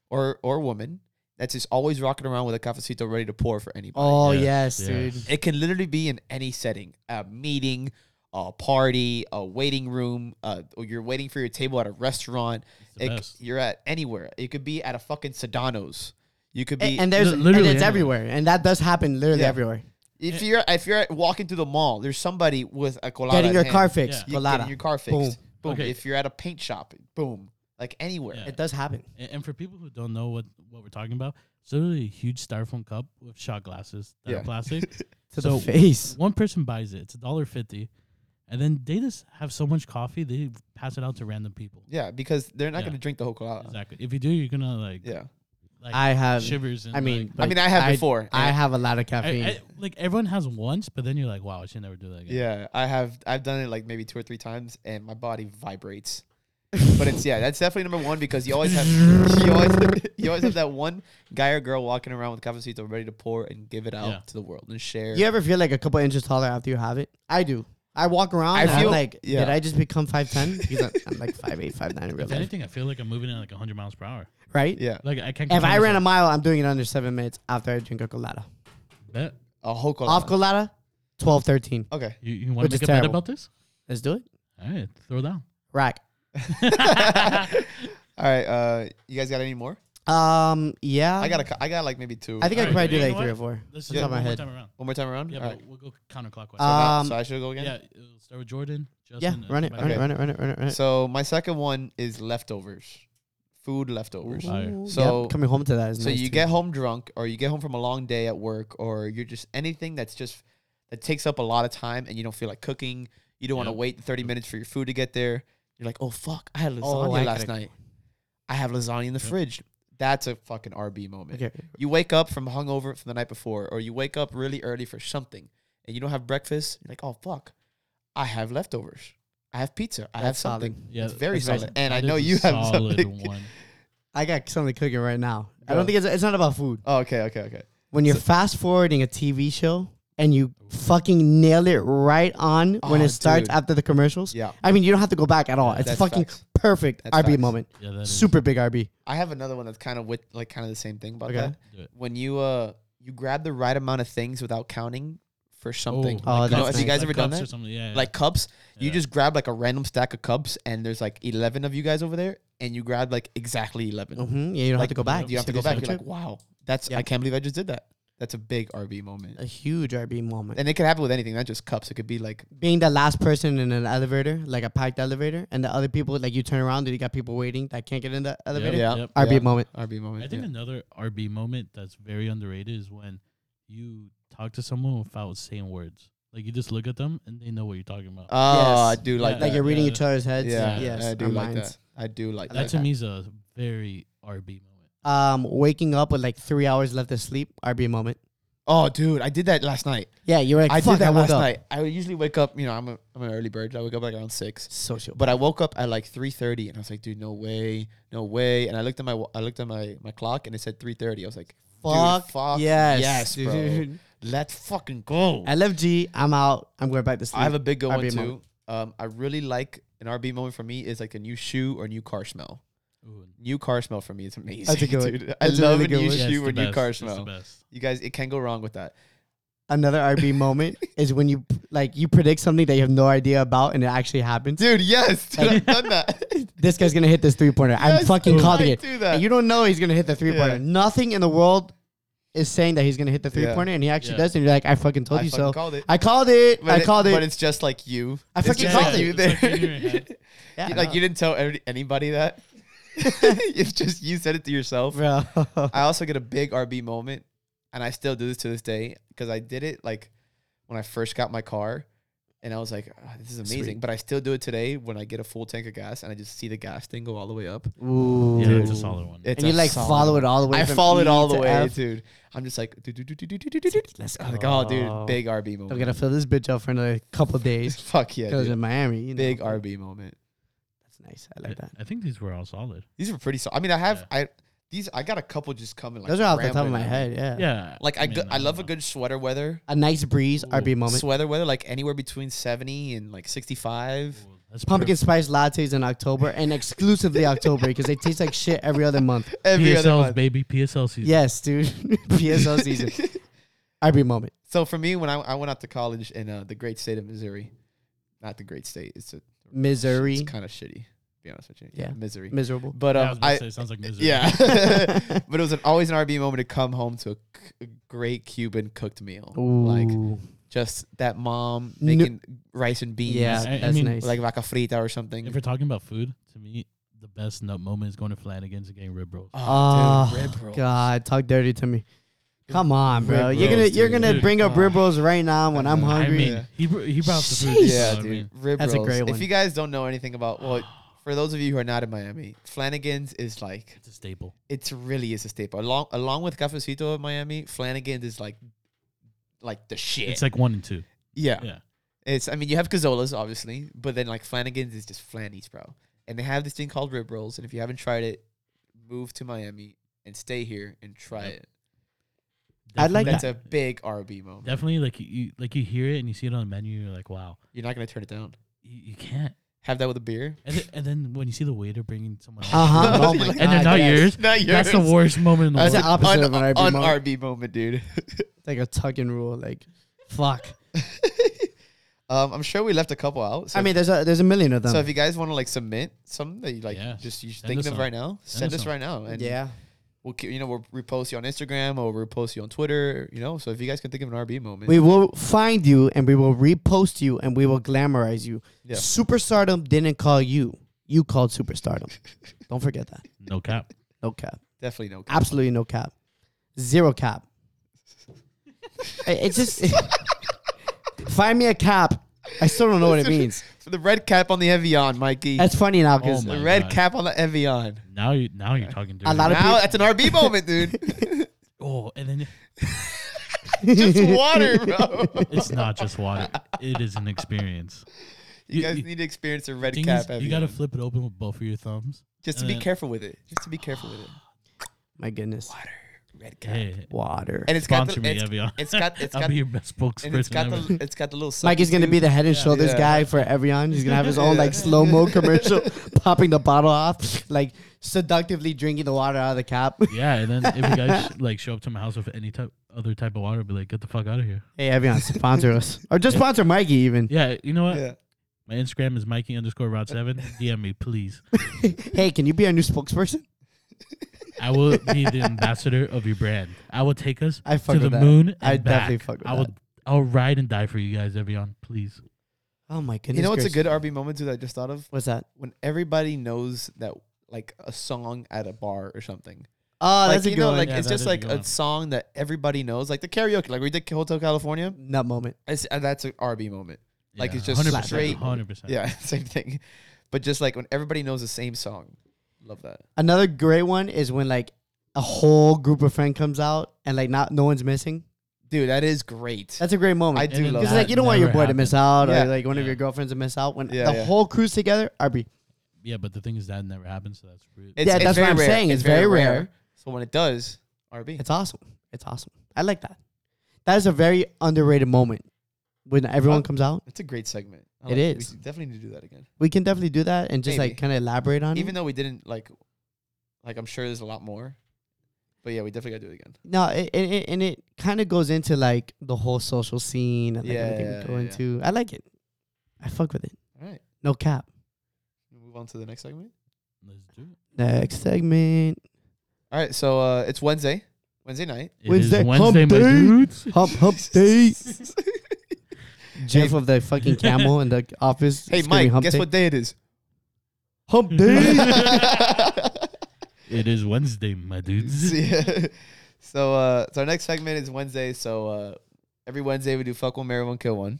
Speaker 2: or or woman that's just always rocking around with a cafecito ready to pour for anybody.
Speaker 1: Oh
Speaker 3: Yes,
Speaker 1: yes,
Speaker 3: yes.
Speaker 1: dude.
Speaker 2: It can literally be in any setting, a meeting, a party, a waiting room, uh, or you're waiting for your table at a restaurant.
Speaker 3: the
Speaker 2: It-
Speaker 3: best.
Speaker 2: you're at anywhere. It could be at a fucking Sedano's. You could be
Speaker 1: And, and there's
Speaker 3: Li- literally
Speaker 1: and it's
Speaker 3: everywhere.
Speaker 1: everywhere, and that does happen literally
Speaker 2: Yeah.
Speaker 1: everywhere.
Speaker 2: if you're if you're at, walking through the mall. There's somebody with a colada.
Speaker 1: Getting
Speaker 2: in
Speaker 1: your
Speaker 2: hand.
Speaker 1: car fixed,
Speaker 2: You-
Speaker 1: colada.
Speaker 2: Getting your car fixed. Boom.
Speaker 1: Boom.
Speaker 3: Okay.
Speaker 2: If you're at a paint shop, boom. Like anywhere.
Speaker 3: Yeah.
Speaker 1: It does happen.
Speaker 3: And, and for people who don't know what, what we're talking about, It's literally a huge styrofoam cup with shot glasses that
Speaker 2: Yeah.
Speaker 3: are plastic.
Speaker 1: <laughs> to
Speaker 3: So-
Speaker 1: the
Speaker 3: <laughs>
Speaker 1: face.
Speaker 3: One person buys it. It's a dollar fifty, and then they just have so much coffee they pass it out to random people.
Speaker 2: Yeah, because they're not
Speaker 3: Yeah.
Speaker 2: gonna drink the whole Colada.
Speaker 3: Exactly. If you do, you're gonna like,
Speaker 2: Yeah,
Speaker 3: like
Speaker 1: I have.
Speaker 3: shivers. And
Speaker 1: I mean,
Speaker 3: like,
Speaker 2: I
Speaker 1: Like,
Speaker 2: mean, I have
Speaker 1: I-
Speaker 2: before.
Speaker 1: I
Speaker 2: and-
Speaker 1: have a lot of
Speaker 3: I-
Speaker 1: caffeine.
Speaker 3: I- like everyone has once, but then you're like, wow, I should never do that again.
Speaker 2: yeah, I have. I've done it like maybe two or three times, and my body vibrates. But it's yeah, that's definitely number one because you always have you always <laughs> you always have that one guy or girl walking around with cafecito ready to pour and give it out
Speaker 3: Yeah.
Speaker 2: to the world and share.
Speaker 1: you ever feel like a couple inches taller after you have it? I do. I walk around.
Speaker 2: I
Speaker 1: and
Speaker 2: feel-
Speaker 1: I'm like,
Speaker 2: yeah.
Speaker 1: did I just become five ten? Because I'm, I'm like five eight, five nine in real
Speaker 3: If
Speaker 1: life,
Speaker 3: anything, I feel like I'm moving at like 100 miles per hour.
Speaker 1: right?
Speaker 2: Yeah,
Speaker 3: Like I can't.
Speaker 1: If I ran a
Speaker 3: a
Speaker 1: mile, I'm doing it under seven minutes after I drink a colada.
Speaker 3: bet,
Speaker 2: a whole Colada.
Speaker 1: Off colada, 12, 13.
Speaker 2: okay. <laughs>
Speaker 3: you, you want
Speaker 1: Which is
Speaker 3: to make a bet
Speaker 1: terrible.
Speaker 3: about this?
Speaker 1: Let's do it.
Speaker 3: All right, throw down.
Speaker 1: Rack.
Speaker 2: All right. Uh, you guys got any more?
Speaker 1: Um. Yeah.
Speaker 2: I got a, cou- I got like maybe two.
Speaker 1: I think I
Speaker 3: Alright,
Speaker 1: could probably
Speaker 3: you
Speaker 1: do
Speaker 3: know
Speaker 1: like three
Speaker 3: what?
Speaker 1: or four.
Speaker 3: Let's
Speaker 1: Off
Speaker 3: do
Speaker 1: the
Speaker 3: it
Speaker 1: top of my
Speaker 3: one more
Speaker 1: head.
Speaker 3: time around.
Speaker 2: one more time around.
Speaker 3: Yeah,
Speaker 2: All
Speaker 3: but
Speaker 2: right.
Speaker 3: we'll go
Speaker 2: So,
Speaker 3: counterclockwise.
Speaker 2: now-
Speaker 1: Um,
Speaker 2: so I should go again.
Speaker 3: yeah, it'll start with Jordan.
Speaker 1: Yeah.
Speaker 3: Justin, and
Speaker 1: Run it.
Speaker 3: Mike.
Speaker 1: Run it.
Speaker 2: Okay.
Speaker 1: Run it. Run it. Run it. Run it.
Speaker 2: So my second one is leftovers, food leftovers.
Speaker 3: Ooh. Fire.
Speaker 1: Yep,
Speaker 2: So-
Speaker 1: coming home to that is
Speaker 2: So
Speaker 1: nice
Speaker 2: you
Speaker 1: too.
Speaker 2: get home drunk, or you get home from a long day at work, or you're just anything that's just that takes up a lot of time, and you don't feel like cooking. You don't want to
Speaker 3: Yep.
Speaker 2: wait 30 minutes for your food to get there. You're like, oh fuck, I had lasagna
Speaker 1: I
Speaker 2: last
Speaker 1: could've-
Speaker 2: night. I have lasagna in the
Speaker 3: Yep.
Speaker 2: fridge. That's a fucking RB moment.
Speaker 1: Okay.
Speaker 2: You wake up from hungover from the night before, or you wake up really early for something, and you don't have breakfast. You're like, oh fuck, I have leftovers. I have pizza. I have
Speaker 1: That's solid.
Speaker 2: something.
Speaker 3: Yeah,
Speaker 2: it's very
Speaker 3: that's-
Speaker 2: solid. And I
Speaker 3: that
Speaker 2: know
Speaker 3: is a
Speaker 2: you have
Speaker 3: solid
Speaker 2: something.
Speaker 3: One.
Speaker 1: I got something cooking right now. I
Speaker 2: Go.
Speaker 1: don't think it's it's not about food.
Speaker 2: <laughs> Oh, okay, okay, okay.
Speaker 1: When you're fast forwarding a TV show and you fucking nail it right on when
Speaker 2: Oh,
Speaker 1: it starts
Speaker 2: dude.
Speaker 1: after the commercials.
Speaker 2: Yeah.
Speaker 1: I mean, you don't have to go back at all.
Speaker 3: Yeah,
Speaker 1: It's
Speaker 2: that's
Speaker 1: fucking
Speaker 2: facts.
Speaker 1: perfect
Speaker 2: That's
Speaker 1: RB
Speaker 2: facts.
Speaker 1: moment.
Speaker 2: <laughs>
Speaker 3: Yeah, that is
Speaker 1: Super big RB.
Speaker 2: I have another one that's kind of with like kind of the same thing about
Speaker 1: Okay.
Speaker 2: that.
Speaker 3: Do it.
Speaker 2: When you uh you grab the right amount of things without counting for something.
Speaker 1: Oh,
Speaker 2: like
Speaker 1: that's
Speaker 2: cups- have you
Speaker 1: nice.
Speaker 2: guys
Speaker 3: like
Speaker 2: ever done
Speaker 3: cups or
Speaker 2: that?
Speaker 3: something, Yeah, yeah.
Speaker 2: Like cups, you
Speaker 3: Yeah.
Speaker 2: just grab like a random stack of cups and there's like 11 of you guys over there and you grab like exactly 11.
Speaker 1: hmm Yeah, you don't have
Speaker 2: Mm-hmm. Like,
Speaker 1: to go back.
Speaker 2: You have to go
Speaker 1: Just
Speaker 2: back.
Speaker 1: do
Speaker 2: You're like, "Wow, that's
Speaker 1: Yeah.
Speaker 2: I can't believe I just did that." That's a big RB moment.
Speaker 1: a huge RB moment.
Speaker 2: And it could happen with anything, not just cups. It could be like
Speaker 1: Being the last person in an elevator, like a packed elevator, and the other people, like you turn around and you got people waiting that can't get in the elevator.
Speaker 2: Yeah.
Speaker 3: Yep.
Speaker 1: RB
Speaker 2: Yeah.
Speaker 1: moment.
Speaker 2: RB moment.
Speaker 3: I think
Speaker 2: yeah.
Speaker 3: another RB moment that's very underrated is when you talk to someone without saying words. Like you just look at them and they know what you're talking about.
Speaker 2: Oh,
Speaker 1: Yes.
Speaker 2: I do like
Speaker 3: Yeah.
Speaker 1: Like
Speaker 2: that.
Speaker 1: you're reading
Speaker 3: Yeah.
Speaker 1: each other's heads.
Speaker 2: yeah,
Speaker 1: Yes.
Speaker 2: I do
Speaker 1: our
Speaker 2: like
Speaker 1: minds.
Speaker 2: that. I do like
Speaker 1: like
Speaker 3: that
Speaker 2: that.
Speaker 3: to me is a very RB moment.
Speaker 1: Um, waking up with like three hours left to sleep. RB moment.
Speaker 2: Oh, dude, I did that last night.
Speaker 1: Yeah, you were like,
Speaker 2: I
Speaker 1: fuck,
Speaker 2: did that
Speaker 1: I woke
Speaker 2: last
Speaker 1: up.
Speaker 2: night. I would usually wake up, you know, I'm a I'm an early bird. I wake up like around six,
Speaker 1: Social.
Speaker 2: but I woke up at like three thirty, and I was like, dude, no way, no way. And I looked at my wa- I looked at my my clock, and it said three thirty. I was like, dude,
Speaker 1: fuck,
Speaker 2: fuck,
Speaker 1: yes,
Speaker 2: yes, bro.
Speaker 1: dude. <laughs>
Speaker 2: Let's fucking go.
Speaker 1: LFG. I'm out. I'm going back to sleep.
Speaker 2: I have a big good one
Speaker 1: RB
Speaker 2: too.
Speaker 1: moment.
Speaker 2: Um, I really like an RB moment for me is like a new shoe or new car smell.
Speaker 3: Ooh,
Speaker 2: New car smell for me is amazing.
Speaker 1: That's a good one.
Speaker 2: <laughs> dude. I
Speaker 1: That's a
Speaker 2: love
Speaker 1: really
Speaker 2: a
Speaker 1: good
Speaker 2: new
Speaker 1: one.
Speaker 3: yeah,
Speaker 2: shoe or
Speaker 3: it's the
Speaker 2: new
Speaker 3: best.
Speaker 2: car
Speaker 3: It's the
Speaker 2: smell.
Speaker 3: best.
Speaker 2: You guys, it can go wrong with that.
Speaker 1: Another
Speaker 2: <laughs>
Speaker 1: RB moment is when you like you predict something that you have no idea about and it actually happens.
Speaker 2: Dude, yes, <laughs> dude, I've done that.
Speaker 1: This guy's gonna hit this three pointer. I'm
Speaker 2: Yes,
Speaker 1: fucking
Speaker 2: dude,
Speaker 1: calling
Speaker 2: I
Speaker 1: it.
Speaker 2: do that.
Speaker 1: And you don't know he's gonna hit the three pointer.
Speaker 2: Yeah.
Speaker 1: Nothing in the world is saying that he's gonna hit the three pointer, and he actually
Speaker 3: Yeah.
Speaker 1: does. And you're like, I fucking told
Speaker 2: I
Speaker 1: you
Speaker 2: fucking
Speaker 1: so.
Speaker 2: called it.
Speaker 1: I called it.
Speaker 2: But
Speaker 1: I called it.
Speaker 2: But it's just like you.
Speaker 1: I
Speaker 2: It's
Speaker 1: fucking
Speaker 2: just
Speaker 1: called it.
Speaker 2: like you
Speaker 3: It's
Speaker 2: there.
Speaker 3: like in your head.
Speaker 1: Yeah,
Speaker 2: <laughs> You- like
Speaker 1: no.
Speaker 2: you didn't tell every, anybody that. <laughs> it's just you said it to
Speaker 1: <laughs>
Speaker 2: yourself.
Speaker 1: bro.
Speaker 2: I also get a big RB moment, and I still do this to this day because I did it like when I first got my car, and I was like, "Ah, "This is amazing."
Speaker 1: Sweet.
Speaker 2: But I still do it today when I get a full tank of gas and I just see the gas thing go all the way up.
Speaker 1: Ooh.
Speaker 3: Yeah, it's a solid one.
Speaker 2: It's
Speaker 1: and you
Speaker 2: a
Speaker 1: like
Speaker 2: solid
Speaker 1: follow
Speaker 2: one.
Speaker 1: it all the way.
Speaker 2: I
Speaker 1: from
Speaker 2: follow it
Speaker 1: E
Speaker 2: all the
Speaker 1: to
Speaker 2: way,
Speaker 1: F.
Speaker 2: dude. I'm just like, do, do, do, do, do, do, do, do.
Speaker 1: Let's
Speaker 2: I'm like, oh,
Speaker 1: go.
Speaker 2: dude, big RB
Speaker 1: I'm
Speaker 2: moment.
Speaker 1: gonna fill this bitch up for another couple days
Speaker 2: <laughs> Fuck yeah,
Speaker 1: because
Speaker 2: dude.
Speaker 1: in Miami, you know,
Speaker 2: big RB moment.
Speaker 1: That's nice. I like that.
Speaker 3: I think these were all solid.
Speaker 2: These are pretty solid. I mean, I have I these I got a couple just coming. Like,
Speaker 1: Those are off the top of
Speaker 2: rambling.
Speaker 1: my head. Yeah.
Speaker 3: Yeah.
Speaker 2: Like I,
Speaker 3: mean,
Speaker 2: go- I
Speaker 3: don't
Speaker 2: love a
Speaker 3: know.
Speaker 2: good sweater weather.
Speaker 1: A nice breeze
Speaker 3: Ooh.
Speaker 1: RB moment.
Speaker 2: Sweater weather like anywhere between seventy and like sixty five.
Speaker 3: Ooh, that's
Speaker 1: Pumpkin
Speaker 3: perfect.
Speaker 1: spice lattes in October and exclusively October because they taste like shit every other
Speaker 2: <laughs>
Speaker 1: month.
Speaker 2: <laughs> Every other
Speaker 3: PSLs,
Speaker 1: <laughs>
Speaker 2: month.
Speaker 3: baby. PSL season.
Speaker 1: Yes, dude. <laughs>
Speaker 2: <laughs>
Speaker 1: PSL E season. RB moment.
Speaker 2: So for me, when I, I went out to college in uh, the great state of Missouri, not the great state, it's a
Speaker 1: Missouri.
Speaker 2: It's kind of shitty. To be honest with you,
Speaker 1: Yeah.
Speaker 2: Missouri.
Speaker 1: Miserable.
Speaker 2: But
Speaker 3: Yeah, I
Speaker 2: um,
Speaker 3: was about
Speaker 2: I,
Speaker 3: to say, it sounds like
Speaker 1: <laughs>
Speaker 3: misery.
Speaker 2: yeah, <laughs> but it was an, always an RB moment to come home to a c- great Cuban cooked meal, um, like
Speaker 1: Ooh.
Speaker 2: just that mom
Speaker 1: Nu-
Speaker 2: making rice and beans,
Speaker 1: yeah,
Speaker 3: I- I
Speaker 1: that's
Speaker 3: mean,
Speaker 1: nice.
Speaker 2: like vaca frita or something.
Speaker 3: If we're talking about food, to me, the best nut moment is going to Flanagan's and getting rib rolls.
Speaker 1: Oh,
Speaker 2: dude, rib rolls.
Speaker 1: God, talk dirty to me. Come on,
Speaker 2: Rib
Speaker 1: bro. You're gonna
Speaker 2: rolls,
Speaker 1: you're
Speaker 2: dude.
Speaker 1: gonna
Speaker 3: Dude,
Speaker 1: bring up
Speaker 2: come
Speaker 1: rib rolls right now when I'm
Speaker 2: I
Speaker 3: I
Speaker 1: hungry.
Speaker 3: mean,
Speaker 2: Yeah.
Speaker 3: he br- he brought the food.
Speaker 1: Jeez.
Speaker 2: Yeah,
Speaker 3: I
Speaker 2: dude.
Speaker 3: mean,
Speaker 2: Rib
Speaker 1: That's a
Speaker 2: rolls.
Speaker 1: great
Speaker 2: If
Speaker 1: one.
Speaker 2: you guys don't know anything
Speaker 1: <sighs>
Speaker 2: about, well, for those of you who are not in Miami, Flanagan's is like
Speaker 3: it's a staple.
Speaker 2: it really is a staple. Along along with Cafecito of Miami, Flanagan's is like like the shit.
Speaker 3: It's like one and two.
Speaker 2: yeah.
Speaker 3: yeah.
Speaker 2: It's I mean you have Cazolas obviously, but then like Flanagan's is just Flannies, bro. And they have this thing called rib rolls, and if you haven't tried it, move to Miami and stay here and try
Speaker 3: Yep.
Speaker 2: it.
Speaker 1: I'd like
Speaker 2: That's
Speaker 3: Definitely-
Speaker 2: a big RB moment.
Speaker 3: Definitely, like you- you, like you hear it and you see it on the menu, you're like, wow,
Speaker 2: You're not gonna turn it down.
Speaker 3: you, you can't.
Speaker 2: Have that with a beer.
Speaker 3: And, th- and then when you see the waiter bringing
Speaker 2: <laughs>
Speaker 3: someone, else,
Speaker 1: Uh-huh. Oh my
Speaker 2: Like,
Speaker 3: and they're
Speaker 1: God,
Speaker 3: not
Speaker 1: yes.
Speaker 3: yours.
Speaker 2: Ah. Not
Speaker 3: That's the
Speaker 2: yours.
Speaker 3: worst moment in the
Speaker 2: That's
Speaker 3: world.
Speaker 2: an
Speaker 1: the opposite
Speaker 2: un,
Speaker 1: of an RB
Speaker 2: un-
Speaker 1: moment.
Speaker 2: RB moment, dude. <laughs>
Speaker 1: It's like a tug and rule. Like, fuck.
Speaker 2: um, I'm sure we left a couple out. So
Speaker 1: I mean, there's a there's a million of them.
Speaker 2: so if you guys want to like submit something that you like,
Speaker 3: Yes.
Speaker 2: just you just
Speaker 3: Send
Speaker 2: thinking
Speaker 3: us
Speaker 2: of
Speaker 3: some.
Speaker 2: right now, send,
Speaker 3: us
Speaker 2: us
Speaker 3: some.
Speaker 2: right now, and
Speaker 1: yeah,
Speaker 2: we'll ke- you know we'll repost you on Instagram or we'll repost you on Twitter, you know. So if you guys can think of an RB moment,
Speaker 1: we will find you and we will repost you and we will glamorize you.
Speaker 2: Yeah.
Speaker 1: Superstardom didn't call you. You called
Speaker 2: <laughs>
Speaker 1: superstardom. Don't forget that.
Speaker 3: No cap.
Speaker 1: No cap.
Speaker 2: definitely no. cap.
Speaker 1: Absolutely no cap. Zero cap. I- it's just <laughs> find me a cap. I still don't know what it means.
Speaker 2: So the red cap on the Evian, Mikey.
Speaker 1: That's funny now because
Speaker 3: Oh
Speaker 2: the
Speaker 3: my
Speaker 2: red
Speaker 3: God.
Speaker 2: cap on the Evian.
Speaker 3: Now you now you're talking dirty.
Speaker 1: A lot of
Speaker 2: Now
Speaker 1: peop-
Speaker 2: that's an RB
Speaker 1: <laughs>
Speaker 2: moment, dude. <laughs>
Speaker 3: oh, and then
Speaker 2: just water,
Speaker 1: <laughs>
Speaker 2: bro.
Speaker 3: it's not just water. It is
Speaker 2: <laughs>
Speaker 3: an experience.
Speaker 2: You
Speaker 3: You-
Speaker 2: guys
Speaker 3: you-
Speaker 2: need to experience a red
Speaker 3: Thing
Speaker 2: cap
Speaker 3: is,
Speaker 2: Evian.
Speaker 3: you gotta uh, flip it open with both of your thumbs.
Speaker 2: just to
Speaker 3: and
Speaker 2: be
Speaker 3: then-
Speaker 2: careful with it. Just to be careful with it.
Speaker 1: my goodness,
Speaker 2: Water, red cap.
Speaker 3: Hey,
Speaker 1: water.
Speaker 2: And it's got
Speaker 3: sponsor
Speaker 2: the,
Speaker 3: me,
Speaker 2: it's,
Speaker 3: Evian.
Speaker 2: it's
Speaker 3: <laughs>
Speaker 2: got it's
Speaker 3: I'll
Speaker 2: got
Speaker 3: be your best spokesperson
Speaker 2: and it's got <laughs>
Speaker 3: ever.
Speaker 2: the it's got the little.
Speaker 1: Mikey's gonna be the head and shoulders
Speaker 2: Yeah.
Speaker 1: guy for Evian. He's gonna have his own like
Speaker 2: Yeah.
Speaker 1: slow
Speaker 2: <laughs>
Speaker 1: mo commercial, popping the bottle off, like seductively drinking the water out of the cap. <laughs>
Speaker 3: yeah, and then if you guys <laughs> like show up to my house with any type other type of water, I'll be like, get the fuck out of here.
Speaker 1: Hey, Evian, sponsor us, or just sponsor Mikey even.
Speaker 3: Yeah, you know what?
Speaker 2: Yeah.
Speaker 3: My Instagram is Mikey underscore Rod Seven. DM me, please.
Speaker 1: Hey, can you be our new spokesperson?
Speaker 3: I will be the ambassador of your brand. I will take us
Speaker 1: I fuck
Speaker 3: to the
Speaker 1: with that.
Speaker 3: moon. And
Speaker 1: I definitely
Speaker 3: back.
Speaker 1: fuck with
Speaker 3: I will. I'll ride and die for you guys, Evian. Please.
Speaker 1: Oh my goodness!
Speaker 2: You know what's a
Speaker 1: gracious.
Speaker 2: good RB moment too that I just thought of?
Speaker 1: What's that?
Speaker 2: When everybody knows that like a song at a bar or something.
Speaker 1: Oh,
Speaker 2: like
Speaker 1: that's a
Speaker 2: you
Speaker 1: good
Speaker 2: know,
Speaker 1: one.
Speaker 2: like
Speaker 3: Yeah,
Speaker 2: it's
Speaker 3: that
Speaker 2: just
Speaker 3: is a
Speaker 2: like
Speaker 3: good
Speaker 2: a
Speaker 3: one.
Speaker 2: song that everybody knows, like the karaoke, like we did Hotel California.
Speaker 1: nut moment.
Speaker 2: It's, uh, that's an RB moment. Like, it's just straight-
Speaker 3: Hundred percent.
Speaker 2: Yeah, <laughs> same thing. But just like when everybody knows the same song, love that.
Speaker 1: Another great one is when like a whole group of friends comes out and like not no one's missing.
Speaker 2: Dude, that is great.
Speaker 1: That's a great moment.
Speaker 2: I do
Speaker 3: then
Speaker 2: love
Speaker 1: Because
Speaker 2: that.
Speaker 1: like you don't want your
Speaker 3: never
Speaker 1: boy to
Speaker 3: happened.
Speaker 1: miss out,
Speaker 2: Yeah.
Speaker 1: or like one of
Speaker 3: Yeah.
Speaker 1: your girlfriends to miss out. When
Speaker 2: Yeah,
Speaker 1: the
Speaker 2: yeah.
Speaker 1: whole crew's together, RB.
Speaker 3: Yeah, but the thing is that never happens, so that's rude.
Speaker 2: It's,
Speaker 1: Yeah,
Speaker 2: it's
Speaker 1: that's what
Speaker 2: very
Speaker 1: I'm
Speaker 2: rare.
Speaker 1: saying. It's very rare.
Speaker 2: So when it does, RB.
Speaker 1: It's awesome. It's awesome. I like that. That is a very underrated moment when everyone
Speaker 2: Uh,
Speaker 1: comes out.
Speaker 2: It's a great segment.
Speaker 1: It
Speaker 2: I like We
Speaker 1: is.
Speaker 2: should definitely need to do that again.
Speaker 1: We can definitely do that and just like
Speaker 2: maybe.
Speaker 1: kind of elaborate on
Speaker 2: Even
Speaker 1: it.
Speaker 2: though we didn't like, like I'm sure there's a lot more. But yeah, we definitely gotta do it again.
Speaker 1: No, it, it, it- and it kind of goes into like the whole social scene and like
Speaker 2: Yeah,
Speaker 1: everything
Speaker 2: yeah,
Speaker 1: we go
Speaker 2: yeah.
Speaker 1: into. I like it. I fuck with it.
Speaker 2: All right,
Speaker 1: No cap.
Speaker 2: move on to the next segment.
Speaker 3: Let's do it.
Speaker 1: Next segment.
Speaker 2: All right, so uh, it's Wednesday,
Speaker 1: <laughs>
Speaker 2: Wednesday night.
Speaker 3: It is
Speaker 1: Wednesday,
Speaker 3: Wednesday,
Speaker 1: hump
Speaker 3: my
Speaker 1: day.
Speaker 3: dudes.
Speaker 2: <laughs>
Speaker 1: Hump hump day. Jeff of the fucking camel in the office.
Speaker 2: hey,
Speaker 1: screaming
Speaker 2: Mike,
Speaker 1: hump
Speaker 2: guess
Speaker 1: day.
Speaker 2: what day
Speaker 1: <laughs>
Speaker 2: it is? <laughs>
Speaker 1: Hump
Speaker 3: <laughs>
Speaker 1: day.
Speaker 3: It is Wednesday, my dudes.
Speaker 2: Yeah. <laughs> so, uh, so our next segment is Wednesday. So uh, every Wednesday we do fuck one, marry one, kill one.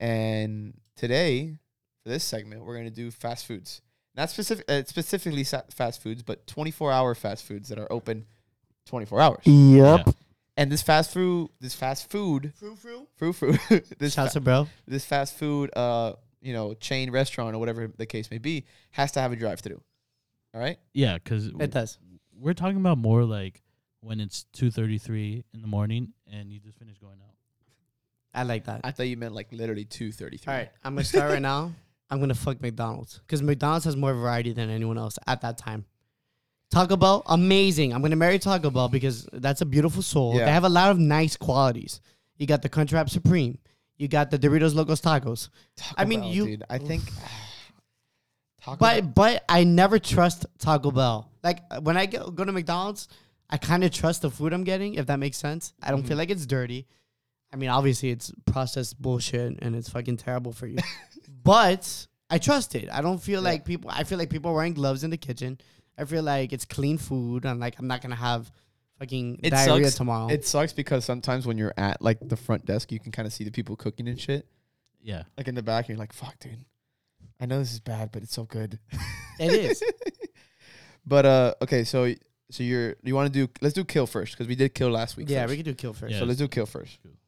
Speaker 2: And today, for this segment, we're gonna do fast foods. Not specific, uh, specifically sa- fast foods, but 24 hour fast foods that are open 24 hours.
Speaker 1: yep.
Speaker 2: And this fast food, this fast food, frou frou, frou frou, <laughs> this
Speaker 1: Shouts
Speaker 2: fa-
Speaker 1: out, bro.
Speaker 2: this fast food, uh, you know, chain restaurant or whatever the case may be, has to have a drive through. All right.
Speaker 3: Yeah, because
Speaker 1: It does.
Speaker 3: we're talking about more like when it's two thirty three in the morning and you just finished going out.
Speaker 1: I like that.
Speaker 2: I thought you meant like literally 2:33.
Speaker 1: All right, I'm gonna start right now. I'm gonna fuck McDonald's because McDonald's has more variety than anyone else at that time. Taco Bell, amazing. I'm gonna marry Taco Bell because that's a beautiful soul.
Speaker 2: Yeah.
Speaker 1: They have a lot of nice qualities. You got the Crunchwrap Supreme. You got the Doritos Locos Tacos.
Speaker 2: Taco
Speaker 1: I mean,
Speaker 2: Bell,
Speaker 1: you-
Speaker 2: Dude, I think.
Speaker 1: <sighs>
Speaker 2: Taco Bell-
Speaker 1: But but I never trust Taco Bell. Like uh, when I go, go to McDonald's, I kind of trust the food I'm getting. If that makes sense, I don't feel
Speaker 2: Mm-hmm.
Speaker 1: like it's dirty.
Speaker 2: <laughs>
Speaker 1: I mean, obviously it's processed bullshit and it's fucking terrible for you. but I trust it. I don't feel
Speaker 2: Yeah.
Speaker 1: like people. I feel like people are wearing gloves in the kitchen. I feel like it's clean food. I'm like, I'm not gonna have fucking
Speaker 2: It
Speaker 1: diarrhea
Speaker 2: sucks.
Speaker 1: tomorrow.
Speaker 2: It sucks because sometimes when you're at like the front desk, you can kind of see the people cooking and shit.
Speaker 3: Yeah.
Speaker 2: Like in the back, you're like, "Fuck, dude, I know this is bad, but it's so good."
Speaker 1: it
Speaker 2: <laughs>
Speaker 1: is.
Speaker 2: But uh, okay, so so you're you want to do let's do kill first because we did kill last week.
Speaker 1: yeah,
Speaker 2: first.
Speaker 1: we could do kill first.
Speaker 3: Yeah.
Speaker 2: So let's do kill first.
Speaker 3: Cool.
Speaker 1: Oh,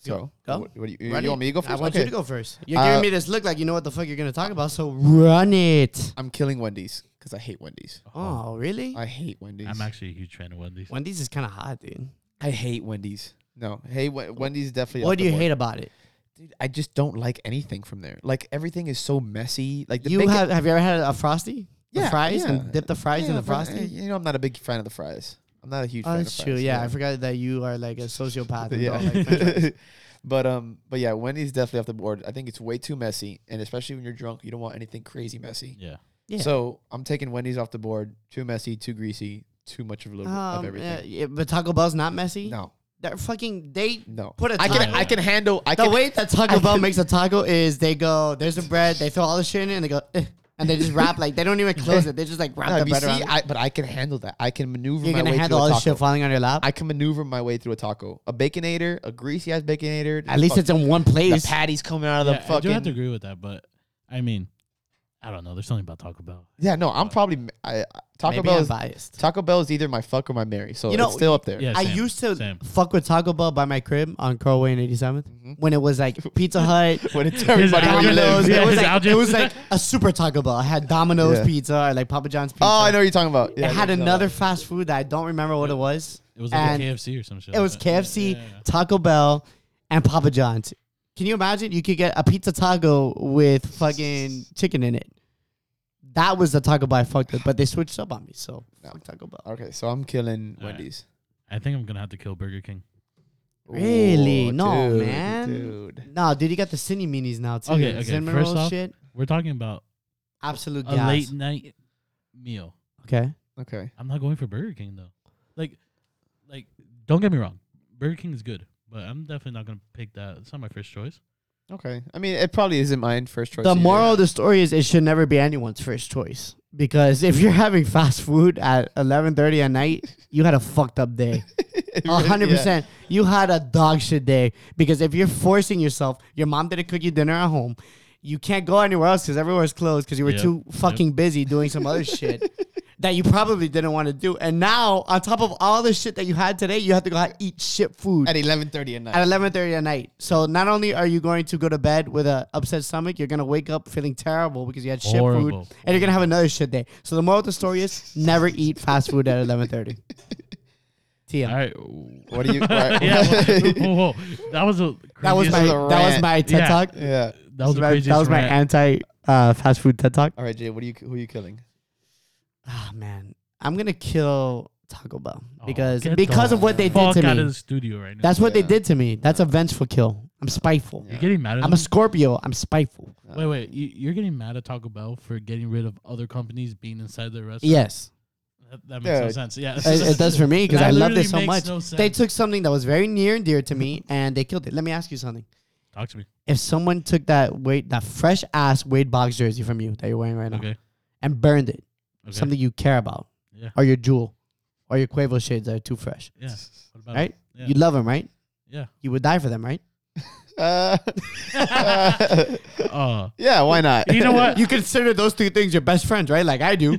Speaker 2: So
Speaker 1: Go.
Speaker 2: What, what do you,
Speaker 1: Run
Speaker 2: you
Speaker 1: it.
Speaker 2: want me to go first?
Speaker 1: I want
Speaker 2: okay.
Speaker 1: you to go first. You're
Speaker 2: Uh,
Speaker 1: giving me this look like you know what the fuck you're gonna talk about. So run it.
Speaker 2: I'm killing Wendy's because I hate Wendy's.
Speaker 1: Oh, really?
Speaker 2: I hate Wendy's.
Speaker 3: I'm actually a huge fan of Wendy's.
Speaker 1: Wendy's is kind of hot, dude.
Speaker 2: I hate Wendy's. No, hey, Wen- Wendy's definitely. off
Speaker 1: What do
Speaker 2: the
Speaker 1: you
Speaker 2: board.
Speaker 1: hate about it?
Speaker 2: Dude, I just don't like anything from there. Like everything is so messy. Like the
Speaker 1: You
Speaker 2: bacon-
Speaker 1: have have you ever had a frosty? The
Speaker 2: Yeah,
Speaker 1: fries
Speaker 2: yeah.
Speaker 1: and dip the fries in
Speaker 2: Yeah,
Speaker 1: the
Speaker 2: but,
Speaker 1: frosty.
Speaker 2: eh, You know, I'm not a big fan of the fries. I'm not a huge.
Speaker 1: Oh,
Speaker 2: fan
Speaker 1: that's
Speaker 2: of
Speaker 1: true.
Speaker 2: fries,
Speaker 1: Yeah, I forgot that you are like a sociopath. and don't like french
Speaker 2: <laughs>
Speaker 1: fries.
Speaker 2: yeah. but um, but yeah, Wendy's definitely off the board. I think it's way too messy, and especially when you're drunk, you don't want anything crazy messy.
Speaker 3: Yeah.
Speaker 1: Yeah.
Speaker 2: So I'm taking Wendy's off the board. Too messy, too greasy, too much of a little of
Speaker 1: Um, yeah,
Speaker 2: everything.
Speaker 1: yeah, but Taco Bell's not messy.
Speaker 2: No,
Speaker 1: They're fucking they
Speaker 2: no.
Speaker 1: put a
Speaker 2: I can
Speaker 1: taco-
Speaker 2: I can handle. I
Speaker 1: the
Speaker 2: can.
Speaker 1: way that Taco
Speaker 2: I
Speaker 1: Bell
Speaker 2: can-
Speaker 1: makes a taco is they go there's the bread they throw all the shit in it and they go eh, and they just wrap like they don't even
Speaker 2: <laughs>
Speaker 1: close it they just like wrap
Speaker 2: <laughs> No,
Speaker 1: the
Speaker 2: you
Speaker 1: bread
Speaker 2: see,
Speaker 1: around. it.
Speaker 2: I, but I can handle that. I can maneuver
Speaker 1: You're
Speaker 2: my
Speaker 1: gonna
Speaker 2: way
Speaker 1: handle
Speaker 2: through
Speaker 1: all
Speaker 2: a
Speaker 1: this
Speaker 2: taco.
Speaker 1: shit falling on your lap.
Speaker 2: I can maneuver my way through a taco. A baconator, a greasy ass baconator.
Speaker 1: At least
Speaker 2: fuck,
Speaker 1: it's in one
Speaker 2: the
Speaker 1: place.
Speaker 2: patties coming out of the
Speaker 3: Yeah, I do have to
Speaker 2: fucking.
Speaker 3: agree with that, but I mean, I don't know. There's something about Taco Bell.
Speaker 2: Yeah, no, I'm probably I, I- Taco
Speaker 1: Maybe
Speaker 2: Bell.
Speaker 1: I'm
Speaker 2: Is,
Speaker 1: biased.
Speaker 2: Taco Bell is either my fuck or my Mary, so
Speaker 1: You know-
Speaker 2: it's still up there. <laughs>
Speaker 3: Yeah,
Speaker 1: I
Speaker 3: same,
Speaker 1: used to
Speaker 3: same.
Speaker 1: fuck with Taco Bell by my crib on Crowway and 87th
Speaker 2: Mhm.
Speaker 1: when it was
Speaker 2: <laughs>
Speaker 1: like Pizza Hut,
Speaker 2: When it's everybody where you
Speaker 1: Domino's.
Speaker 2: live.
Speaker 3: Yeah,
Speaker 1: It
Speaker 3: <laughs>
Speaker 1: was
Speaker 3: his
Speaker 1: like
Speaker 3: Algin.
Speaker 1: it was like a super Taco Bell. I had Domino's
Speaker 2: Yeah.
Speaker 1: pizza, I like Papa John's pizza.
Speaker 2: <laughs> Oh, I know what you're talking about. Yeah, I
Speaker 1: it
Speaker 2: know
Speaker 1: had
Speaker 2: what you're
Speaker 1: another
Speaker 2: talking
Speaker 1: fast food that I don't remember what it was.
Speaker 3: It was like
Speaker 1: And
Speaker 3: a KFC or some shit.
Speaker 1: It
Speaker 3: like
Speaker 1: was
Speaker 3: that. Yeah,
Speaker 1: KFC,
Speaker 3: yeah, yeah.
Speaker 1: Taco Bell, and Papa John's. Can you imagine? You could get a pizza taco with fucking chicken in it. That was the Taco Bell I fucked with, but they switched up on me. So
Speaker 2: No.
Speaker 1: fuck Taco Bell.
Speaker 2: about. Okay, so I'm killing
Speaker 3: All right.
Speaker 2: Wendy's.
Speaker 3: I think I'm gonna have to kill Burger King.
Speaker 1: Really?
Speaker 2: Ooh,
Speaker 1: No,
Speaker 2: dude,
Speaker 1: man.
Speaker 2: Dude.
Speaker 1: No, dude, you got the cine minis now too.
Speaker 3: Okay, okay,
Speaker 1: Cinnamon
Speaker 3: first
Speaker 1: roll
Speaker 3: off-
Speaker 1: shit.
Speaker 3: We're talking about
Speaker 1: Absolute
Speaker 3: a
Speaker 1: gas.
Speaker 3: late night meal.
Speaker 1: Okay.
Speaker 2: Okay.
Speaker 3: I'm not going for Burger King though. Like, like don't get me wrong, Burger King is good, but I'm definitely not gonna pick that. It's not my first choice.
Speaker 2: Okay. I mean, it probably isn't mine first choice.
Speaker 1: The
Speaker 2: either.
Speaker 1: moral of the story is it should never be anyone's first choice because if you're having fast food at 11:30 at night, you had a fucked up day.
Speaker 2: It
Speaker 1: A
Speaker 2: really-
Speaker 1: hundred
Speaker 2: yeah.
Speaker 1: percent. You had a dog shit day because if you're forcing yourself, your mom didn't cook you dinner at home. You can't go anywhere else because everywhere's closed because you were
Speaker 3: Yep.
Speaker 1: too fucking busy doing some other shit that you probably didn't want to do. And now, on top of all the shit that you had today, you have to go out and eat shit food
Speaker 2: At 11:30 at night.
Speaker 1: at 11:30 at night. So not only are you going to go to bed with an upset stomach, you're gonna wake up feeling terrible because you had shit food,
Speaker 3: Horrible.
Speaker 1: and you're gonna have another shit day. So the moral of the story is never eat fast food at 11:30.
Speaker 3: <laughs> All
Speaker 1: TM.
Speaker 3: right. <laughs>
Speaker 2: What do you? What, <laughs>
Speaker 3: yeah. Whoa, whoa, whoa. That was a
Speaker 1: That was my
Speaker 2: This is
Speaker 3: craziest-
Speaker 2: a
Speaker 1: that was
Speaker 2: rant.
Speaker 1: my TED
Speaker 3: Yeah.
Speaker 1: talk.
Speaker 2: yeah.
Speaker 3: that was the
Speaker 1: my,
Speaker 3: craziest
Speaker 1: that was my
Speaker 3: rant.
Speaker 1: anti uh, fast food TED talk.
Speaker 2: All right, Jay. What are you? Who are you killing?
Speaker 1: Ah man, I'm gonna kill Taco Bell
Speaker 3: Oh,
Speaker 1: because
Speaker 3: get
Speaker 1: because
Speaker 3: the
Speaker 1: of what they did
Speaker 3: fuck
Speaker 1: to
Speaker 3: out of
Speaker 1: me.
Speaker 3: the studio right now.
Speaker 1: That's what they
Speaker 2: Yeah.
Speaker 1: did to me. That's a vengeful kill. I'm spiteful.
Speaker 2: Yeah.
Speaker 3: you're getting mad at.
Speaker 1: I'm a
Speaker 3: them?
Speaker 1: Scorpio. I'm spiteful.
Speaker 3: Wait, wait. You, you're getting mad at Taco Bell for getting rid of other companies being inside their restaurant.
Speaker 1: Yes,
Speaker 3: that, that makes no
Speaker 2: Dude.
Speaker 3: sense. Yeah,
Speaker 1: it, it
Speaker 3: <laughs>
Speaker 1: does for me because
Speaker 3: That
Speaker 1: I love
Speaker 3: literally
Speaker 1: this so
Speaker 3: makes
Speaker 1: much.
Speaker 3: no
Speaker 1: They
Speaker 3: sense.
Speaker 1: took something that was very near and dear to me and they killed it. Let me ask you something.
Speaker 3: Talk to me.
Speaker 1: If someone took that weight, that fresh ass Wade Box jersey from you that you're wearing right now
Speaker 3: Okay.
Speaker 1: and burned it,
Speaker 3: Okay.
Speaker 1: something you care about,
Speaker 3: Yeah.
Speaker 1: or your jewel, or your Quavo shades that are too fresh,
Speaker 3: Yeah. What about
Speaker 1: right?
Speaker 3: it? Yeah.
Speaker 1: You love them, right?
Speaker 3: yeah.
Speaker 1: You would die for them, right?
Speaker 2: Uh, <laughs>
Speaker 3: Uh,
Speaker 2: yeah. Why not?
Speaker 3: you know what?
Speaker 1: You consider those two things your best friends, right? Like I
Speaker 3: <laughs>
Speaker 1: do.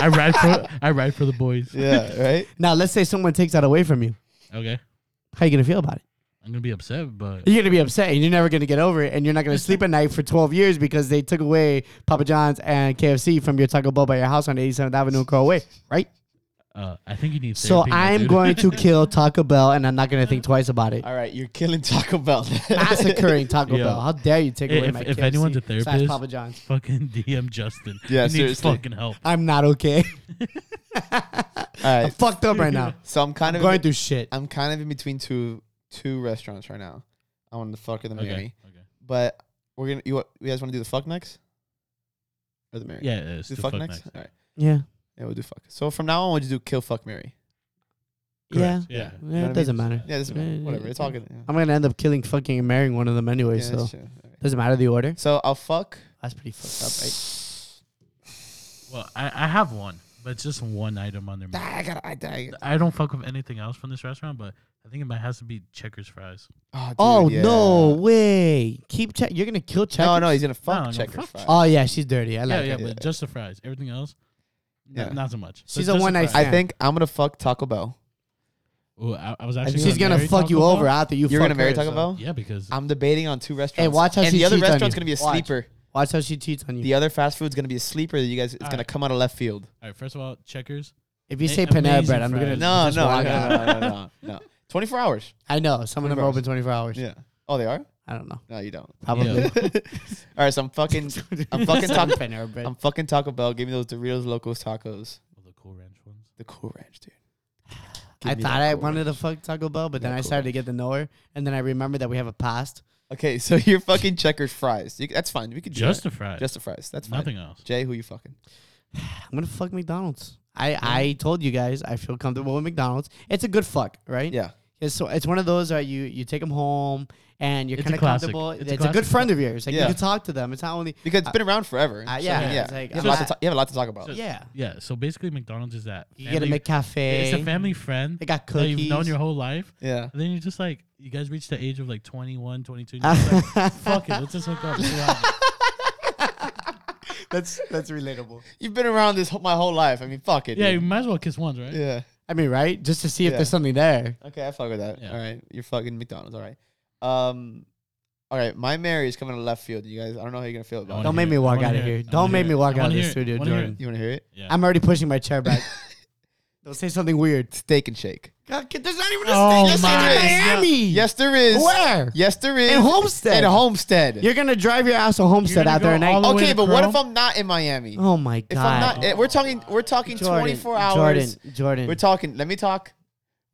Speaker 3: I ride
Speaker 1: <laughs>
Speaker 3: for I ride for the boys.
Speaker 2: <laughs> yeah. Right.
Speaker 1: now, let's say someone takes that away from you.
Speaker 3: Okay.
Speaker 1: How you going to feel about it?
Speaker 3: I'm gonna be upset, but
Speaker 1: You're going to be upset and you're never going to get over it. And you're not going to sleep at night for 12 years because they took away Papa John's and KFC from your Taco Bell by your house on 87th Avenue and Crowway, right?
Speaker 3: uh, I think you need.
Speaker 1: So
Speaker 3: therapy, my
Speaker 1: I'm
Speaker 3: dude. <laughs>
Speaker 1: going to kill Taco Bell, and I'm not going to think twice about it.
Speaker 2: All right. You're killing Taco Bell.
Speaker 1: Massacring Taco
Speaker 3: Yo.
Speaker 1: Bell. How dare you take
Speaker 3: If-
Speaker 1: away my
Speaker 3: if
Speaker 1: KFC
Speaker 3: anyone's a
Speaker 1: slash
Speaker 3: therapist-
Speaker 1: Papa John's.
Speaker 3: fucking
Speaker 1: <laughs>
Speaker 3: DM Justin.
Speaker 2: Yeah,
Speaker 3: he needs
Speaker 2: seriously.
Speaker 3: fucking help.
Speaker 1: I'm not okay.
Speaker 2: <laughs>
Speaker 1: <laughs>
Speaker 2: All
Speaker 1: I'm
Speaker 2: right.
Speaker 1: fucked up right
Speaker 3: <laughs>
Speaker 1: now.
Speaker 2: So I'm kind
Speaker 1: I'm
Speaker 2: of
Speaker 1: going through shit.
Speaker 2: I'm kind of in between two two restaurants right now. I want the fuck or the
Speaker 3: Okay.
Speaker 2: Mary,
Speaker 3: Okay.
Speaker 2: but we're gonna. You, wa- you guys want to do the fuck next or the Mary?
Speaker 3: Yeah, yeah, it's
Speaker 2: Do
Speaker 3: the
Speaker 2: fuck, next. All right.
Speaker 1: Yeah.
Speaker 2: Yeah, we'll do fuck. So from now on, we'll just do kill fuck Mary.
Speaker 1: Yeah.
Speaker 3: Correct, Yeah.
Speaker 1: Yeah, it doesn't matter.
Speaker 2: Yeah, this is
Speaker 1: Yeah, yeah,
Speaker 2: whatever.
Speaker 1: yeah.
Speaker 2: It's all good. Yeah.
Speaker 1: I'm going to end up killing fucking and marrying one of them anyway,
Speaker 2: Yeah,
Speaker 1: so.
Speaker 2: that's true. All right.
Speaker 1: Doesn't matter the order.
Speaker 2: So I'll fuck.
Speaker 1: That's pretty fucked up, right?
Speaker 3: Well, I, I have one, but it's just one item on their menu.
Speaker 2: Ah, I gotta. I die.
Speaker 3: I don't fuck with anything else from this restaurant, but I think it might has to be Checkers fries.
Speaker 2: dude,
Speaker 1: Oh
Speaker 2: yeah.
Speaker 1: no way! Keep check. You're gonna kill check.
Speaker 2: No, no, he's gonna
Speaker 3: No,
Speaker 2: fuck
Speaker 3: no,
Speaker 2: checkers. Uh,
Speaker 3: fuck
Speaker 2: fries.
Speaker 1: Oh yeah, she's dirty. I
Speaker 3: yeah,
Speaker 1: like
Speaker 3: yeah,
Speaker 1: it.
Speaker 2: yeah.
Speaker 3: but just the fries. Everything else, n-
Speaker 2: Yeah.
Speaker 3: not so much.
Speaker 1: She's
Speaker 3: Just-
Speaker 1: a
Speaker 3: just the
Speaker 1: one-night
Speaker 3: fries.
Speaker 2: I
Speaker 1: Yeah.
Speaker 2: think I'm gonna fuck Taco Bell.
Speaker 3: Ooh, I, I was actually.
Speaker 1: She's gonna
Speaker 3: marry
Speaker 1: fuck
Speaker 3: Taco
Speaker 1: you
Speaker 3: Bell.
Speaker 1: over after you.
Speaker 2: You're
Speaker 1: fuck
Speaker 2: gonna marry
Speaker 1: her,
Speaker 2: Taco
Speaker 1: so.
Speaker 2: Bell?
Speaker 3: Yeah, because
Speaker 2: I'm debating on two restaurants.
Speaker 1: watch how
Speaker 2: and
Speaker 1: she
Speaker 2: the other
Speaker 1: cheats on
Speaker 2: restaurant's
Speaker 1: you.
Speaker 2: gonna be a
Speaker 1: Watch.
Speaker 2: sleeper.
Speaker 1: Watch how she cheats on you.
Speaker 2: The other fast food's gonna be a sleeper. That you guys, it's
Speaker 3: All
Speaker 2: gonna
Speaker 3: right.
Speaker 2: come out of left field.
Speaker 3: all right. First of all, Checkers.
Speaker 1: if you
Speaker 3: A-
Speaker 1: say Panera
Speaker 3: amazing
Speaker 1: Bread, I'm
Speaker 3: fries.
Speaker 1: gonna
Speaker 2: No,
Speaker 1: just
Speaker 2: no, no,
Speaker 1: walk out.
Speaker 2: no, no, no, no, no. Twenty four
Speaker 1: <laughs>
Speaker 2: hours.
Speaker 1: I know some of them
Speaker 2: 24
Speaker 1: open 24 hours.
Speaker 2: Yeah. Oh, they are.
Speaker 1: I don't know.
Speaker 2: No, you don't.
Speaker 1: Probably. <laughs>
Speaker 3: Yeah.
Speaker 2: All right, so I'm fucking, I'm fucking Taco,
Speaker 1: Panera Bread.
Speaker 2: I'm fucking Taco Bell. Give me those Doritos Locos Tacos,
Speaker 3: Well, the Cool Ranch ones.
Speaker 2: the Cool Ranch, dude. Give
Speaker 1: I
Speaker 2: me
Speaker 1: thought
Speaker 2: that
Speaker 1: I
Speaker 2: Cool
Speaker 1: wanted
Speaker 2: Ranch.
Speaker 1: to fuck Taco Bell, but then
Speaker 2: Yeah,
Speaker 1: I
Speaker 2: Cool
Speaker 1: started to get to know her, and then I remembered that we have a past.
Speaker 2: Okay, so <laughs> you're fucking checkers fries. You, that's fine. We could do
Speaker 3: Just
Speaker 2: that.
Speaker 3: the fries.
Speaker 2: just the fries. That's fine.
Speaker 3: nothing else.
Speaker 2: Jay, who you fucking?
Speaker 1: I'm gonna fuck McDonald's. I, I told you guys I feel comfortable with McDonald's. It's a good fuck, right?
Speaker 2: Yeah.
Speaker 1: It's so it's one of those that you you take them home and you're
Speaker 3: It's a
Speaker 1: kind of
Speaker 3: classic.
Speaker 1: comfortable.
Speaker 3: It's
Speaker 1: It's,
Speaker 3: a
Speaker 1: a, good
Speaker 3: classic.
Speaker 1: friend of yours. Like
Speaker 2: Yeah.
Speaker 1: you can talk to them. It's not only
Speaker 2: Because it's been around forever.
Speaker 1: uh,
Speaker 2: so,
Speaker 1: yeah,
Speaker 2: yeah.
Speaker 1: it's like,
Speaker 2: you, have
Speaker 1: I'm
Speaker 2: a lot to
Speaker 1: not-
Speaker 2: ta- you have a lot to talk about.
Speaker 3: So-
Speaker 1: yeah.
Speaker 3: Yeah. So basically, McDonald's is that.
Speaker 1: You get a
Speaker 3: family- It's
Speaker 1: McCafe.
Speaker 3: a family friend.
Speaker 1: They got
Speaker 3: that
Speaker 1: cookies.
Speaker 3: you've
Speaker 1: <laughs>
Speaker 3: known your whole life.
Speaker 2: yeah.
Speaker 3: And then you're just like, you guys reach the age of like 21, 22. And you're just
Speaker 1: <laughs>
Speaker 3: like, fuck it, let's just hook up. Two hours.
Speaker 1: that's that's relatable.
Speaker 2: You've been around this whole, my whole life. I mean, fuck it.
Speaker 3: Yeah, you
Speaker 2: dude.
Speaker 3: might as well kiss once, right?
Speaker 2: Yeah.
Speaker 1: I mean, right? Just to see if
Speaker 2: Yeah.
Speaker 1: there's something there.
Speaker 2: Okay, I fuck with that.
Speaker 3: Yeah.
Speaker 2: All right, you're fucking McDonald's. All right. Um, all right. My Mary is coming to left field. You guys, I don't know how you're gonna feel about
Speaker 3: wanna
Speaker 2: it.
Speaker 1: Don't make
Speaker 3: hear
Speaker 1: me
Speaker 3: it. I
Speaker 1: walk
Speaker 3: wanna
Speaker 1: out of
Speaker 3: hear it.
Speaker 1: here.
Speaker 3: I
Speaker 1: Don't
Speaker 3: wanna
Speaker 1: make
Speaker 3: hear
Speaker 1: me
Speaker 3: it.
Speaker 1: walk
Speaker 3: I
Speaker 1: out of
Speaker 3: wanna
Speaker 1: this
Speaker 3: hear it.
Speaker 1: studio,
Speaker 3: I wanna hear
Speaker 1: Jordan.
Speaker 2: You want to hear it?
Speaker 3: Yeah.
Speaker 1: I'm already pushing my chair
Speaker 2: <laughs>
Speaker 1: back. Don't say something weird.
Speaker 2: Steak and Shake.
Speaker 1: God, kid, there's not even
Speaker 3: Oh
Speaker 1: a state.
Speaker 3: my
Speaker 1: Yes, in
Speaker 3: God.
Speaker 1: Miami.
Speaker 2: Yes, there is.
Speaker 1: Where?
Speaker 2: Yes, there is.
Speaker 1: In Homestead.
Speaker 2: In Homestead.
Speaker 1: You're gonna drive your ass to Homestead
Speaker 3: gonna
Speaker 1: out there
Speaker 3: go
Speaker 1: and
Speaker 3: all
Speaker 1: I.
Speaker 3: the way
Speaker 2: okay,
Speaker 3: to
Speaker 2: but what
Speaker 3: Crow?
Speaker 2: if I'm not in Miami?
Speaker 1: Oh my god.
Speaker 2: If I'm not, eh, we're talking. We're talking
Speaker 1: Jordan,
Speaker 2: 24 hours.
Speaker 1: Jordan, Jordan.
Speaker 2: We're talking. Let me talk.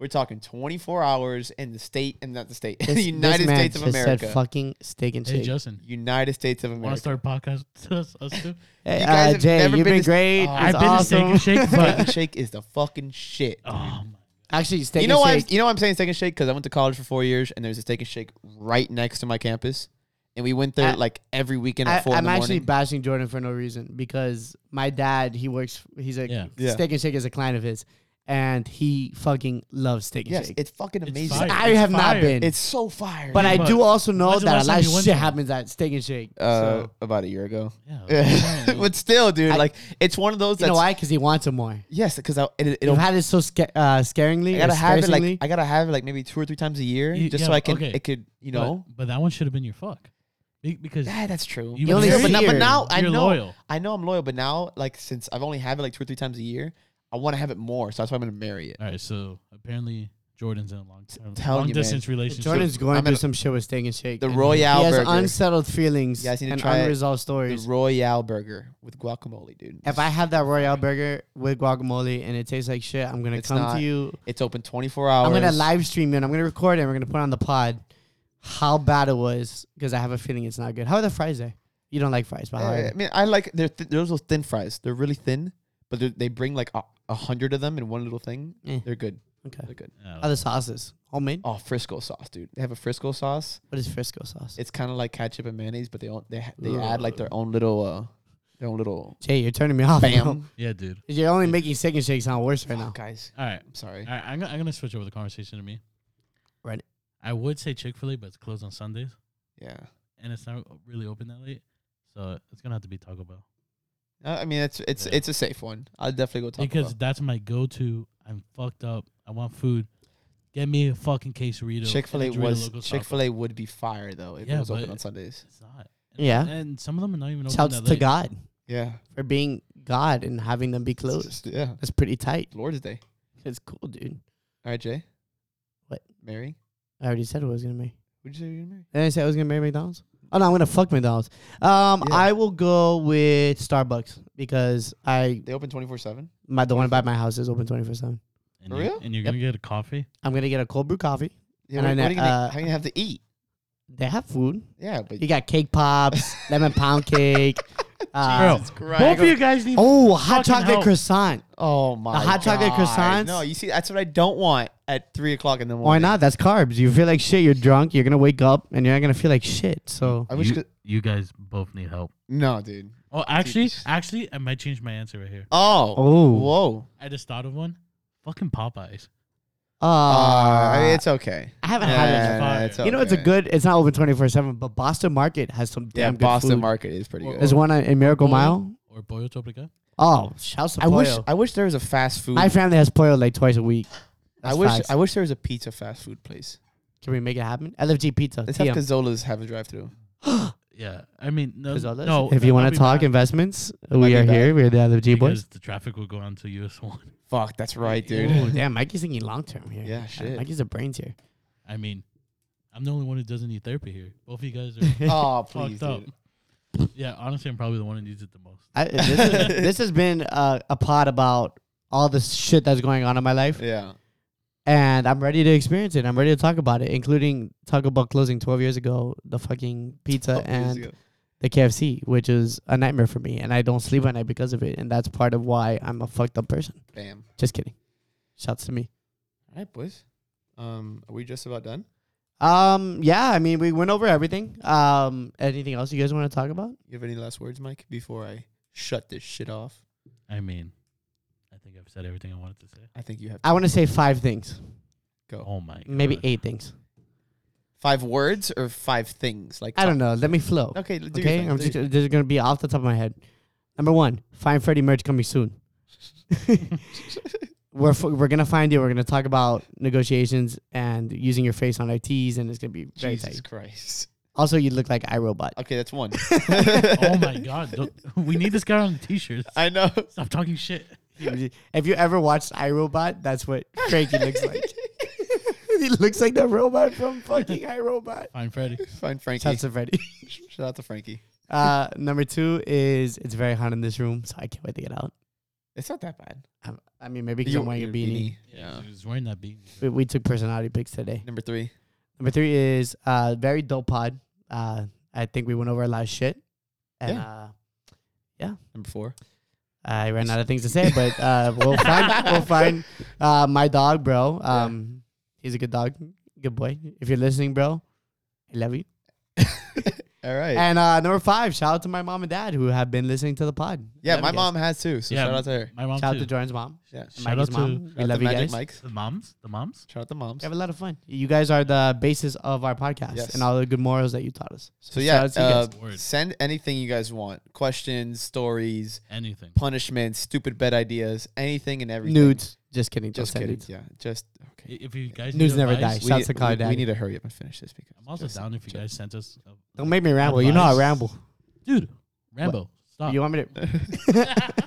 Speaker 2: We're talking 24 hours in the state, and not the state, <laughs>
Speaker 1: This-
Speaker 2: the
Speaker 1: this
Speaker 2: United
Speaker 1: man
Speaker 2: States of
Speaker 1: just
Speaker 2: America.
Speaker 1: Said fucking steak and
Speaker 3: Hey,
Speaker 1: shake.
Speaker 3: Justin,
Speaker 2: United States of
Speaker 3: want to
Speaker 2: America.
Speaker 3: start podcast <laughs> with us, us
Speaker 1: <laughs>
Speaker 3: too?
Speaker 1: Hey,
Speaker 2: You guys
Speaker 1: uh,
Speaker 2: have
Speaker 1: Jay,
Speaker 2: never
Speaker 1: you've
Speaker 2: been
Speaker 1: been,
Speaker 2: to-
Speaker 1: great.
Speaker 2: Oh,
Speaker 1: It's
Speaker 3: I've been
Speaker 1: awesome.
Speaker 2: <laughs>
Speaker 3: to Steak and Shake,
Speaker 2: Steak and
Speaker 3: but.
Speaker 2: Shake is the fucking shit.
Speaker 3: oh, my-
Speaker 1: Actually, steak
Speaker 2: you know why?
Speaker 1: and
Speaker 2: You know why I'm saying Steak and Shake because I went to college for four years, and there's a Steak and Shake right next to my campus, and we went there
Speaker 1: I-
Speaker 2: like every weekend at
Speaker 1: I,
Speaker 2: four in
Speaker 1: I'm
Speaker 2: the
Speaker 1: actually
Speaker 2: morning.
Speaker 1: bashing Jordan for no reason because my dad, he works. He's a
Speaker 3: Yeah.
Speaker 2: Yeah.
Speaker 1: steak and shake is a client of his, and he fucking loves steak and
Speaker 2: yes,
Speaker 1: shake.
Speaker 2: it's fucking
Speaker 3: It's
Speaker 2: amazing.
Speaker 3: fire.
Speaker 1: I have not
Speaker 3: fire.
Speaker 1: been,
Speaker 2: It's so fire.
Speaker 1: but I
Speaker 3: But
Speaker 1: do also know
Speaker 3: when's the
Speaker 1: that a
Speaker 3: last time
Speaker 1: lot of
Speaker 3: you went
Speaker 1: shit
Speaker 3: to it?
Speaker 1: happens at steak and shake.
Speaker 2: uh,
Speaker 1: so.
Speaker 2: about a year ago.
Speaker 1: <laughs>
Speaker 3: Yeah.
Speaker 2: <laughs> but still, dude,
Speaker 1: I-
Speaker 2: like it's one of those.
Speaker 1: You
Speaker 2: That's,
Speaker 1: know why? Because he wants it more.
Speaker 2: Yes, because I it,
Speaker 1: You've
Speaker 2: it'll. I
Speaker 1: had it so sca- uh, scaringly.
Speaker 2: gotta
Speaker 1: or
Speaker 2: have it
Speaker 1: scarcingly.
Speaker 2: like I gotta have it like maybe two or three times a year,
Speaker 3: You-
Speaker 2: just
Speaker 3: yeah,
Speaker 2: so I can.
Speaker 3: okay.
Speaker 2: It could, you
Speaker 3: But-
Speaker 2: know.
Speaker 3: But, that one should have been your fuck. Be- because
Speaker 2: yeah, that's true.
Speaker 3: You
Speaker 1: You only
Speaker 2: Yeah, but, now, but
Speaker 1: hear.
Speaker 2: now I
Speaker 3: you're
Speaker 2: know
Speaker 3: loyal.
Speaker 2: I know I'm loyal, but now like since I've only had it like two or three times a year, I want to have it more. So that's why I'm gonna marry it.
Speaker 3: All right, so apparently Jordan's in a long, term,
Speaker 2: telling
Speaker 3: long
Speaker 2: you, man.
Speaker 3: distance relationship.
Speaker 1: Jordan's going
Speaker 2: I'm
Speaker 1: through
Speaker 2: gonna-
Speaker 1: some shit with steak and shake.
Speaker 2: The
Speaker 1: and
Speaker 2: Royale
Speaker 1: He has
Speaker 2: Burger.
Speaker 1: unsettled feelings
Speaker 2: You guys need to
Speaker 1: and
Speaker 2: try it.
Speaker 1: unresolved
Speaker 2: The
Speaker 1: stories.
Speaker 2: Royale Burger with guacamole, dude.
Speaker 1: if I have that Royale burger with guacamole and it tastes like shit, I'm gonna
Speaker 2: It's
Speaker 1: come
Speaker 2: not.
Speaker 1: to you.
Speaker 2: It's open 24 hours.
Speaker 1: I'm gonna live stream it. and I'm gonna record it. and We're gonna put it on the pod how bad it was because I have a feeling it's not good. How are the fries there? You don't like fries, by the
Speaker 2: Uh,
Speaker 1: way.
Speaker 2: I mean, I like they're th- those little thin fries. They're really thin, but they're- they bring like a, a hundred of them in one little thing.
Speaker 1: Eh.
Speaker 2: They're good.
Speaker 1: Okay.
Speaker 2: They're good.
Speaker 3: Yeah,
Speaker 1: Other sauces, homemade.
Speaker 2: Oh, Frisco sauce, dude. They have a Frisco sauce.
Speaker 1: What is Frisco sauce?
Speaker 2: It's kind of like ketchup and mayonnaise, but they all, they ha- they
Speaker 1: Ugh.
Speaker 2: add like their own little uh their own little
Speaker 1: Jay, you're turning me off.
Speaker 2: <laughs>
Speaker 1: bro.
Speaker 2: bam.
Speaker 3: yeah, dude.
Speaker 1: You're only making steak and shake sound worse right now.
Speaker 2: Fuck, guys.
Speaker 3: All right.
Speaker 2: I'm sorry.
Speaker 3: All right, I'm, gonna- I'm gonna switch over the conversation to me.
Speaker 1: Right.
Speaker 3: I would say Chick Fil A, but it's closed on Sundays,
Speaker 2: Yeah.
Speaker 3: and it's not really open that late, so it's gonna have to be Taco Bell
Speaker 2: Uh, I mean, it's it's
Speaker 3: Yeah.
Speaker 2: it's a safe one. I'll definitely go Taco
Speaker 3: because
Speaker 2: Bell.
Speaker 3: that's my go-to. I'm fucked up. I want food. Get me a fucking quesarito. and
Speaker 2: Chick Fil A
Speaker 3: enjoy the
Speaker 2: was
Speaker 3: local
Speaker 2: Chick Fil A would be fire though if it
Speaker 3: Yeah,
Speaker 2: was open
Speaker 3: but-
Speaker 2: on Sundays.
Speaker 3: taco. It's not. And-
Speaker 1: Yeah.
Speaker 3: and some of them are not even open
Speaker 1: Shouts
Speaker 3: that
Speaker 1: to
Speaker 3: late.
Speaker 1: God
Speaker 2: Yeah,
Speaker 1: for being God and having them be closed.
Speaker 2: Just- yeah.
Speaker 1: That's pretty tight.
Speaker 2: Lord's Day.
Speaker 1: It's cool, dude.
Speaker 2: All right, Jay.
Speaker 1: What?
Speaker 2: Mary?
Speaker 1: I already said what I was gonna marry.
Speaker 2: Would you say you're gonna marry?
Speaker 1: Did I say I was gonna marry McDonald's? Oh no, I'm gonna fuck McDonald's. Um,
Speaker 2: Yeah.
Speaker 1: I will go with Starbucks because I
Speaker 2: They open twenty four seven.
Speaker 1: my the one by my house is open twenty four seven.
Speaker 3: And
Speaker 2: For
Speaker 3: you-
Speaker 2: real?
Speaker 3: And you're
Speaker 1: Yep.
Speaker 3: gonna get a coffee.
Speaker 1: I'm gonna get a cold brew coffee.
Speaker 2: Yeah,
Speaker 1: And
Speaker 2: what,
Speaker 1: I
Speaker 2: what
Speaker 1: know,
Speaker 2: are you gonna,
Speaker 1: uh,
Speaker 2: how you gonna have to eat?
Speaker 1: They have food.
Speaker 2: Yeah,
Speaker 1: <laughs>
Speaker 2: but <laughs>
Speaker 1: You got cake pops, lemon pound cake,
Speaker 2: Ah,
Speaker 1: Uh,
Speaker 3: Jesus
Speaker 2: Christ.
Speaker 3: Both of you guys need.
Speaker 1: oh, hot
Speaker 3: Fucking
Speaker 1: chocolate
Speaker 3: hell.
Speaker 1: croissant.
Speaker 2: Oh my!
Speaker 1: hot chocolate
Speaker 2: God.
Speaker 1: croissants?
Speaker 2: No, you see, that's what I don't want at three o'clock in the morning.
Speaker 1: Why not? That's carbs. You feel like shit. You're drunk. You're gonna wake up and you're not gonna feel like shit. So
Speaker 2: I wish.
Speaker 3: you,
Speaker 2: could-
Speaker 3: you guys both need help.
Speaker 2: No, dude.
Speaker 3: Oh, actually,
Speaker 2: Jeez.
Speaker 3: actually, I might change my answer right here.
Speaker 2: Oh.
Speaker 1: Oh.
Speaker 2: Whoa.
Speaker 3: I just thought of one. Fucking Popeyes.
Speaker 1: uh,
Speaker 2: Uh, I mean, it's okay.
Speaker 1: I haven't
Speaker 3: Yeah,
Speaker 1: had it.
Speaker 3: yeah,
Speaker 2: nah,
Speaker 3: fire.
Speaker 1: You know, it's a
Speaker 2: okay.
Speaker 1: good. It's not open twenty four seven, but Boston Market has some
Speaker 2: Yeah,
Speaker 1: damn good
Speaker 2: Boston
Speaker 1: food.
Speaker 2: Market is pretty
Speaker 3: Well,
Speaker 2: good.
Speaker 1: There's one on- in Miracle Mile.
Speaker 3: or Pollo Tropical.
Speaker 1: Oh, shouts to
Speaker 2: I wish.
Speaker 1: Pollo.
Speaker 2: I wish there was a fast food.
Speaker 1: My family has pollo like twice a week.
Speaker 2: I
Speaker 1: That's
Speaker 2: wish.
Speaker 1: facts.
Speaker 2: I wish there was a pizza fast food place.
Speaker 1: Can we make it happen? LFG Pizza.
Speaker 2: Let's
Speaker 1: TM.
Speaker 2: have Cazola's have a drive through.
Speaker 3: Yeah, I mean, no,
Speaker 1: Cazorlas.
Speaker 3: no
Speaker 1: if
Speaker 3: I'll
Speaker 1: you want
Speaker 3: be
Speaker 1: to talk
Speaker 3: back
Speaker 1: investments,
Speaker 2: Might be
Speaker 1: we are
Speaker 2: back.
Speaker 1: here. We're the LFG boys.
Speaker 3: because the traffic will go on to US <laughs> one.
Speaker 2: Fuck, that's right, dude.
Speaker 1: Ooh, damn, Mikey's thinking long term here.
Speaker 2: Yeah,
Speaker 1: Uh,
Speaker 2: shit.
Speaker 1: Mikey's a brains here.
Speaker 3: I mean, I'm the only one who doesn't need therapy here. Both of you
Speaker 1: <laughs>
Speaker 3: guys are
Speaker 2: <laughs>
Speaker 1: Uh,
Speaker 2: oh, please,
Speaker 3: fucked
Speaker 2: dude.
Speaker 3: up. Yeah, honestly, I'm probably the one who needs it the most.
Speaker 1: I, this, is, this has been uh, a pod about all the shit that's going on in my life,
Speaker 2: Yeah.
Speaker 1: and I'm ready to experience it. I'm ready to talk about it, including talk about closing 12 years ago, the fucking pizza
Speaker 2: Oh, please,
Speaker 1: and
Speaker 2: yeah.
Speaker 1: the KFC, which is a nightmare for me, and I don't sleep at night because of it, and that's part of why I'm a fucked up person.
Speaker 2: Bam.
Speaker 1: Just kidding. Shouts to me.
Speaker 2: All right, boys. Um, are we just about done?
Speaker 1: Um, yeah, I mean, we went over everything. Um, anything else you guys want to talk about?
Speaker 2: You have any last words, Mike, before I shut this shit off?
Speaker 3: I mean, I think I've said everything I wanted to say.
Speaker 2: I think you have
Speaker 1: I want to say five things,
Speaker 3: Oh my,
Speaker 1: maybe
Speaker 3: God.
Speaker 1: eight things.
Speaker 2: five words or five things. Like
Speaker 1: I don't know. Let me flow.
Speaker 2: Okay, do
Speaker 1: Okay, I'm just, uh, this is gonna be off the top of my head. Number one, find Freddy merch coming soon.
Speaker 2: <laughs>
Speaker 1: we're f- we're gonna find you. We're gonna talk about negotiations and using your face on ITs, and it's gonna be very
Speaker 2: Jesus
Speaker 1: tight.
Speaker 2: Christ.
Speaker 1: Also, you look like
Speaker 2: <laughs>
Speaker 1: iRobot.
Speaker 2: Okay,
Speaker 1: <laughs>
Speaker 2: that's one.
Speaker 3: Oh my God, don't- we need this guy on t-shirts.
Speaker 2: <laughs> I know.
Speaker 3: Stop talking shit.
Speaker 1: if you ever watched iRobot, that's what Frankie looks like.
Speaker 2: <laughs>
Speaker 1: <laughs> he looks like that robot from fucking iRobot.
Speaker 3: Fine, Freddy.
Speaker 2: Find Frankie.
Speaker 1: Shout out to <laughs> Freddy.
Speaker 2: Shout out to Frankie.
Speaker 1: Uh, number two is it's very hot in this room, so I can't wait to get out.
Speaker 2: It's not that bad.
Speaker 1: I'm, I mean, maybe because I'm wearing a
Speaker 2: Your
Speaker 1: beanie.
Speaker 2: Yeah.
Speaker 3: he was wearing that beanie.
Speaker 1: We, we took personality pics today.
Speaker 2: Number three.
Speaker 1: Number three is uh very dope pod. Uh I think we went over a lot of shit. And
Speaker 2: Yeah.
Speaker 1: uh
Speaker 2: Number four.
Speaker 1: I ran out of things to say, but <laughs> uh we'll find we'll find uh my dog, bro. Um he's a good dog, good boy. If you're listening, bro, I love you.
Speaker 2: <laughs> All right.
Speaker 1: And uh number five, shout out to my mom and dad who have been listening to the pod.
Speaker 2: yeah,
Speaker 1: Love
Speaker 2: my
Speaker 1: you guys.
Speaker 2: mom has too. So
Speaker 3: Yeah,
Speaker 2: shout out to her.
Speaker 3: My mom
Speaker 1: Shout out
Speaker 3: too.
Speaker 1: to Jordan's mom.
Speaker 2: Yeah.
Speaker 1: and
Speaker 3: Shout
Speaker 1: Mikey's
Speaker 3: out to-
Speaker 1: mom.
Speaker 2: Shout
Speaker 1: We
Speaker 2: out
Speaker 1: love
Speaker 2: to
Speaker 1: you
Speaker 2: Magic
Speaker 1: guys.
Speaker 2: Mike's.
Speaker 3: the moms. The moms.
Speaker 2: Shout out to moms.
Speaker 1: We have a lot of fun. You guys are the basis of our podcast
Speaker 2: Yes.
Speaker 1: and all the good morals that you taught us.
Speaker 2: So
Speaker 1: shout
Speaker 2: yeah,
Speaker 1: out to you guys.
Speaker 2: uh,
Speaker 3: Word.
Speaker 2: send anything you guys want. Questions, stories,
Speaker 3: Anything.
Speaker 2: punishments, stupid bed ideas, anything and everything.
Speaker 1: Nudes. Just kidding.
Speaker 2: Just
Speaker 1: don't send
Speaker 2: kidding.
Speaker 1: nudes.
Speaker 2: Yeah. Just
Speaker 3: I- If you guys
Speaker 1: News
Speaker 3: need
Speaker 1: never
Speaker 3: advice,
Speaker 1: dies. Shouts to Call
Speaker 2: we,
Speaker 1: Daddy.
Speaker 2: we need to hurry up and finish
Speaker 1: <laughs>
Speaker 2: this because <laughs>
Speaker 3: I'm also
Speaker 2: just-
Speaker 3: down if you
Speaker 2: just-
Speaker 3: guys sent us. A,
Speaker 1: Don't make me ramble. You know I
Speaker 3: Advice.
Speaker 1: ramble.
Speaker 3: dude, Rambo, stop.
Speaker 1: You want me to?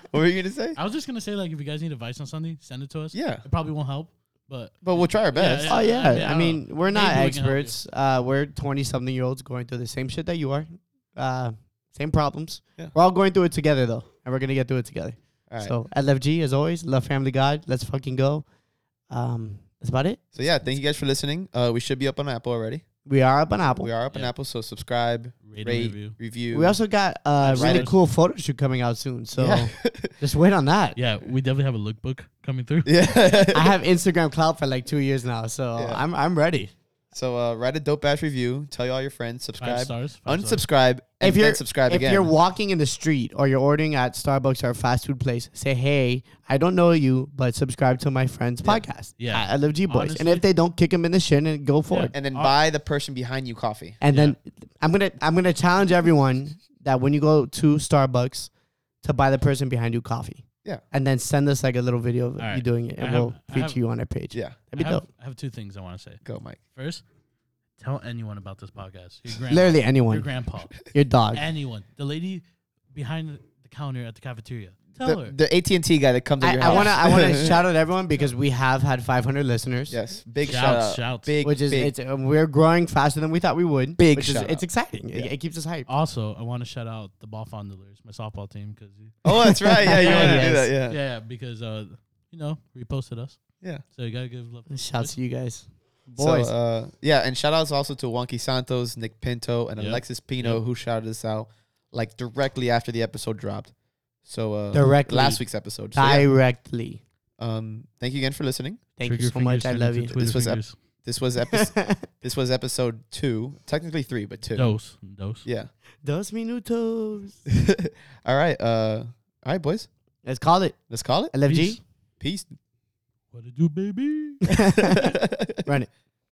Speaker 2: what were you gonna say?
Speaker 3: I was just gonna say like, if you guys need advice on something, send it to us.
Speaker 2: Yeah,
Speaker 3: It probably won't help, but
Speaker 2: but we'll try our best.
Speaker 3: Yeah,
Speaker 1: Oh yeah.
Speaker 3: yeah, I
Speaker 1: I mean, we're not
Speaker 3: Maybe we can help you.
Speaker 1: experts. Uh, we're twenty something year olds going through the same shit that you are. Uh, same problems.
Speaker 2: Yeah.
Speaker 1: We're all going through it together though, and we're gonna get through it together.
Speaker 2: All right. so,
Speaker 1: So LFG as always, love family God. Let's fucking go. Um, that's about it.
Speaker 2: yeah, thank you guys for listening. Uh, we should be up on Apple already.
Speaker 1: We are up on Apple.
Speaker 2: We
Speaker 1: We,
Speaker 2: are up on
Speaker 3: Yeah.
Speaker 2: Apple, so subscribe,
Speaker 3: rate,
Speaker 2: rate,
Speaker 3: and review.
Speaker 2: review.
Speaker 1: also got a
Speaker 3: That's
Speaker 1: really
Speaker 3: right.
Speaker 1: cool photo shoot coming out soon. So
Speaker 2: yeah,
Speaker 1: <laughs>
Speaker 2: <laughs>
Speaker 1: just wait on that.
Speaker 3: Yeah, we definitely have a lookbook coming through.
Speaker 2: yeah. <laughs>
Speaker 1: I have Instagram cloud for like two years now, so
Speaker 2: Yeah.
Speaker 1: I'm I'm ready.
Speaker 2: so uh, write a dope ass review. Tell you all your friends.
Speaker 3: Five
Speaker 2: Subscribe,
Speaker 3: stars. Five stars.
Speaker 2: unsubscribe, and
Speaker 1: if you're
Speaker 2: then subscribe
Speaker 1: if
Speaker 2: again.
Speaker 1: you're walking in the street or you're ordering at Starbucks or a fast food place, say, "Hey, I don't know you, but subscribe to my friend's podcast."
Speaker 3: Yeah.
Speaker 1: I, love G boys, and
Speaker 3: Honestly.
Speaker 1: if they don't kick him in the shin and go for
Speaker 3: Yeah.
Speaker 1: it,
Speaker 2: and then
Speaker 3: Uh,
Speaker 2: buy the person behind you coffee.
Speaker 1: and then I'm gonna I'm gonna challenge everyone that when you go to Starbucks, to buy the person behind you coffee.
Speaker 2: Yeah.
Speaker 1: and then send us like a little video of
Speaker 3: All
Speaker 1: you
Speaker 3: right.
Speaker 1: doing it, and
Speaker 3: I have-
Speaker 1: we'll
Speaker 3: I
Speaker 1: feature
Speaker 3: have-
Speaker 1: you on our page.
Speaker 2: Yeah,
Speaker 1: that'd
Speaker 3: I
Speaker 1: be
Speaker 3: have,
Speaker 1: dope.
Speaker 3: I have two things I want to say.
Speaker 2: go Mike.
Speaker 3: First, tell anyone about this podcast. Your grandma,
Speaker 1: Literally
Speaker 3: your
Speaker 1: anyone,
Speaker 3: grandpa,
Speaker 1: your dog.
Speaker 3: anyone, the lady behind the counter at the cafeteria. Tell her.
Speaker 2: The, the AT and T guy that comes to
Speaker 1: I,
Speaker 2: your
Speaker 1: I
Speaker 2: house.
Speaker 1: wanna I wanna
Speaker 2: <laughs>
Speaker 1: shout out everyone because we have had 500 listeners.
Speaker 2: Yes, big
Speaker 3: Shouts,
Speaker 2: shout out.
Speaker 3: shouts.
Speaker 2: Big,
Speaker 1: which is
Speaker 2: big.
Speaker 1: it's uh, we're growing faster than we thought we would.
Speaker 2: Big
Speaker 1: which is,
Speaker 2: shout out.
Speaker 1: it's exciting. It,
Speaker 2: Yeah.
Speaker 1: it keeps us hype.
Speaker 3: also, I want to shout out the ball fondlers, my softball team, because
Speaker 2: oh, that's right.
Speaker 1: <laughs>
Speaker 2: Yeah, you
Speaker 1: Yeah,
Speaker 2: want to
Speaker 1: yes.
Speaker 2: do that? Yeah,
Speaker 3: yeah, because uh, you know, reposted us,
Speaker 2: yeah.
Speaker 3: so you gotta give love.
Speaker 1: Shouts to you guys,
Speaker 2: Boys.
Speaker 1: boys.
Speaker 2: So, uh, yeah, and shout outs also to Wonky Santos, Nick Pinto, and
Speaker 3: Yep.
Speaker 2: Alexis Pino
Speaker 3: Yep.
Speaker 2: who shouted us out. like directly after the episode dropped. So uh
Speaker 1: Directly.
Speaker 2: last week's episode. So, yeah.
Speaker 1: directly.
Speaker 2: Um thank you again for listening.
Speaker 1: Thank
Speaker 3: Trigger
Speaker 1: you so much.
Speaker 3: fingers
Speaker 1: I
Speaker 3: turn
Speaker 1: love
Speaker 3: into
Speaker 1: you.
Speaker 3: Twitter
Speaker 2: This was ep-
Speaker 3: fingers.
Speaker 2: This was
Speaker 1: <laughs>
Speaker 2: episode this was episode 2, technically 3, but 2.
Speaker 3: dose, dose.
Speaker 2: Yeah. <laughs>
Speaker 1: Dos minutos.
Speaker 2: all right. Uh all right, boys.
Speaker 1: Let's call it.
Speaker 2: Let's call
Speaker 1: <laughs>
Speaker 2: it.
Speaker 1: LFG.
Speaker 2: Peace.
Speaker 3: Peace.
Speaker 1: <laughs>
Speaker 3: What to do, baby?
Speaker 1: Run it.